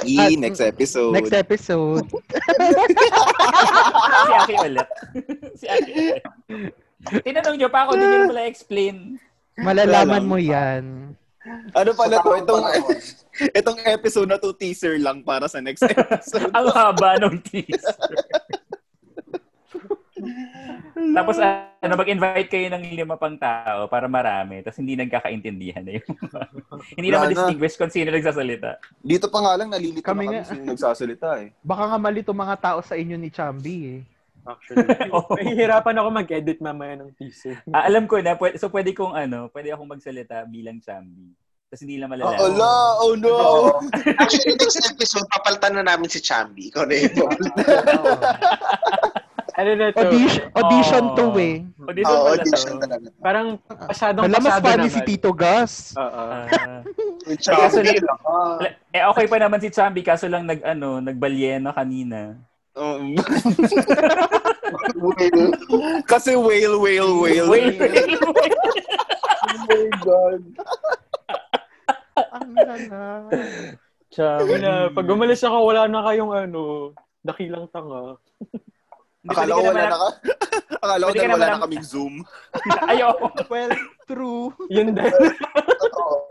A: E, next episode.
C: Next
F: (laughs)
C: episode.
F: si Aki ulit. (laughs) si Aki ulit. Tinanong niyo pa ako, hindi niyo pala explain.
C: Malalaman mo yan.
A: Ano pala to?
B: Sa
A: Itong,
B: tamang panahon.
A: itong episode na to, teaser lang para sa next episode.
F: Ang haba ng teaser.
A: (laughs)
F: Tapos ano, mag-invite kayo ng lima pang tao para marami. Tapos hindi nagkakaintindihan na yung Hindi
A: Wala
F: naman
A: na.
F: distinguish kung
A: (laughs)
F: sino nagsasalita.
A: Dito pa nga lang, nalilito
C: Kami
A: na
C: nga.
A: kami sino nagsasalita eh.
C: Baka nga mali tong mga tao sa inyo ni Chambi eh.
E: Actually,
F: Oo.
E: mahihirapan ako mag-edit mamaya ng teaser.
F: Oh, Ah, alam ko na, pwe- so pwede kong ano, pwede akong magsalita bilang chambi. Tapos hindi lang
A: Oh,
F: malalaman.
A: ala! Oh no! (laughs)
B: Oo. Actually, next episode, papalitan na namin si Chambi. Ikaw na yun.
C: Oo.
E: Ano na to?
C: Audition, audition to
F: Oo.
C: eh.
F: Audition
B: Oo,
F: pala
B: audition
F: to.
B: talaga.
E: Parang pasadong
C: Wala mas
E: pasado
C: funny
E: naman.
C: si Tito (laughs) Gus.
E: Oo.
F: Ah.
B: Tsaka
F: Kaso-
B: real ako.
F: eh, okay pa naman si Chambi, kaso lang nag, ano, nagbalyena kanina.
A: Um, (laughs)
B: Will.
A: kasi whale, whale, whale.
F: Wait, wait, wait.
B: Oh my God.
C: Ah, Ang lala.
F: Chambi.
E: Yun na, pag umalis ako, wala na kayong ano, dakilang tanga.
A: Akala ko wala na ka. (laughs) Akala ko
F: Pwede ka
A: dahil
F: naman
A: wala na
F: ang-
A: kaming Zoom.
F: (laughs) Ayoko.
C: Well, true.
E: Yun din.
C: (laughs)
B: Totoo.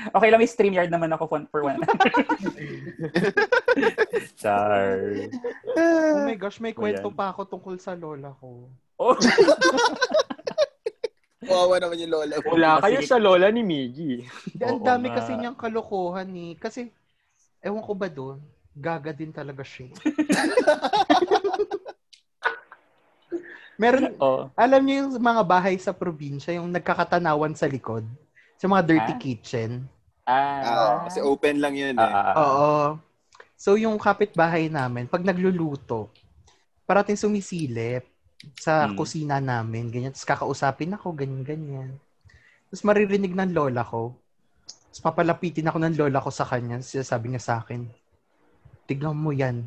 F: Okay lang, may StreamYard naman ako for-
A: (laughs)
F: for one. Char.
C: Oh my gosh, may
F: O yan.
C: kwento pa ako tungkol sa lola ko.
F: Oh.
A: Kawawa naman yung lola. mo.
E: Wala kayo
F: Sige.
E: sa lola ni Miggy.
C: Di, ang
F: Oo
C: dami
F: nga.
C: kasi niyang kalokohan eh. Kasi, ewan ko ba doon, gaga din talaga (laughs) siya. Meron,
F: Oh.
C: alam niyo yung mga bahay sa probinsya, yung nagkakatanawan sa likod? Sa mga dirty
F: Ah?
C: kitchen?
A: Ah,
F: Ah.
A: kasi open lang yun eh.
F: Ah, ah, ah.
C: Oo. So, yung kapitbahay namin, pag nagluluto, parating sumisilip sa
F: Mm.
C: kusina namin, ganyan. Tapos kakausapin ako, ganyan, ganyan. Tapos maririnig ng lola ko. Tapos papalapitin ako ng lola ko sa kanya. Tapos sabi niya sa akin, tignan mo yan.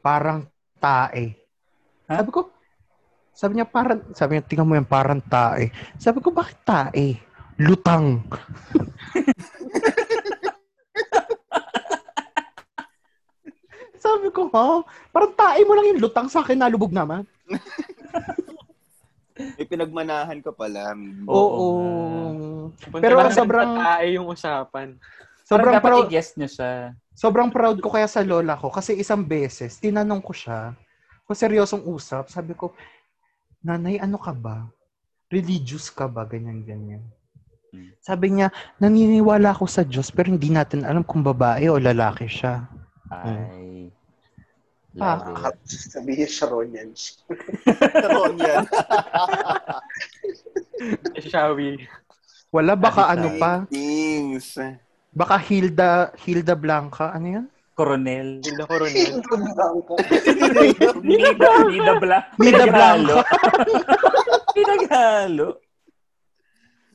C: Parang tae.
F: Ha?
C: Sabi ko, sabi niya, parang, sabi niya, tignan mo yan, parang tae. Sabi ko, bakit tae? Lutang. Sabi ko, ha? Parang tae mo lang yung lutang sa akin, nalubog naman.
A: May pinagmanahan ka pala.
F: Oo
C: Oo. Pero
E: Pero
C: sobrang-
E: sobrang tae yung usapan.
F: Sobrang
C: Sobrang,
F: dapat
C: proud,
F: i-guess niyo siya.
C: sobrang proud ko kaya sa lola ko kasi isang beses, tinanong ko siya, kung seryosong usap, sabi ko, Nanay, ano ka ba? Religious ka ba? Ganyan, ganyan.
F: Hmm.
C: Sabi niya, naniniwala ako sa Diyos pero hindi natin alam kung babae o lalaki siya.
F: Ay.
C: Ah.
F: Love it.
B: (laughs) Sabihin siya Ron yan.
A: Taron yan.
E: Shawi.
C: Wala baka ano pa?
A: Things.
C: Baka Hilda, Hilda Blanca, ano yan? (laughs)
F: Coronel.
E: Hindi ko ron yun.
B: Ito lang ko.
F: Nida, Nida Bla.
C: (laughs) Nida
F: Pinaghalo. Pinaghalo.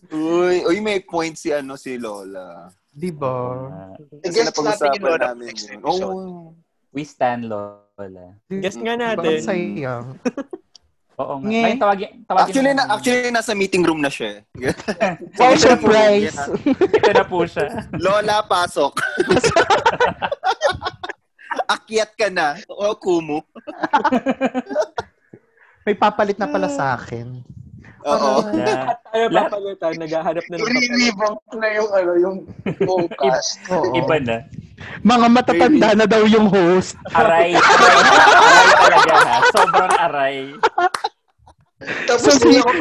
A: Uy, uy, may point si ano si Lola.
C: Di ba?
F: Ah,
A: Kasi
B: I-guess natin
A: napag-usapan
B: yung lola
A: namin
B: next
A: yun. Oh,
B: episode.
A: Oo.
F: We stand Lola.
E: Guess nga
C: Diba,
E: natin.
C: ang sayang.
F: Oo nga.
C: Nge.
F: Ay, tawagin, tawagin
A: Actually, na,
F: namin.
A: actually, nasa meeting room na siya. eh.
C: Wow, surprise!
F: Ito na po
C: (laughs)
F: siya.
A: Lola, pasok. Akyat ka na. O, kumu.
C: May papalit na pala sa akin.
A: Oo.
F: Na,
E: Tayo
F: Lahat-
E: papalitan, naghahanap na ng kapalit.
B: I-revamp na yung ano, yung podcast.
C: Oo.
F: iba na.
C: Mga matatanda na daw yung
F: (laughs)
C: host.
F: Aray. Aray, aray talaga ha. Sobrang aray.
B: Tapos
C: So,
B: hindi
C: si-
B: ako,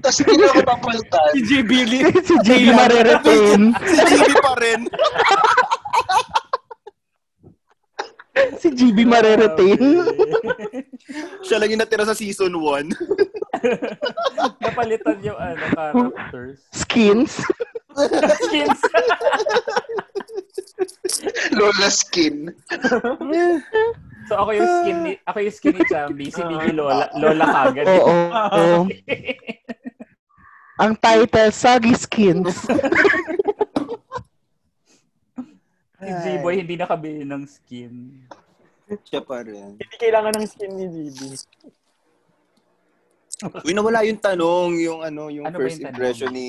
B: tapos hindi na ako papalitan.
C: (laughs) Si J. Billy. si J.
F: (laughs)
C: Mareretain.
A: Si GB pa rin.
C: si GB Mareretain.
A: Siya lang yung natira sa season 1.
F: Napalitan yung ano, characters. (laughs)
C: Skins.
F: Skins.
B: Lola skin.
F: so ako yung skin ni, ako yung skin ni Chambi, si Miggy Lola, Lola kagad. (laughs)
C: Oo. oo. Ang title, Soggy
F: (laughs)
C: Skins.
F: Si G-Boy hindi nakabili ng skin.
A: Siya pa rin.
E: Hindi kailangan ng skin ni Bibi.
A: Uy, nawala yung tanong, yung ano, yung
F: Ano ba
A: first
F: yung tanong?
A: impression ni,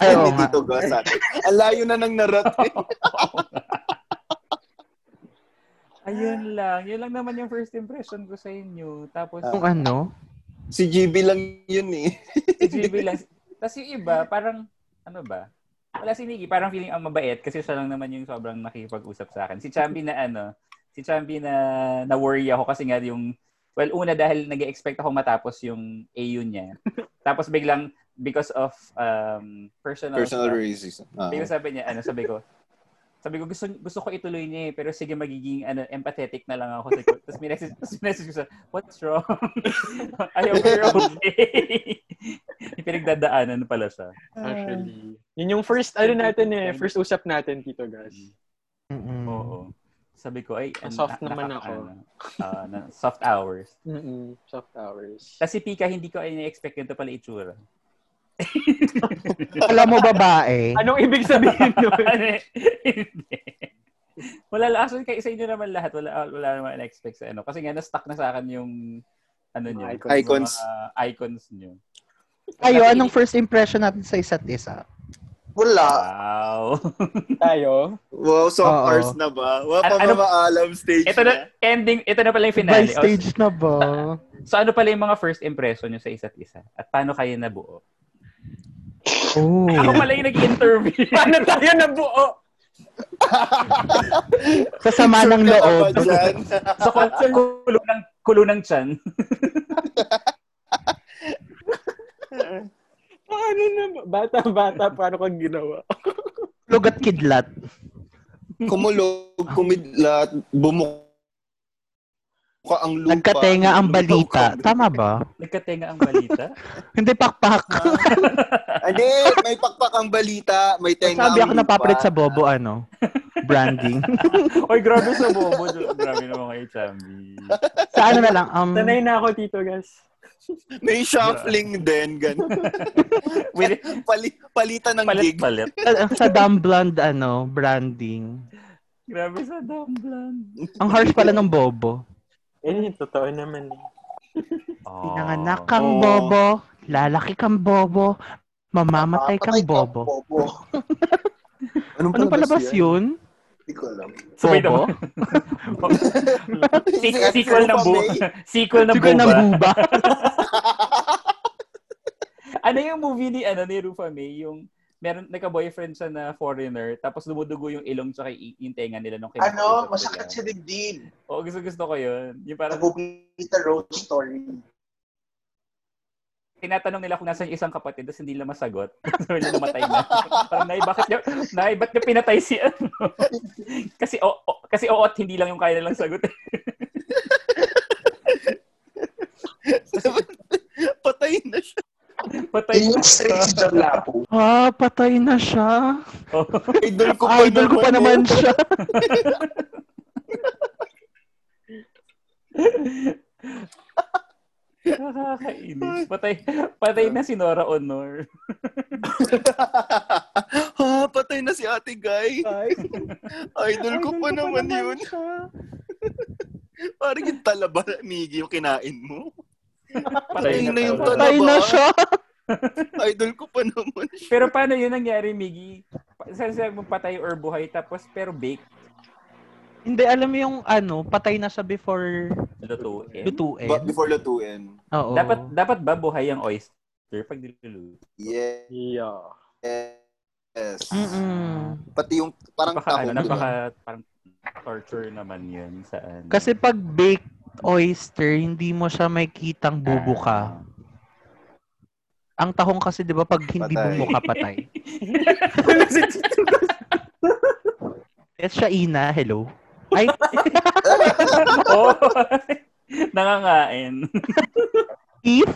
C: Ay, oo
A: ni
C: nga.
A: Tito Gus. sa atin. Ang layo na nang eh. narating.
F: Ayun lang. Yun lang naman yung first impression ko sa inyo. Tapos,
C: Yung ano?
A: si GB lang yun eh.
F: si GB lang. Tapos yung iba, parang, ano ba? Wala si Nikki. Parang feeling ang mabait kasi siya lang naman yung sobrang nakikipag-usap sa akin. Si Chambi na ano, si Chambi na na-worry ako kasi nga yung, well, una dahil nag expect ako matapos yung AU niya. Tapos biglang, because of um, personal,
A: Personal
F: stuff,
A: racism. Ah.
F: Sabi ko sabi niya, ano, sabi ko, sabi ko, gusto, gusto ko ituloy niya eh, pero sige, magiging ano, empathetic na lang ako. Sabi ko, tapos minessage, tapos minessage ko sa, what's wrong? (laughs) I hope you're okay. Pinagdadaanan pala siya.
C: Ah. Hmm.
E: Actually. Yun yung first, ano natin eh, first usap natin, Tito Gas.
C: Mm-mm.
F: Oo. Sabi ko, ay,
D: Ang soft naman ako.
F: ano, ah, na- soft hours.
E: Mm-mm. Soft hours.
F: Kasi Pika, hindi ko in-expect yun to pala itsura. (laughs)
C: Alam mo
F: (laughs)
C: babae.
E: Anong ibig sabihin nun?
F: Hindi. wala lang. Actually, kay sa inyo naman lahat, wala, wala naman in-expect sa ano. Kasi nga, na-stuck na sa akin yung ano nyo.
E: Mga
A: icons.
F: mga icons nyo.
C: Kayo, anong first impression natin sa isa't isa?
B: Wala.
F: Wow.
E: Tayo.
A: Wow, soft
C: Oo.
A: hours na ba? Wow,
F: Ano-
A: pa
F: ano-
A: mamaalam stage
F: (laughs) ito na, ending, ito na pala yung
C: By
F: finale. O,
C: stage na ba?
F: so, ano pala yung mga first impression nyo sa isa't isa? At paano kayo nabuo?
C: Oh.
F: Ako pala yung nag-interview. (laughs)
E: Paano tayo nabuo?
C: Sa sama ng loob.
F: sa kul- sa kulo ng, kulo ng chan.
E: Paano na? Bata-bata, paano kang ginawa?
C: Lugat kidlat.
I: Kumulog, kumidlat, bumuka ang lupa.
C: Nagkatenga ang balita. Tama ba?
F: (laughs) Nagkatenga ang balita.
C: Hindi pakpak.
I: Hindi, may pakpak ang balita, may tenga
C: Sabi
I: ang
C: ako
I: lupa.
C: napapalit sa Bobo, ano? Branding.
F: (laughs)
C: (laughs)
F: Oy, grabe sa bobo. Grabe naman kayo, (laughs) Chambi.
C: sa ano na lang, um,
E: (laughs) Sanay na ako, Tito Gas.
I: May shuffling din, ganun.
F: With,
I: Pali, palitan ng gig.
F: palit-palit.
C: sa, sa dumb blonde, ano, branding.
F: Grabe sa Dumbland.
C: Ang harsh pala ng Bobo.
E: Eh, totoo naman. eh.
C: Pinanganak kang
I: Oo.
C: Bobo, lalaki kang Bobo, mamamatay kang
B: Papatay ka,
C: Bobo.
B: Bobo.
I: Ano
C: Anong palabas yun?
B: Hindi ko alam.
F: So, wait,
C: Bobo? (laughs)
F: Se- sequel ng bu sequel ng
C: Siguro ng buba.
F: buba. Ano yung movie ni ano ni Rufa May yung meron nagka-boyfriend siya na foreigner tapos dumudugo yung ilong tsaka y- yung tenga nila nung kinakausap
B: Ano?
F: nila.
B: Masakit sa dibdib.
F: Oo, gusto gusto ko yun. Yung parang
B: Nabubita road story.
F: tinatanong nila kung nasan yung isang kapatid tapos hindi nila masagot. (laughs) Sabi nila namatay na. parang nay bakit niya nay ba't niya pinatay si ano? (laughs) kasi o, o- kasi oo at hindi lang yung kaya nilang sagot.
I: (laughs) Patay na siya.
F: (laughs) Patay
B: Yung
F: (laughs)
B: straight sa labo.
C: (laughs) Ah, patay na siya.
I: Idol ko pa
C: Idol ko pa naman siya.
F: Nakakainis. Patay, patay na si Nora Honor.
I: (laughs) ha, patay na si ate guy. Idol ko pa naman yun. Ano Parang yung talaba, Miggy, yung kinain mo. Patay na yung
F: pala.
C: Patay na siya. (laughs)
I: Idol ko pa naman siya.
F: Pero paano yun nangyari, Miggy? Pa- Saan siya magpatay or buhay tapos pero baked?
C: Hindi, alam mo yung ano, patay na siya before
F: Lutuin?
C: lutuin.
I: But before lutuin.
C: Oo.
F: Dapat, dapat ba buhay ang oyster pag niluluto?
I: Yes.
E: Yeah.
C: Mm-mm.
I: Pati yung parang
F: Napaka, ano,
I: tahong, di ba?
F: napaka, parang torture naman yun sa ano.
C: Kasi pag baked oyster, hindi mo siya makitang bubuka. Ang tahong kasi, di ba, pag hindi
I: Patay.
C: bumuka, (laughs) patay. Yes, siya ina. Hello. Ay,
F: (laughs) Oo. (laughs) Nangangain. (laughs)
C: if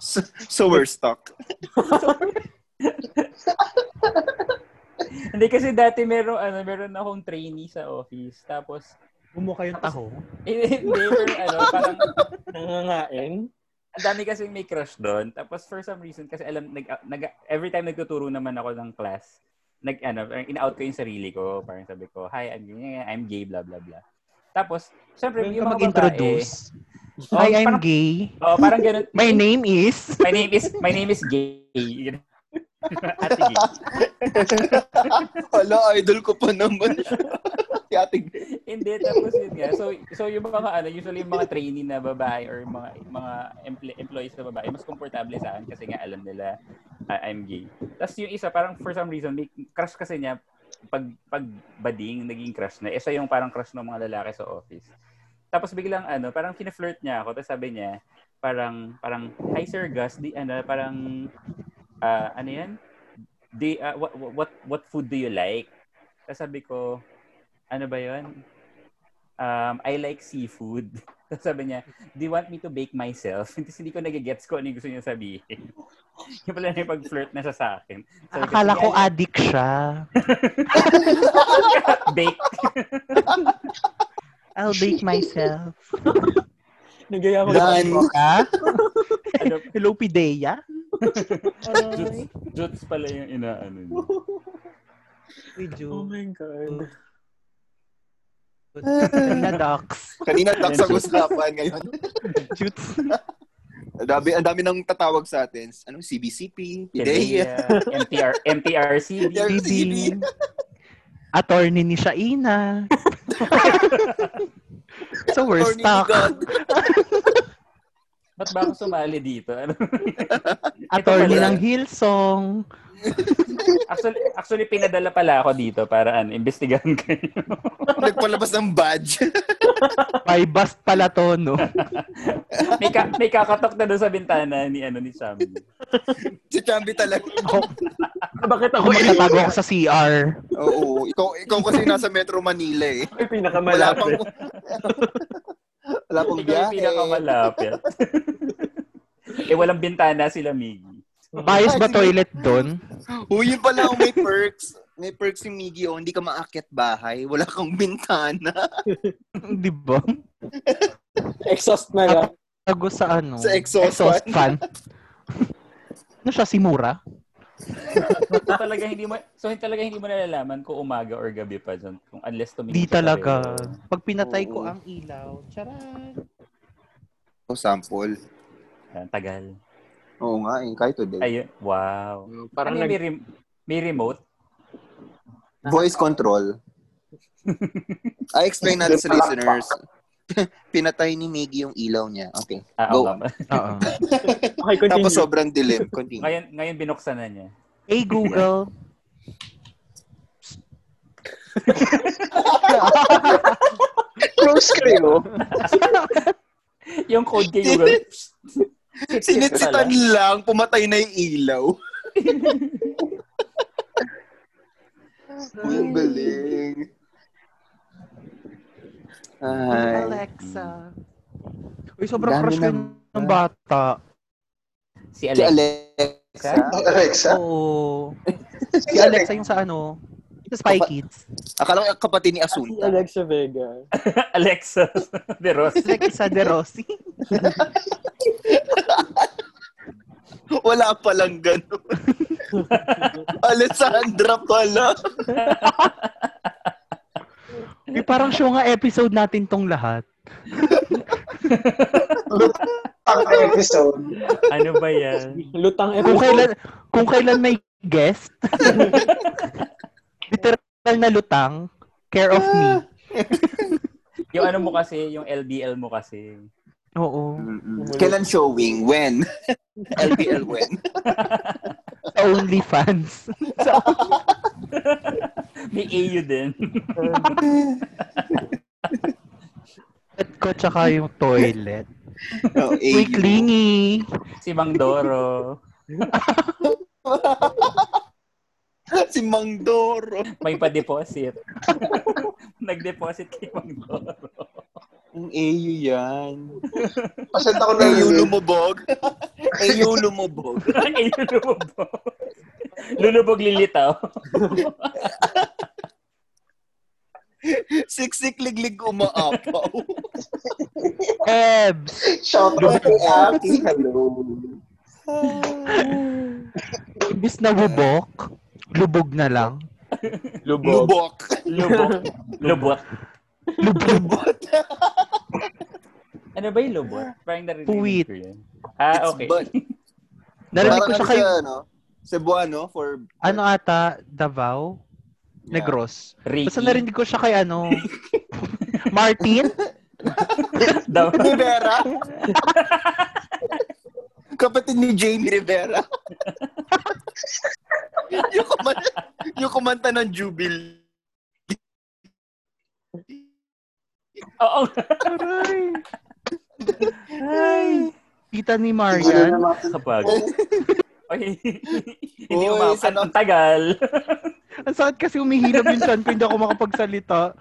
I: So, so we're stuck.
F: Hindi kasi dati meron, ano, meron akong trainee sa office. Tapos,
C: bumuka yung tahong.
F: eh, (laughs) hindi, pero ano, parang
E: Nangangain?
F: ang dami kasi may crush doon. Tapos for some reason, kasi alam, nag, ah, nag, every time nagtuturo naman ako ng class, nag, ano, parang in-out ko yung sarili ko. Parang sabi ko, hi, I'm, ganyan, I'm gay, blah, blah, blah. Tapos, syempre,
C: Huwag ka
F: yung mga babae,
C: mag-introduce.
F: Oh,
C: Hi, I'm
F: parang,
C: gay.
F: oh, parang ganun.
C: (laughs) My name is...
F: My name is, my name is gay. (laughs) Ate gay.
I: (laughs) Ala, idol ko pa naman
A: (laughs)
I: siya. si ate guy.
F: Hindi, tapos yun nga. So, so yung mga, ano, usually yung mga trainee na babae or yung mga, mga empl- employees na babae, mas komportable sa akin kasi nga alam nila ah, I'm gay. Tapos yung isa, parang for some reason, may crush kasi niya, pag, pag bading, naging crush na. Isa yung parang crush ng mga lalaki sa office. Tapos biglang ano, parang kina-flirt niya ako. Tapos sabi niya, parang, parang, hi Sir Gus, di, ano, parang, ah, ano yan? Di, ah, what, what, what food do you like? Tapos sabi ko, ano ba yun? Um, I like seafood. (laughs) Tapos sabi niya, do you want me to bake myself? (laughs) Tapos hindi ko nagigets ko ano yung gusto niya sabihin. (laughs) Yung pala na yung pag-flirt na siya sa akin. Sabi
C: Akala
F: "Sige,
C: ko
F: I like
C: addict siya.
F: bake.
C: I'll bake myself.
E: Nagaya ko.
A: Dan.
C: Ka? (laughs)
F: Ano,
C: (laughs) Hello, Pidea?
F: Juts, Juts pala yung inaano niya.
C: We
E: Oh
C: (laughs) do.
E: my God.
C: Na docs.
A: Kanina tak sa usapan ngayon.
C: Shoots.
A: Ang dami, ang dami nang tatawag sa atin. Anong CBCP? PIDEA?
F: Kideya, MTR, MTRCB.
A: RCB? (laughs)
C: Bibi. Attorney ni Shaina. so we're
A: Attorney ni
C: stuck.
A: God. (laughs)
F: Ba't ba ako sumali dito?
C: (laughs)
F: Ano?
C: Attorney
F: Ito pala.
C: ng Hillsong.
F: actually, actually, pinadala pala ako dito para ano, imbestigahan kayo.
A: Nagpalabas ng badge. (laughs)
C: By bust pala to, no?
F: (laughs) may, ka, may kakatok na doon sa bintana ni ano ni Sam.
A: si Chambi talaga.
E: Ah, Bakit
A: oh,
E: ako yung
C: Magtatago ako sa CR.
A: Oo. Ikaw, ikaw kasi nasa Metro Manila eh. Wala pang... (laughs)
E: pinakamalapit?
A: Wala pang
F: Hindi
A: biyahe.
F: yung pinakamalapit. (laughs) eh, walang bintana sila, Miggy.
C: Bias
A: Ah,
C: ba toilet doon?
A: Uy, yun pala ang may perks. May perks si Miggy oh, hindi ka maakyat bahay. Wala kang bintana.
C: (laughs) Di ba?
E: Exhaust na lang.
C: Tago sa ano?
A: Sa exhaust
C: fan. (laughs) ano siya, si Mura?
F: So talaga hindi mo so hindi talaga hindi mo nalalaman kung umaga or gabi pa dyan. Kung unless tumingin
C: Di
F: ka pa
C: talaga.
F: rin.
C: Pag pinatay ko
A: Oo. (laughs)
C: ang ilaw, charot.
A: Oh, sample.
F: Ah, tagal.
A: Oo nga, eh, kahit today.
F: Ayun. Wow.
E: Parang
F: ano,
E: nag...
F: may, rem- may remote?
A: Voice control. I explain natin sa listeners. (laughs) Pinatay ni Miggy yung ilaw niya. Okay.
F: Ah,
A: Go
F: oo nga.
C: Oo.
E: Okay, continue.
A: Tapos sobrang dilim. Continue.
F: Ngayon, ngayon binuksan na niya. (laughs)
C: Hey, Google.
B: Close kayo.
F: Yung code kay
A: (laughs)
F: Google.
A: Sinitsitan lang, pumatay na yung ilaw. Uy, ang galing. Ay.
C: Alexa. Uy, sobrang
A: Dami
C: crush ko
A: ng-
C: yun ng
A: (laughs)
C: bata.
F: Si
A: Si
F: Alex.
A: Alexa.
B: Oh, (laughs) Alexa.
C: Oo. Si Alexa yung sa ano, sa Spy
A: Kapa-
C: Kids.
A: Akala ko kapatid ni
E: Si
A: Asunta.
E: Alexa Vega.
F: Alexa. (laughs) De Ross.
C: Alexa De (laughs) Rossi.
A: Wala palang ganun. Alessandra pala.
C: Uy, Eh, parang show nga episode natin tong lahat.
B: Ang episode.
F: Ano ba yan?
E: Lutang
C: Kung
E: episode.
C: kailan, kung kailan may (laughs) guest, literal na lutang, care of me.
F: Yung ano mo kasi, yung LBL mo kasi.
C: Oo.
A: Kailan showing? (laughs) When? LBL when?
C: Sa OnlyFans.
F: May AU din. (laughs)
C: At ko tsaka yung toilet.
A: Oh,
C: Uy,
A: AU.
C: clingy.
F: si Mang Doro.
A: (laughs) si Mang Doro.
F: May pa-deposit. (laughs) Nag-deposit kay Mang Doro. (laughs)
A: Ang AU yan.
B: Pasend ako na
A: AU
B: yun.
A: (laughs) lumubog. AU lumubog.
F: Ay, lulubog. lulubog lilitaw.
A: Siksik liglig umaapaw.
C: Ebs.
B: Shout out to Aki. Hello.
C: Ibis na bubok, lubog na (laughs) lang.
E: Lubog.
A: Lubok.
F: Lubok. Lubot.
C: Lubog.
F: Ano ba yung lubot? Parang narinig
C: Puwit.
F: ko yun. Ah,
A: It's
F: okay.
A: butt.
C: Narinig ko
A: Parang
C: siya
A: ano
C: kay,
A: siya, ano? Cebuano for...
C: ano ata, Davao?
A: Yeah.
C: Negros.
F: Ricky.
C: Basta narinig ko siya kay (laughs) ano, Martin?
F: Daw.
A: (laughs)
F: (laughs)
C: (laughs)
A: Rivera. Kapatid ni Jamie Rivera. (laughs) yung, kumanta, yung kumanta ng Jubilee.
F: Oo. (laughs)
C: Aray. Ay. Tita ni
A: (laughs)
C: Marian.
B: Ano naman? (laughs)
F: Kapag. Okay. Hindi
A: Uy,
F: ko ma-
A: sana-
F: Ang tagal.
C: Ang sakit kasi umihilab yung chan ko, hindi ako makapagsalita.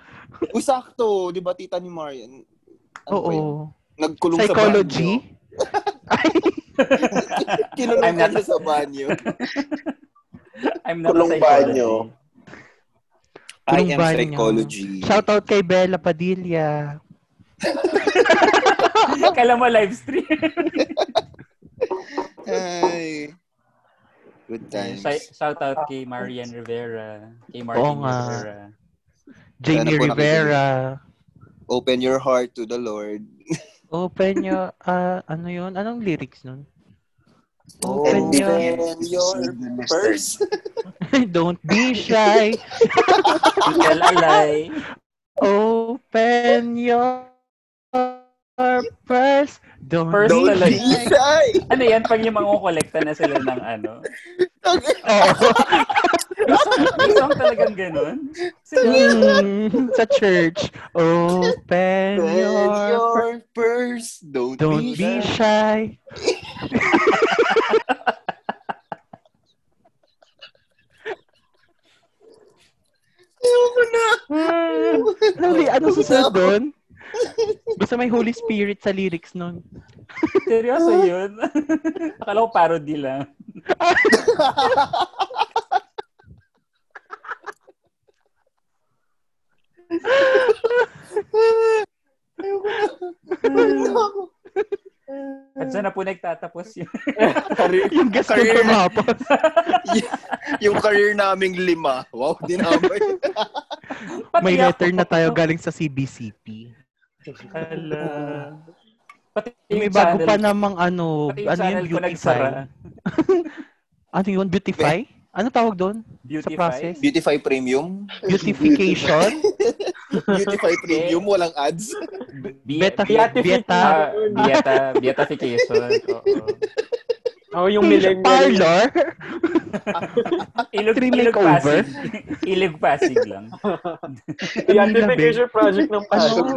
A: Uy, sakto. Di ba, tita ni Marian? Ano ba yun?
C: Oo.
A: Nagkulong
C: Psychology?
A: sa banyo. (laughs)
C: (laughs) Ay,
A: Kinulong
F: I'm not-
A: siya sa banyo.
F: I'm not a
B: Kulong
F: psychologist.
B: banyo.
A: I am
C: Yung ban niya.
A: psychology.
C: Shoutout kay Bella Padilla.
F: Kala mo live stream.
A: Ay. Good times.
F: Shout out kay Marian Rivera. Kay Martin
C: Oo nga.
F: Rivera.
C: Jamie
A: Sana po
C: Rivera.
A: Open your heart to the Lord.
C: Open your, ah, ano yun? Anong lyrics nun? (laughs)
A: And
C: Open your,
A: defend your purse.
C: don't
A: (laughs)
C: be shy.
F: Tita Lalay.
C: Open your purse. Don't
F: Purse
C: be
F: talaga.
C: shy. (laughs)
A: Ay!
F: Ano yan? Pag yung mga kolekta na sila ng
B: (laughs)
F: ano. (laughs)
C: Oo.
F: May song, may song talagang ganun. Sila,
C: Mm, sa church.
A: Defend
C: Open your purse.
A: your purse. Don't,
C: Don't be shy.
A: Ayoko na.
C: Lali, Ah, ano susunod doon? Basta may Holy Spirit sa lyrics nun.
F: seryoso yun. (laughs) Akala ko parody lang. At saan na po nagtatapos yun?
C: (laughs) Yung guest ko
A: Career.
C: tumapos.
A: Yung career naming lima. Wow, dinamay.
F: Pati
C: May
F: ako.
C: letter na tayo galing sa CBCP.
F: Ala. Pati
C: May
F: yung
C: bago
F: channel-
C: pa namang ano,
F: pati
C: ano
F: yung
C: yung
F: channel ko nagsara.
C: Beautify? Ano yun? Beautify? Ano tawag doon? Sa
F: Beautify?
C: process?
A: Beautify Premium.
C: Beautification?
A: Beautify Premium, walang ads.
F: Bi-
C: Beta,
E: Beatification.
C: beta,
F: Ah, Bieta,
C: (laughs)
F: Bietafication. Oo.
E: Oh, yung millennial.
C: parlor?
F: Ilog,
C: Three
F: ilog
C: makeover?
F: pasig. (laughs) ilog pasig lang.
E: Beatification project ng Pasig.
C: Ano?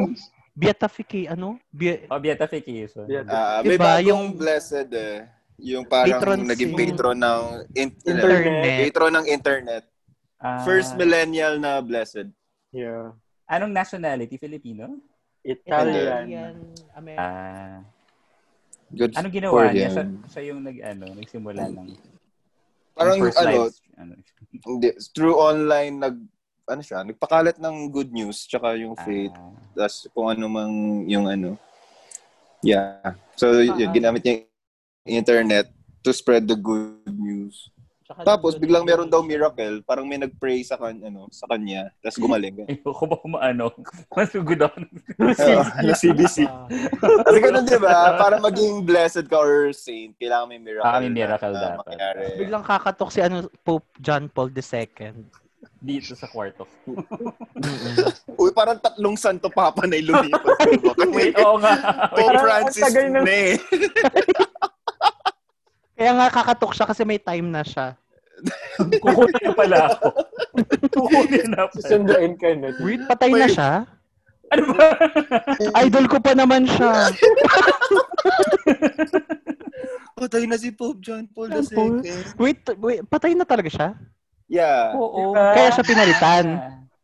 C: Beatification, ano? Be-
F: O, Bietafication.
A: Ah, may
C: Diba,
A: bagong
C: yung-
A: blessed eh. Yung parang
C: Patrons
A: naging
C: eh.
A: patron ng in- ano,
C: internet.
A: patron ng internet.
F: Ah,
A: First millennial na blessed.
E: Yeah.
F: Anong nationality? Filipino?
C: Ano
E: (laughs) Italian.
C: American.
F: Ah.
A: Good.
F: Anong ginawa
A: for them.
F: niya? Siya, siya yung nag, ano, nagsimula ng
A: Parang
F: ng first
A: ano,
F: live stream, ano,
A: hindi, through online nag ano siya, nagpakalat ng good news tsaka yung faith.
F: ah,
A: tas kung ano mang yung ano. Yeah. So, yun, ginamit niya yung internet to spread the good news. Tapos, biglang meron daw miracle. Parang may nag-pray sa, kan, ano, sa kanya. Tapos gumaling.
F: ayoko ba kumaano? (laughs) Masugod ako.
E: Ano
A: Oo,
E: Oh,
A: na CBC. Kasi ganun, di ba? Para maging blessed ka or saint, kailangan may miracle.
F: Ah, may miracle
A: na, na
F: dapat.
A: mangyari.
C: Biglang kakatok si ano Pope John Paul II.
F: Dito sa kwarto.
A: Uy, parang tatlong santo papa na ilumipas. diba? Kasi
F: Wait, oo nga.
A: Pope
E: Parang ang
A: Francis
E: tagal ng-
A: na eh.
C: Kaya nga kakatok siya kasi may time na siya.
F: Kukunin na pala ako. Kukunin na pala.
E: Susunduin ka na.
C: Wait, patay na
A: Wait.
C: siya?
F: Ano ba?
C: Idol ko pa naman siya.
A: Patay na si Pope John Paul
C: John Paul?
A: II.
C: Wait, wait, patay na talaga siya?
A: Yeah.
F: Oo.
C: Kaya siya pinalitan.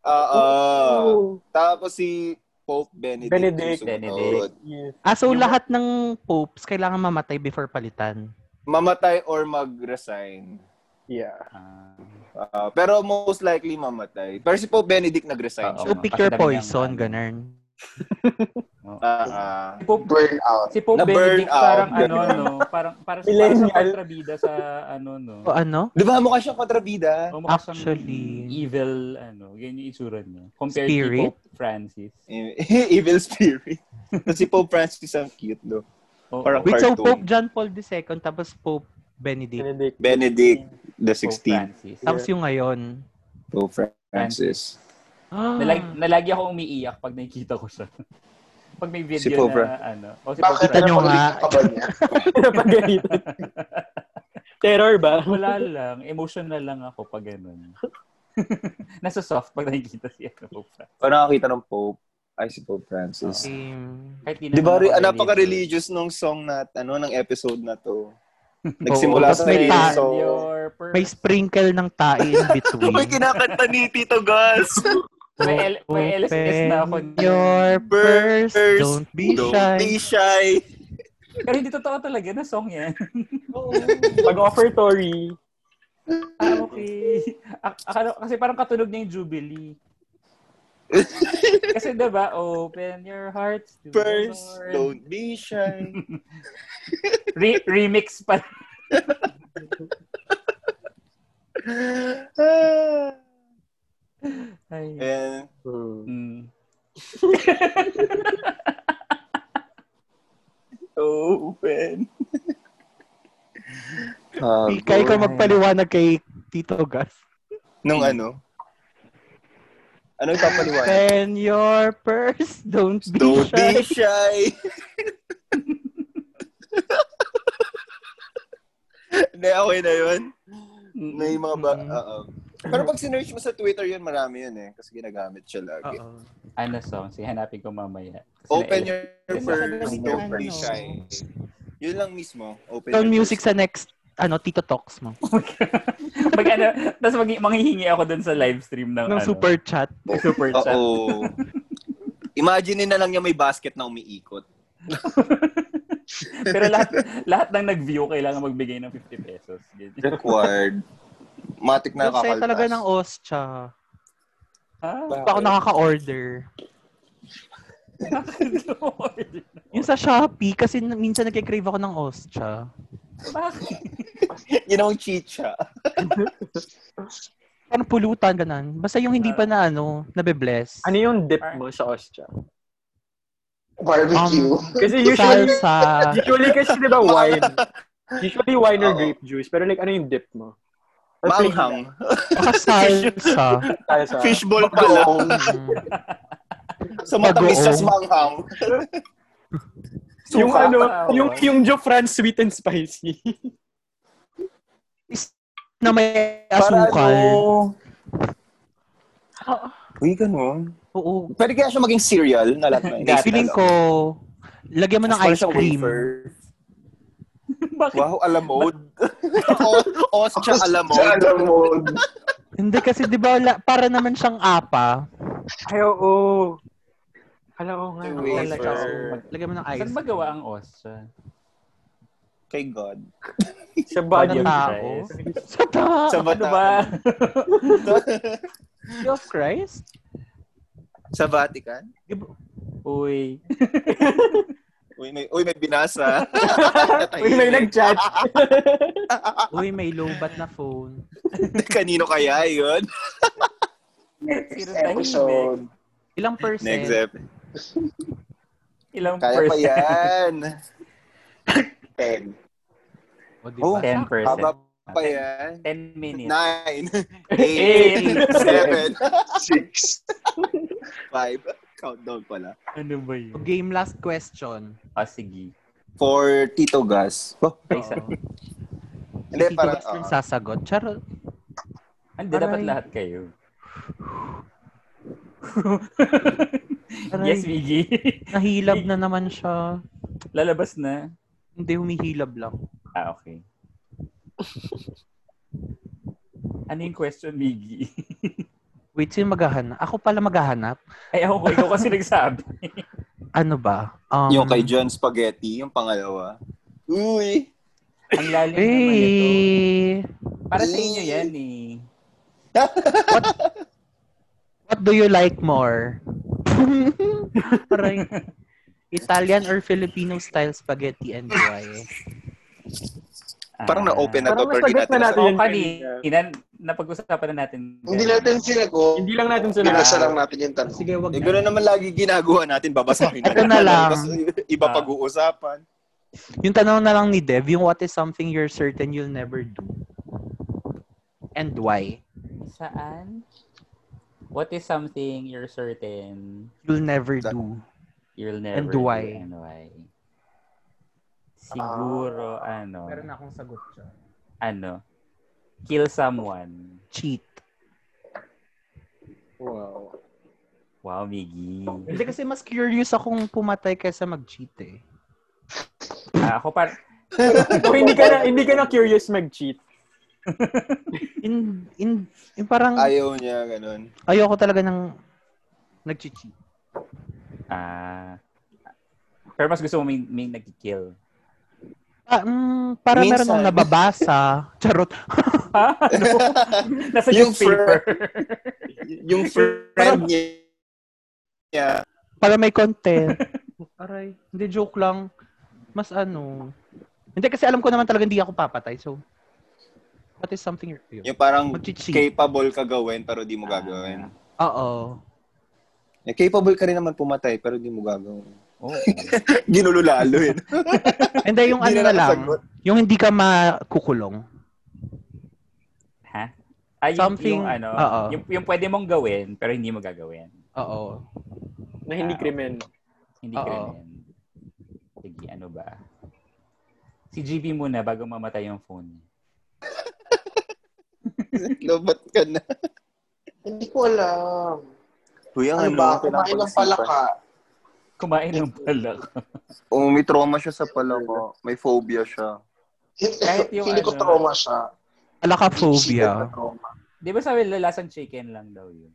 A: Oo.
E: Oh.
A: Tapos si Pope Benedict.
E: Benedict.
A: yung sumunod.
F: Benedict.
E: Yeah.
C: Ah, so
F: Yung-
C: lahat ng popes kailangan mamatay before palitan.
A: Mamatay or mag-resign.
E: yeah.
F: Ah,
A: Ah, pero most likely mamatay. Pero si Pope Benedict nag-resign
F: Oo.
A: siya.
C: So
F: nga,
C: pick
F: kasi
C: your
F: dami ng-
C: poison, ganern.
A: Ah, ah.
F: si Pope,
B: Burn out.
F: si Pope
A: Na
F: Benedict
A: burn out.
F: parang ano, no? Parang, parang, parang
E: Millennial.
F: sa kontrabida sa ano, no?
A: Diba?
C: O ano?
A: Di ba mukha siyang kontrabida?
F: O mukha siyang
C: Actually-
F: evil, ano, ganyan yung itsura niya. Compared
C: Spirit?
F: kay Pope Francis.
A: E, (laughs) Evil spirit. Tapos si Pope Francis ang cute, no?
F: Oo.
A: Parang
C: Wait, so
A: Cartoon.
C: Pope John Paul II tapos Pope Benedict.
E: Benedict.
A: Benedict the
F: Pope
A: 16th.
F: Francis.
C: Tapos yung ngayon.
A: Pope Francis.
C: Ah,
F: Nalag, nalagi ako umiiyak pag nakikita ko siya. (laughs) pag may video
A: Si Pope
F: na,
A: Fra-
F: ano. O, si Pope
B: Bakit
C: Kita
F: Francis.
C: nyo
B: ano
C: nga.
B: favorite ka ba niya?
E: Napagalitan. Terror ba?
F: Wala lang. Emotional lang ako pag ganun. (laughs) Nasa soft pag nakikita siya. Pope Francis.
A: O nakakita ng Pope. Ay, si Pope Francis.
C: same.
F: Kahit di
A: Di ba, re-
F: naman ako
A: napaka-religious nung song na, ano, ng episode na
C: (laughs)
A: to.
C: Oo,
A: Nagsimula
C: tapos
A: sa
C: may
A: may
C: ta-
A: song.
F: Your purpose.
C: (gasps) May sprinkle ng tae in
A: (laughs) Uy,
C: between.
A: kinakanta ni Tito
C: (laughs)
A: Gus.
F: May L- may LSS na ako.
C: Open Your purse, don't be
A: Don't be
C: shy.
A: shy.
F: Pero hindi totoo talaga na song yan.
E: Pag-offertory.
F: (laughs) ah, okay. Ak- akala- kasi parang katunog niya yung Jubilee. Kasi diba, open your hearts to
A: First,
F: the Lord.
A: don't be
C: (laughs)
A: shy.
F: Re- remix pa. Ay.
A: And,
E: Hmm.
F: Mm.
A: (laughs) open.
C: Ika, ikaw magpaliwanag kay Tito Gas.
A: um, Nung ano? Ano yung papaliwanag?
C: Open your purse, don't be
A: Don't
C: shy.
A: be shy. Hindi, okay na yun. May mga ba...
C: Mm.
A: Oo. Pero pag sinerch mo sa Twitter yun, marami yun eh. Kasi ginagamit siya lagi.
C: Oo.
F: Ano song? Sihanapin ko mamaya. Kasi
A: Open
F: na-
C: eh.
A: your purse,
F: Kasi
A: don't be
H: ano.
A: shy. Yun lang mismo. Open
C: Tone
A: your
C: music
A: purse.
C: sa next, ano, Tito Talks mo.
F: (laughs) Mag ano, tapos mag, manghihingi ako dun sa live stream ng,
C: Ng
F: ano,
C: super chat.
F: ng super chat.
A: Oo. Imagine na lang niya may basket na umiikot.
F: (laughs) Pero lahat lahat ng nag-view kailangan magbigay ng 50 pesos.
A: (laughs)
F: Ganyan.
A: Required. Matik na
C: Ang saya
A: kakaltas.
C: talaga ng ostya.
F: Ah,
C: Pa ako nakaka-order.
F: bakit? Lord?
C: Yung sa Shopee, kasi n- minsan nagkikrave ako ng ostya.
F: Bakit?
A: Yun ang chicha.
C: Parang pulutan, ganun. Basta yung hindi pa na, ano, nabe-bless.
E: Ano yung dip mo sa ostya?
B: Barbecue.
C: Um,
E: Kasi usually,
C: salsa.
E: usually kasi di (laughs) ba wine? Usually wine or grape juice. Pero like, ano yung dip mo? Or plain
A: Manghang.
C: Baka salsa.
E: Salsa.
A: Fishball pala.
C: Mm.
A: Sa matamis sa
C: Bagoong.
A: manghang.
E: Yung
A: Suka.
E: ano,
F: Tama.
E: yung, yung Jo France sweet and spicy.
C: na may
A: Para
C: asukal.
A: ano? Uy, ganun.
C: Oo.
A: Pwede kaya siya maging cereal na lahat na
F: Gatas.
C: Feeling ko, lagyan mo ng ice cream.
F: (laughs) Bakit?
A: Wow,
F: (laughs)
A: alamod. Ostya alamod.
B: Alam mo.
C: Hindi kasi 'di ba la- para naman siyang apa.
E: (laughs) Ay, oo. Hala, oo nga.
A: To
E: oo.
A: wafer.
C: Talaga, oo. Lagyan mo ng ice.
F: Saan ba gawa ang OSCA?
A: Kay God.
E: Sa
F: Body
E: body
F: of
C: ng tao.
F: Christ.
C: Sa ta-
A: Sa
F: Ano
A: bata.
F: ba?
C: Body of Christ?
A: Sa Vatican?
F: Uy.
A: Uy, may, uy, may binasa. (laughs)
E: Uy, may nag-chat.
A: Ah,
C: Uy, may lowbat na phone.
A: Kanino kaya yun?
F: Sino tahimik?
B: Episode.
C: Ilang percent?
A: Next step.
F: Ilang
A: Kaya pa
F: percent? (laughs)
A: yan.
B: 10.
C: O, di
A: Oh,
C: ba?
F: 10 percent.
A: Haba pa yan.
F: 10 minutes.
A: Nine.
F: (laughs) Eight. (laughs)
A: Eight. Seven.
B: Six.
A: Five. Countdown pala.
F: Ano ba yun?
C: Game last question.
F: Ah, sige.
A: For Tito Gas. Oh,
F: Ay, sa-
C: Oo.
A: Hindi,
C: Sino
A: parang, ah.
C: ba yung
A: oo.
C: sasagot? Charo.
F: Hindi, dapat
C: Aray.
F: lahat kayo.
C: Aray.
F: yes, Vigi.
C: Nahilab na naman siya.
F: (laughs) Lalabas na.
C: Hindi, humihilab lang.
F: Ah, okay. Ano yung question, Vigi?
C: Wait, sino maghahanap? Ako pala maghahanap?
F: (laughs) Ay, ako ko. Ikaw kasi nagsabi.
C: Ano ba? Um,
A: yung kay John Spaghetti, yung pangalawa. Uy!
F: Ang lalim naman nito.
C: Hey!
F: Para sa inyo yan eh.
C: What do you like more? (laughs) Parang Italian or Filipino style spaghetti and why?
A: Parang
F: Ah.
C: Ah.
A: na-open na to,
E: Parang
A: pero di
E: nasagot
A: natin
E: na
A: na
E: natin
F: So,
E: yan kanina.
F: kanina, napag-usapan na natin.
B: Hindi natin sinagot.
E: Hindi lang natin sila.
B: Binasa lang natin yung tanong.
C: Sige, wag
A: Eh,
C: na.
A: gano'n naman lagi ginagawa natin, babasahin
C: Ito na
A: (laughs)
C: lang. Ah.
A: Tapos iba pag-uusapan.
C: Yung tanong na lang ni Dev, yung what is something you're certain you'll never do? And why?
F: Saan? What is something you're certain
C: You'll never do.
F: you'll never
C: And why?
F: do and why? Siguro, ano,
C: akong sagot siya.
F: ano, kill someone.
C: Cheat.
E: Wow.
F: Wow, Miggy.
C: Hindi kasi mas curious akong pumatay kaysa mag-cheat eh.
F: Ah, ako par
E: So, Oh, hindi ka na, hindi ka na curious mag-cheat.
C: In, in, in parang
A: Ayaw niya, gano'n.
C: ayoko talaga ng nag-cheat.
F: ah, pero mas gusto mo may, may nag-kill. (laughs)
C: Ah, mm, para
A: Minsan.
C: meron akong nababasa. Charot.
F: Ha? Ano? Nasa
A: Yung
F: newspaper.
A: Yung friend niya niya.
C: Para may content. (laughs) Aray. Hindi, joke lang. Mas ano. Hindi, kasi alam ko naman talaga hindi ako papatay. So, what is something yun?
A: Yung parang
C: Mag-cheat.
A: capable ka gawin pero di mo gagawin.
C: (laughs) Oo. Ah.
A: Eh, capable ka rin naman pumatay pero di mo gagawin. (laughs)
F: Oo.
A: Ginulo lalo yun.
C: And then yung ano
A: Hindi na
C: na lang,
A: nakasagot.
C: yung hindi ka makukulong.
F: Ha? Ay, yung,
C: Something-
F: yung ano,
C: oo.
F: yung, yung pwede mong gawin pero hindi mo gagawin.
C: Oo.
E: Na hindi
F: Ah,
E: krimen.
F: Hindi
C: Oo.
F: krimen. Sige, ano ba? Si GP muna bago mamatay yung phone. niya.
A: Lobat ka na.
B: Hindi ko alam.
A: Huy, ang
B: Ano ba? Kumain ng palaka.
F: Kumain ng palak.
A: Oo, may trauma siya sa palaka. May phobia siya.
F: Kahit yung
B: Hindi ko
F: ano.
B: trauma siya.
C: Alakaphobia.
B: Trauma.
F: Di ba sabi lalasang chicken lang daw yun?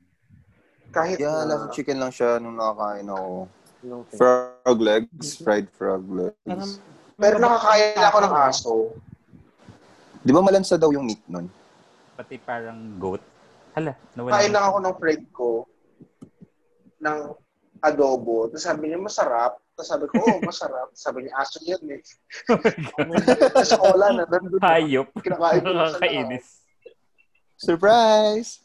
B: Kahit
A: Yeah,
B: na.
A: last chicken lang siya nung nakakain ako.
E: Anong thing?
A: Frog legs, fried frog legs.
B: Pero nakakain ako ng aso.
A: Di ba malansa daw yung meat nun?
F: Pati parang goat. Hala, nawala.
B: Kain lang ako ng friend ko ng adobo. Tapos sabi niya, masarap. Tapos sabi ko, oo, masarap. sabi niya, aso yan eh. Tapos ako wala na. Nandun na.
F: Hayop.
B: Kinakain ko sa
F: Nakakainis.
A: Surprise!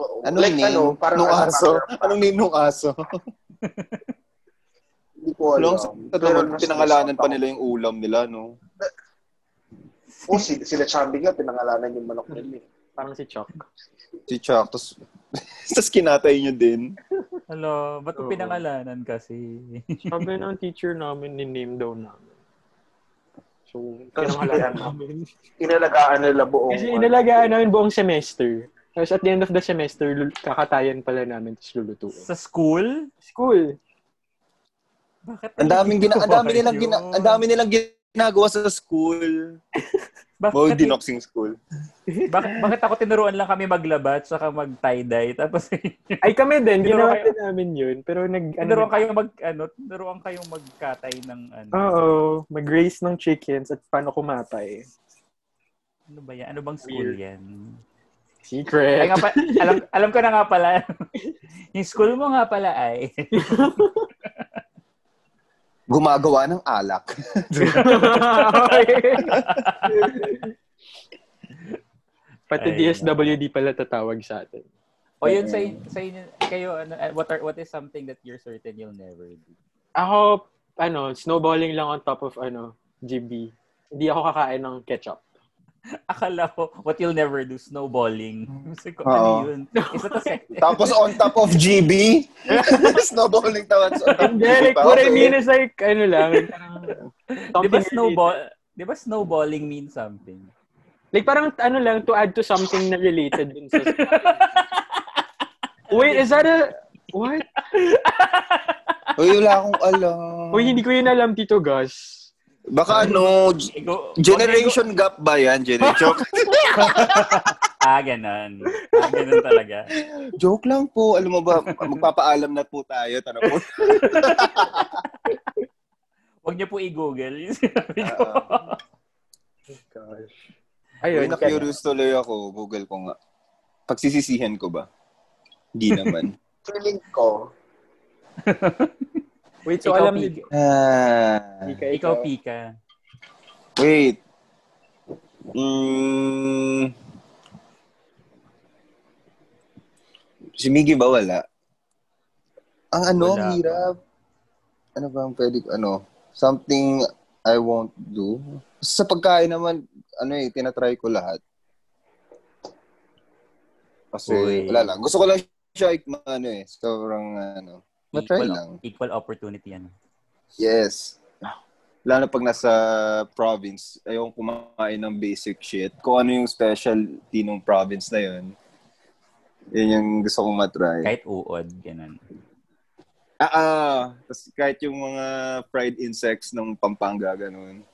B: Oo.
A: Anong
B: like,
A: name?
B: ano,
A: eh?
B: parang
A: nung
B: ano,
A: aso?
B: parang-
A: Anong name nung aso?
B: Hindi ko alam.
A: Long sa
B: Pero
A: tatawag,
B: nas-
A: pinangalanan pa
B: nasaktan
A: nila yung ulam nila, no?
B: ako. Oo, Oh, si, sila Chambi nga, pinangalanan yung manok nila. eh.
E: Parang si Chuck.
A: Si Chuck, (laughs) tapos, tapos kinatay niya din.
F: Hello, ba't mo
E: Oo.
F: pinangalanan kasi?
E: Sabi ng teacher namin, ni-name daw namin. So,
B: Tapos
E: pinangalanan
B: ano?
E: namin.
B: Inalagaan nila buong.
E: Kasi inalagaan namin buong semester. Tapos at the end of the semester, lul- kakatayan pala namin tapos lulutuin.
F: Sa school?
E: School.
F: Bakit?
A: Ang daming gina, ang dami nilang gina,
F: Yun.
A: ang dami nilang ginagawa sa school.
F: Bakit,
A: Well,
F: (laughs)
A: dinoxing school.
F: bakit, bakit ako tinuruan lang kami maglaba at saka mag-tie-dye? Tapos,
E: Ay kami din,
F: Tinuro
E: ginawa
F: kayo.
E: din namin Ano yun. Pero nag, ano,
F: tinuruan kayong mag, ano, tinuruan kayong magkatay ng, ano,
E: oo, mag-raise ng chickens at paano kumatay.
F: ano ba yan? Ano bang school
E: Weird.
F: yan?
A: Eh.
F: Ay
E: Secret.
F: nga pa, alam, alam ko na nga pala. (laughs) yung school mo nga pala ay.
A: Gumagawa ng alak.
E: Pati
F: Ay,
E: DSWD pala tatawag sa atin.
F: o yun sa, sa inyo, kayo, ano, uh, what, are, what is something that you're certain you'll never do?
E: Ako, ano, snowballing lang on top of, ano, GB. Hindi ako kakain ng ketchup.
F: Akala ko, what you'll never do, snowballing.
E: Mm.
F: Kasi ko,
A: Oo.
F: ano
E: (laughs)
F: yun? Isa to sa,
A: Tapos on top of GB, (laughs) snowballing tawad sa on top of
E: Hindi,
A: GB
E: like,
A: pa.
E: what I
A: okay.
E: mean is like, ano (laughs) lang, parang
F: Di
E: something
F: ba
E: related.
F: snowball? Di ba snowballing means something?
E: Like, parang, ano lang, to add to something na related dun sa... Wait, is that a... What?
A: Uy, wala akong alam.
E: Uy, hindi ko yun alam, Tito Gus.
A: Baka ano, g-
F: Ego,
A: generation gap ba yan?
E: (laughs)
A: Gen- joke,
F: Ah, ganun. Ah, ganun talaga.
A: joke lang po. Alam mo ba, magpapaalam na po tayo. Tanong po.
F: Huwag niyo po i-google. (laughs) Yung sinabi ko.
A: Uy,
E: Ayun, kaya.
A: na-curious tuloy ako. Google ko nga. Pagsisisihan ko ba? Hindi
E: (laughs)
A: naman.
B: Feeling ko,
E: Wait, so
F: ikaw,
E: alam
F: Pika.
E: ni...
A: ah,
E: Pika,
F: Ikaw, Pika.
A: wait. Mm, si Miggy ba wala? Ang ano,
F: Wala
A: ang hirap. Ano ba ang pwede, ano, something I won't do. Sa pagkain naman, ano eh, tinatry ko lahat. Kasi,
F: Uy.
A: wala lang. Gusto ko lang siya, ik- ano eh, sobrang, ano, matry
F: Equal-
A: lang.
F: Equal opportunity ano. yan.
A: Yes. Lalo pag nasa province, ayaw kumain ng basic shit. Kung ano yung specialty ng province na yun, yun yung gusto kong matry.
F: Kahit uod, ganun.
A: Ah, ah. Tas kahit yung mga fried insects ng Pampanga, ganun.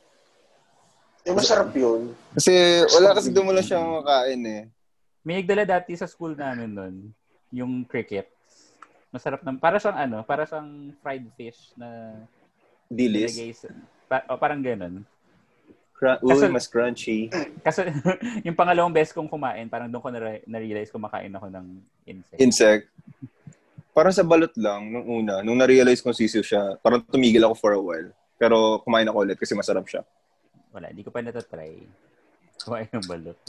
B: eh, masarap yun.
A: Kasi wala kasi dumula siyang makain eh.
F: May nagdala dati sa school namin nun, yung cricket. Masarap na, para siyang ano, para siyang fried fish na
A: Dilis.
F: nilagay sa, pa, o, parang ganun.
A: Cra- Uy,
F: Kasi-
A: mas crunchy.
F: Kasi (laughs) yung pangalawang beses kong kumain, parang doon ko na- na-realize kumakain ako ng insect.
A: Insect. Parang sa balot lang, nung una, nung na-realize kong sisiw siya, parang tumigil ako for a while. Pero kumain ako ulit kasi masarap siya.
F: Wala, hindi ko pa natatry. Kumain ng balot.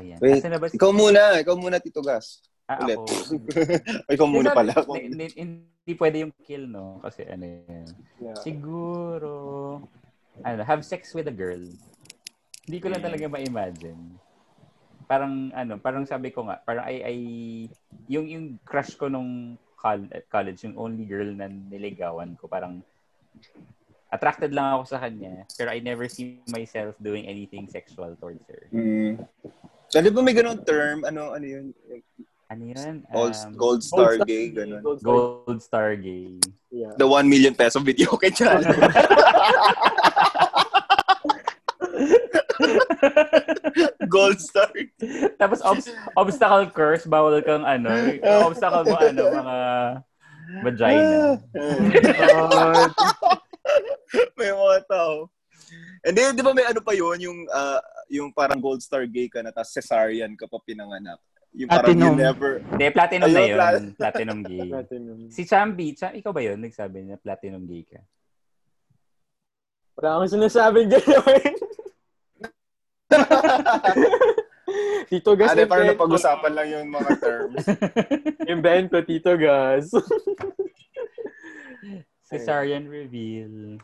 F: Ayan.
A: Wait,
F: Asan na ba si-
A: Ikaw muna, ikaw muna, Tito Gas.
F: Ah,
A: ulit.
F: ako.
A: Ikaw muna
F: Hindi,
A: pala.
F: sabi- Hindi, hindi- hindi pwede yung kill, no? Kasi ano yun.
E: Yeah.
F: Siguro, ano, have sex with a girl. Hindi ko lang
A: Mm.
F: talaga ma-imagine. Parang, ano, parang sabi ko nga, parang ay, ay, yung, yung crush ko nung col- eh, college, yung only girl na niligawan ko, parang, attracted lang ako sa kanya, pero I never see myself doing anything sexual towards her.
A: Mm. So, di ba may ganun term? Ano, ano yun?
F: Ano yun?
A: Gold,
F: Um,
A: gold star gay, ganun.
E: Gold star.
F: Gold Star Gay.
E: Yeah.
A: The 1 million peso video kay (laughs) channel. gold star.
F: Tapos obs- obstacle course, bawal kang ano, obstacle mo ano, mga vagina.
E: God.
A: may mga tao. And then, di ba may ano pa yun, yung, ah, yung parang gold star gay ka na, tapos cesarean ka pa pinanganak. Yung parang
C: Platinum.
A: you never...
F: Hindi, platinum na
A: Ayun,
F: yun.
A: plat-
F: platinum gay.
E: Platinum.
F: Si Chambi, Cham, ikaw ba yun? Nagsabi niya platinum gay ka.
E: Wala akong sinasabing gano'n. Tito Gas,
A: Ano, parang
E: invento.
A: napag-usapan lang yung mga terms.
E: Invento, Tito Gas.
F: Cesarean reveal.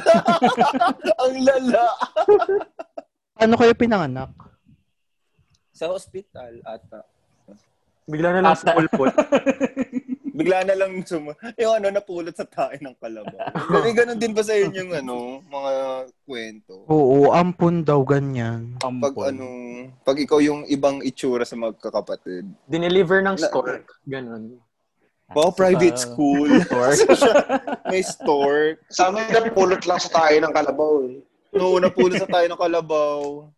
A: (laughs) Ang lala!
C: (laughs) Ano kayo pinanganak?
A: Sa hospital, ata.
E: Bigla na lang
F: Ata.
E: sumulpot.
A: Bigla na lang sum... Yung ano, napulot sa tae ng kalabaw. Kasi ganun din ba sa inyo yung ano, mga kwento?
C: Oo, ampun daw ganyan.
A: Pag
F: Ampon.
A: ano, pag ikaw yung ibang itsura sa magkakapatid.
E: Dineliver ng stork. Ganon.
C: Ah,
F: Ah,
A: Wow, private
C: (laughs)
A: school.
F: Stork.
A: May stork.
B: Sa amin, napulot lang sa tayo ng kalabaw eh.
A: No, napulot sa tae ng kalabaw.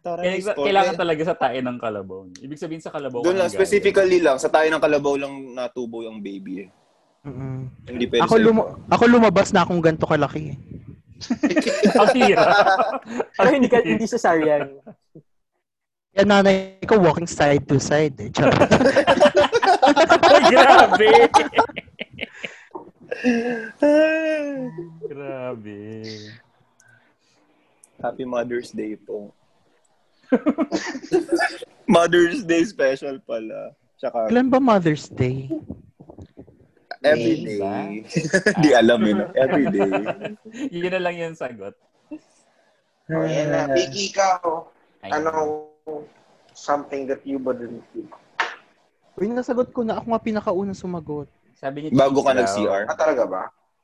A: Tara, may
F: Kailangan,
A: stork.
F: kailangan
A: Eh,
F: talaga sa tae ng kalabaw. Ibig sabihin sa kalabaw.
A: Doon
F: ka
A: lang,
F: nang
A: specifically lang, sa tae ng kalabaw lang natubo yung baby eh.
C: Mm-mm.
A: Hindi pwede
C: Ako,
A: sa iba.
C: lum- ako lumabas na akong ganito kalaki. eh.
F: galing. Ang
A: (laughs)
F: tira.
E: Pero hindi, ka, hindi cesarean.
C: Yan nanay ko walking side to side. Eh. (laughs) Charot.
F: Ay,
A: (laughs)
F: grabe. grabe.
A: Happy Mother's Day po. (laughs) Mother's Day special pala. Tsaka
C: Kailan ba Mother's Day?
A: Every day.
F: May ba?
A: (laughs) Hindi alam yun. Every day.
F: Yun na lang yung sagot.
B: O,
A: Ah.
B: yan na. Biggie ka oh.
F: Ay,
B: Ano, something that you wouldn't do.
C: Uy, nasagot ko na. Ako nga pinakauna sumagot.
F: Sabi niya,
A: Bago ka
F: cheese daw.
A: nag-CR.
B: Ah, talaga ba?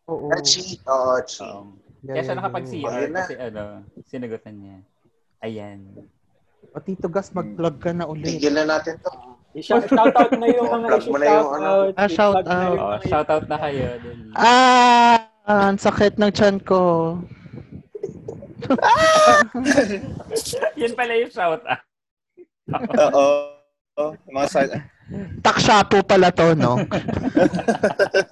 C: Oo.
B: Ah, chi. Oo, chi.
F: Oo.
C: Yeah,
F: Kaya siya
C: yeah,
F: nakapag-CR
B: Ayun na.
F: kasi ano, sinagutan niya. Ayan.
C: yeah. O, Tito Gas, mag-plug ka na ulit.
B: Tigil na natin to.
E: I-shoutout na yung mga
B: Plug mo na yung ano.
E: i-shoutout.
C: Ah, shout
E: I-plug na
C: out.
E: yung mga
F: Oh, shoutout na kayo. dun.
C: (laughs) Ah! Ang sakit ng chan ko.
F: Yan pala yung shoutout.
A: Oo. Oo. Mga side.
C: Takshapo pala to, no?
A: (laughs)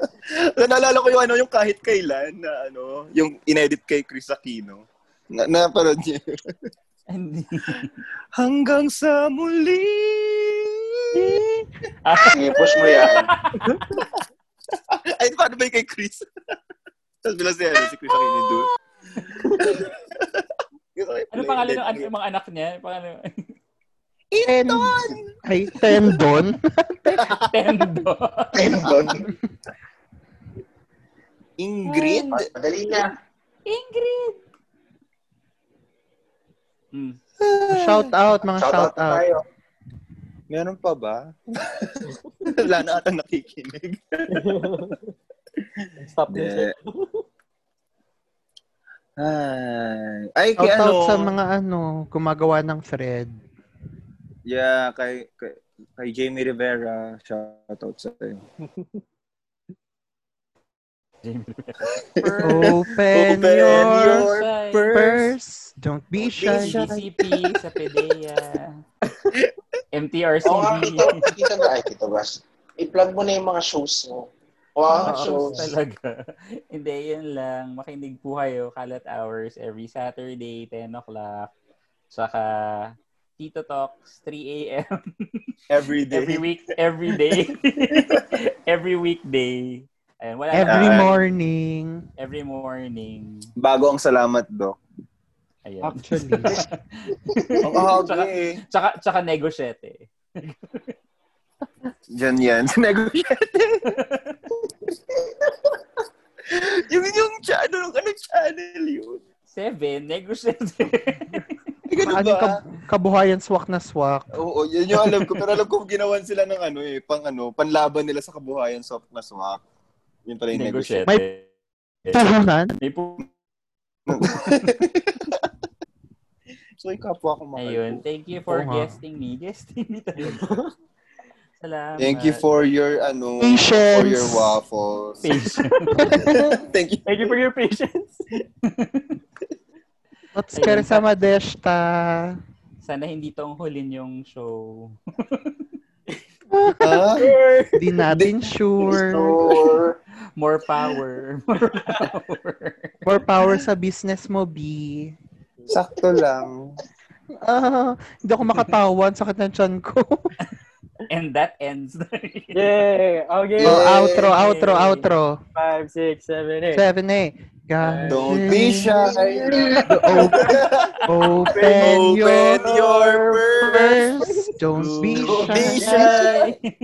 C: (laughs)
A: Naalala ko yung ano, yung kahit kailan na ano, yung inedit kay Chris Aquino. Na, naparod niya.
F: Hindi.
A: Hanggang sa muli.
B: Sige, push mo yan.
A: Ay, paano ba yung kay Chris? (laughs) Tapos bilang si, ano, si Chris Aquino doon.
F: (laughs) ano pangalan ng ano, yung mga anak niya? Pangalan
C: Tendon! Ay, tendon?
F: (laughs) Tendo.
B: Tendon.
A: Ingrid?
B: Madali na.
F: Ingrid. Hmm.
C: (laughs) shout out, mga
B: Shout out
C: shout
B: na
C: out.
B: tayo.
A: Meron pa ba? (laughs) Wala na atang nakikinig.
E: Stop na siya.
A: Ay, ay kay
C: Shout out
A: ano?
C: sa mga ano, gumagawa ng thread.
A: Yeah, kay, kay, kay Jamie Rivera. Shout out sa iyo.
F: Jamie.
A: Open
C: Open, your,
A: your
F: Purse.
C: purse. Don't be shy.
F: DCP sa PDEA. MTRCB.
B: Oo ah, nga, Tito. Tito ba? Ay, Tito Gas. I-plug mo na yung mga shows mo. Oo,
F: Mga
B: mga
F: shows
B: shows.
F: talaga. (laughs) Hindi, yun lang. Makinig po kayo. Kalat Hours every Saturday, 10 o'clock. Tsaka Tito Talks, 3 (laughs) a.m.
A: Every day.
F: every week, every day. (laughs) every weekday. Ayan, wala na.
C: Every
A: Ah.
C: morning,
F: every morning.
A: Bago ang salamat, Doc.
F: Ayan.
C: actually.
F: (laughs)
A: Ang ahog
F: tsaka,
A: niya eh.
F: tsaka, tsaka negosyete.
A: Diyan yan. (laughs) Negosyete. yung yung channel, ano channel yun?
F: Seven, negosyete.
A: Ay, ganun
C: Ano
A: ba?
C: kab kabuhayan swak na swak.
A: Oo, yun yung alam ko. Pero alam ko ginawan sila ng ano eh, pang ano, panlaban nila sa kabuhayan, soft na swak. Yun
F: (laughs)
A: pala yung negosyete.
F: negosyete.
C: May- Puhunan.
F: May pu-
A: So, yung kapwa ko mga.
F: Ayun, thank you for
C: Oo nga.
F: guesting me. (laughs) Guesting me talaga. Salamat.
A: Thank you for your, ano,
C: Patience.
A: for your waffles.
F: Patience.
A: (laughs) Thank you.
E: Thank you for your patience.
C: Let's
F: Ayun.
C: get sama deshta.
F: (laughs) Sana hindi tong hulin yung show.
A: Ha?
C: Ah.
E: Sure.
C: Di natin sure.
M: Sure.
F: More power. (laughs) More power.
C: More power sa business mo, B.
A: Sakto lang.
C: Ah, hindi ako makatawan. Sakit ng tiyan ko.
F: And that ends. (laughs)
E: Yay. Okay.
C: (laughs) Oh,
A: Yeah.
C: outro, outro, outro.
E: Five, six, seven, eight.
C: Seven, eh. God,
A: Don't be shy. (laughs)
C: Open your
A: your
C: purse. Don't be
A: Don't be
C: shy.
A: shy.